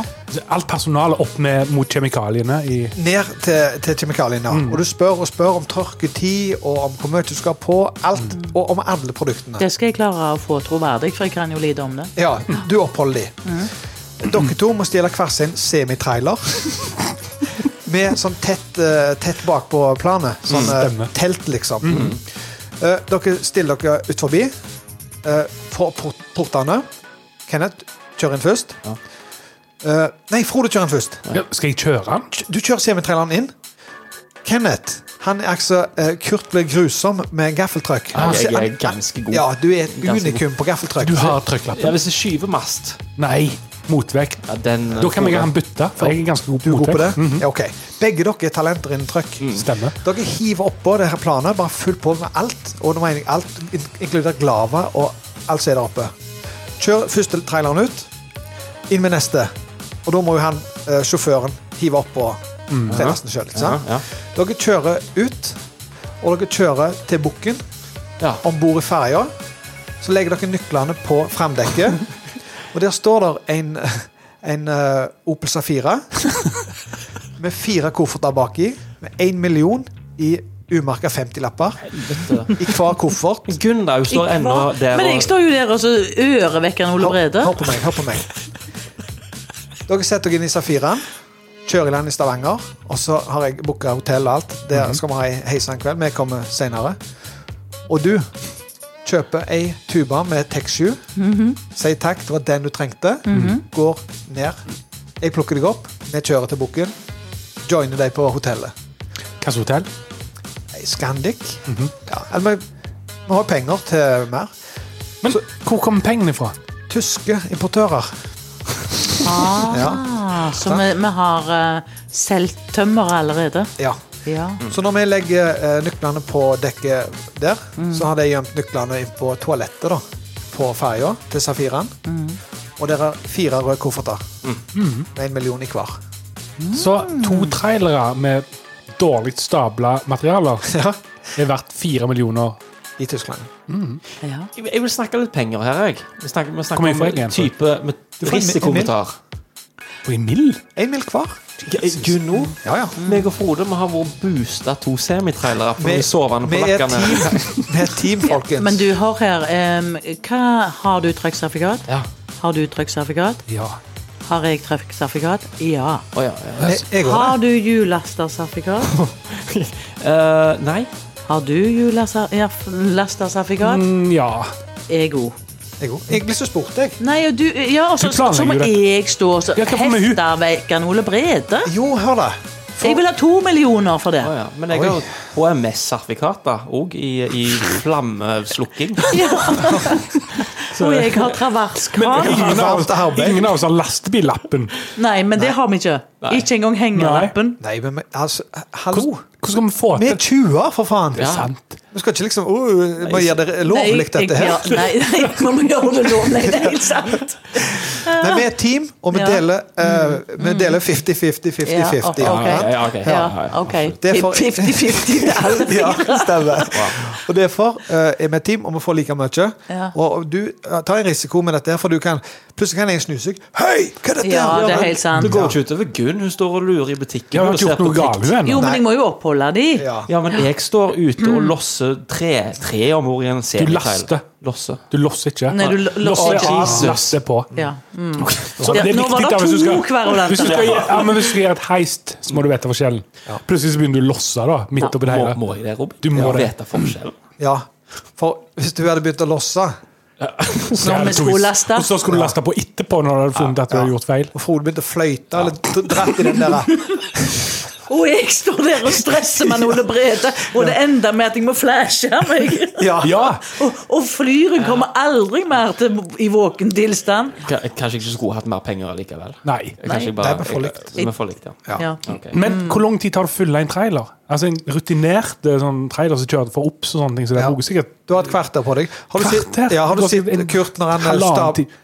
Alt personalet opp med, mot kjemikaliene i ned til, til kjemikaliene. Og du spør og spør om tørketid, og om hvor mye du skal ha på. Alt, og om alle produktene. Det skal jeg klare å få troverdig, for jeg kan jo lite om det. Ja, du oppholder de. Dere to må stjele hver sin semitrailer. Med sånn tett, eh, tett bak på planet. Sånn eh, Stemmer. telt, liksom. Mm. Eh, dere stiller dere ut forbi. eh, for port portene. Kenneth, kjør inn først. Eh, nei, Frode kjører inn først. Skal jeg kjøre den? Du kjører semitraileren inn. Kenneth han er altså, eh, Kurt ble grusom med gaffeltrøkk. Ja, Ah, jeg Han- er ganske god. Ja, du er et Ganske god. unikum på gaffeltrøkk. Ja, hvis jeg skyver mast. Nei. Motvekt. Ja, den, eh, Da kan vi gjerne bytte, for jeg er ganske god på motvekt. på det? Mhm. Ja, ok. Begge dere er talenter innen trøkk. Mm. Stemmer. Dere hiver oppå det her planet, bare fullt på med alt, og nå mener jeg alt, in- inkludert glava og alt som er der oppe. Kjør første traileren ut, inn med neste, og da må jo han, eh, sjåføren, hive oppå Mm. trailasten sjøl, ikke sant? Ja, ja. Dere kjører ut, og dere kjører til bukken, om bord i ferja, så legger dere nøklene på framdekket, og der står der en, en eh, Opel Safira, med fire kofferter baki, med én million i umerka 50-lapper. I hver koffert. Gunnar står Jeg- ennå der Men jeg og står jo der og så ører vekk en Ole Brede. Hør på meg, hør på meg. Dere setter dere inn i Safiren, kjører i land i Stavanger, og så har jeg booka hotell og alt. Der skal vi ha ei heisa en kveld. Vi kommer seinere. Og du kjøper ei tuba med Tech7. Sier takk, det var den du trengte. Mhm. Går ned. Jeg plukker deg opp, vi kjører til bukken. Joiner deg på hotellet. Hvilket hotell? Scandic. Ja, eller vi, vi har penger til mer. Men hvor kommer pengene fra? Tyske importører. Ah, så vi, vi har uh, selvtømmer allerede. Ja. Ja. Så når vi legger eh, nøklene på dekket der, Mm. så har de gjemt nøklene inn på toalettet da, på ferja til Safiren. Mm. Og der er fire røde kofferter med en million i hver. Så to trailere med dårlig stabla materialer er verdt fire millioner. I Tyskland. Jeg jeg vil snakke litt penger her, jeg. Vi snakker, vi Hvor mye snakker får jeg om igjen for? type med Du får en mi- risiko vi tar. Og i mild? En mil hver. Gunno, Ja, ja. meg og Frode vi har vært boosta to semitrailere på de sovende vi er polakkene. Vi er et team, folkens. Men du, hør her. em, hva Har du trekksertifikat? Ja. Har du trekksertifikat? Ja. Har jeg trekksertifikat? Ja. Å, ja, ja. Har du hjullastersertifikat? Eh, nei. Har du hjullastersertifikat? Mm, ja. Jeg òg. Jeg òg. Jeg ble så spurt, jeg. Nei, og du Ja, og så- Du planlegger så må jo dette. jeg stå og så hefte vekk en Ole Brede. Jo, hør da. Jeg vil ha to millioner for det. Å, ja. Men jeg har jo HMS-sertifikat da, òg, i, i flammeslukking. Og jeg har traverskran. Ingen av, oss, ingen av oss har lastebillappen. Nei, men det har vi ikke. Ikke engang hengerlappen. Nei, men men, altså, hallo. Hvordan skal vi få Vi er 20 for faen. Det er sant. Vi skal ikke liksom oh, Vi må gjøre det lovlig, Nei, dette her. jeg- ja, Nei, nei, vi må gjøre det lovlig. Det er helt sant. Nei, vi er et team, og vi Ja. Mm. deler eh, Vi deler 50-50-50-50. Ja, ok. Ja, ok. Ja, ok. 50-50 til alle Ja, fire. stemmer. Og derfor eh, er vi et team, og vi får like mye. Ja. Og og du eh, tar en risiko med dette, her, for du kan plutselig kan jeg snuse deg. Hei, hva er dette? Ja, her? det er helt sant. Det går jo ikke utover Gunn. Hun står og lurer i butikken. Ja, hun har og ser ikke gjort på noe TikTok. galt, hun, ennå. Jo, men jeg må jo oppholde de. Ja, men jeg står ute og losser tre, tre om ordet i en serie. laster. Losse. Du losser ikke. Nei, du lo- losser losser ikke. av, laster på. Ja. Mm. Så det er Ja, Nå var viktig, da, det hvis du to skal- kverulanter. Hvis du skal, gjøre- ja, men hvis du skal gjøre et heist, så må du vite forskjellen. Plutselig så begynner du å losse da, midt oppi det hele. Må, må jeg det, Robin? Du må Ja. det. Vite forskjellen. Ja, for hvis du hadde begynt å losse Så er det to- Og så skulle du laste på etterpå når du hadde funnet at du hadde gjort feil. Og Frode begynte å fløyte eller dratt i den der. Og jeg står der og stresser med Ole Brede, og det ender med at jeg må flashe meg. Ja. Og, og flyren kommer aldri mer til, i våken tilstand. K kanskje jeg ikke skulle hatt mer penger likevel. Nei. Nei. Kanskje jeg bare, Nei, vi får likt. Jeg, vi får likt, ja. Ja. Ok. Men Mm. hvor lang tid tar det å fylle en trailer? Altså En rutinert eh, sånn trailer som kjører for obs og sånne ting. Så det er noe sikkert Du har et kvarter på deg. Har du sett, Kvarter? ja, har du Det sett går en Kurt når han eh, halvannen stab, tid.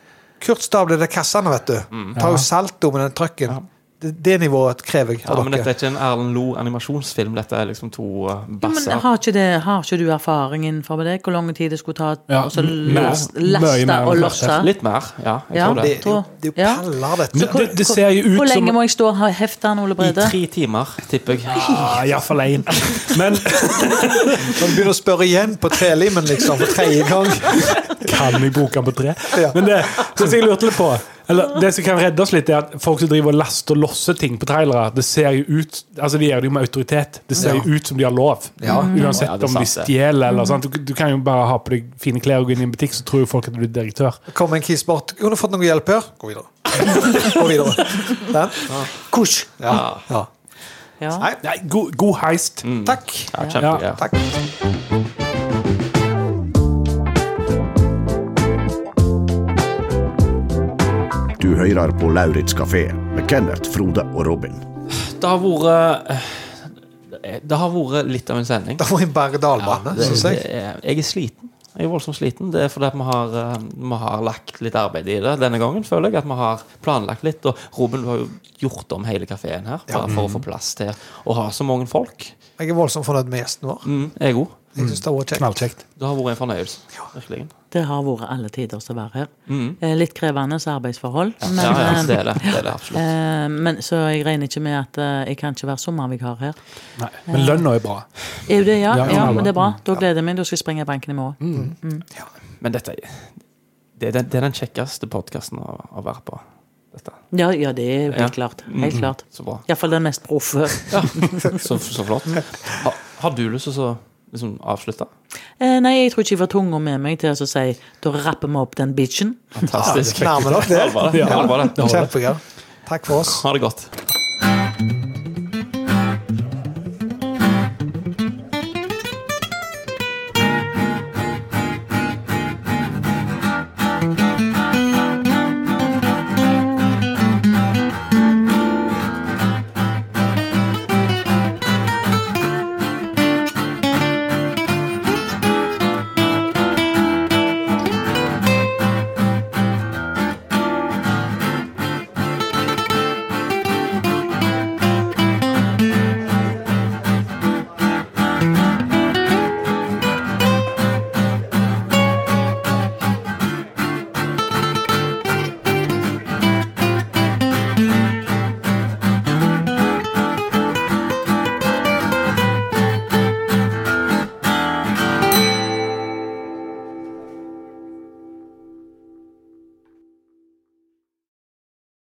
Kurt stabler de kassene, vet du. Mm. Tar jo salto med den trøkken. Det, det nivået krever jeg Ja, av men dere. dette er ikke en Erlend Lo animasjonsfilm. Dette er liksom to uh, Ja, men basser. har ikke, det, har ikke du erfaring innenfor det? Hvor lang tid det skulle ta Ja, å så m- las- mye mer enn laste og et losse? kvarter. Litt mer, ja. Jeg Ja, tror det. jeg tror- Det er jo ja. paller, dette. Så hvor- Det- det ser jo hvor- ut Hvor lenge som- må jeg stå og ha- hefte han, Ole I Brede? tre timer, tipper jeg. Ja, iallfall én. Men Når du begynner å spørre igjen på trelimen, liksom, for tredje gang Kan jeg bruke den på tre? Men det, det som jeg lurte litt på eller det som kan redde oss litt, er at folk som driver og laster og losser ting på trailere, det ser jo ut altså de gjør det jo med autoritet. Det ser Ja. jo ut som de har lov. Ja. Uansett Mm. Ja, det er om de sant, det. Mm. stjeler eller sånt. Du, du kan jo bare ha på deg fine klær og gå inn i en butikk, så tror jo folk at du er direktør. Kom en kiss bort. Kunne du fått noe hjelp her? Gå videre. Gå videre. Den. Kosj. Ja. ja. Nei, nei, god, god heist. Takk. Ja, kjempegøy. Takk. Du hører på Lauritz kafé med Kenneth, Frode og Robin. Det har vært eh, Det har vært litt av en sending. Det var en berg-og-dal-bane, det- synes Altså, jeg. det er- Jeg er sliten. Jeg er voldsomt sliten. Det er fordi at vi har, eh, vi har lagt litt arbeid i det denne gangen, føler jeg. At vi har planlagt litt. Og Robin, du har jo gjort om hele kafeen her bare for å få plass til å ha så mange folk. Jeg er voldsomt fornøyd med gjesten vår. Mm, jeg òg. Jeg synes det var kjekt. Det har vært en fornøyelse. Virkelig. Det har vært alle tiders å være her. Mm. Eh, Litt krevende arbeidsforhold. Ja, ja, ja, det er det. Det er det, eh, absolutt. eh, Men, så jeg regner ikke med at eh, jeg kan ikke være sommervikar her. Nei, men lønna er bra. Er jo det, ja? Ja, Ja, ja, men det er bra. bra. Da gleder jeg meg. Da skal jeg sprenge i banken i morgen. Mm. Men dette Det er den, det er den kjekkeste podkasten å, å være på. Dette. Ja, ja, det er jo helt Ja. klart. Helt Mm. klart. Så bra. Iallfall den mest proffe. Så, så flott. Ha, har du lyst til å så, liksom, avslutte? Eh, Nei, jeg tror ikke jeg får tunga med meg til å så si Da rapper vi opp den bitchen. Fantastisk. Ja, det er nærmere nok det. Ja, det var det. Det var det. Kjempegøy. Takk for oss. Ha det godt.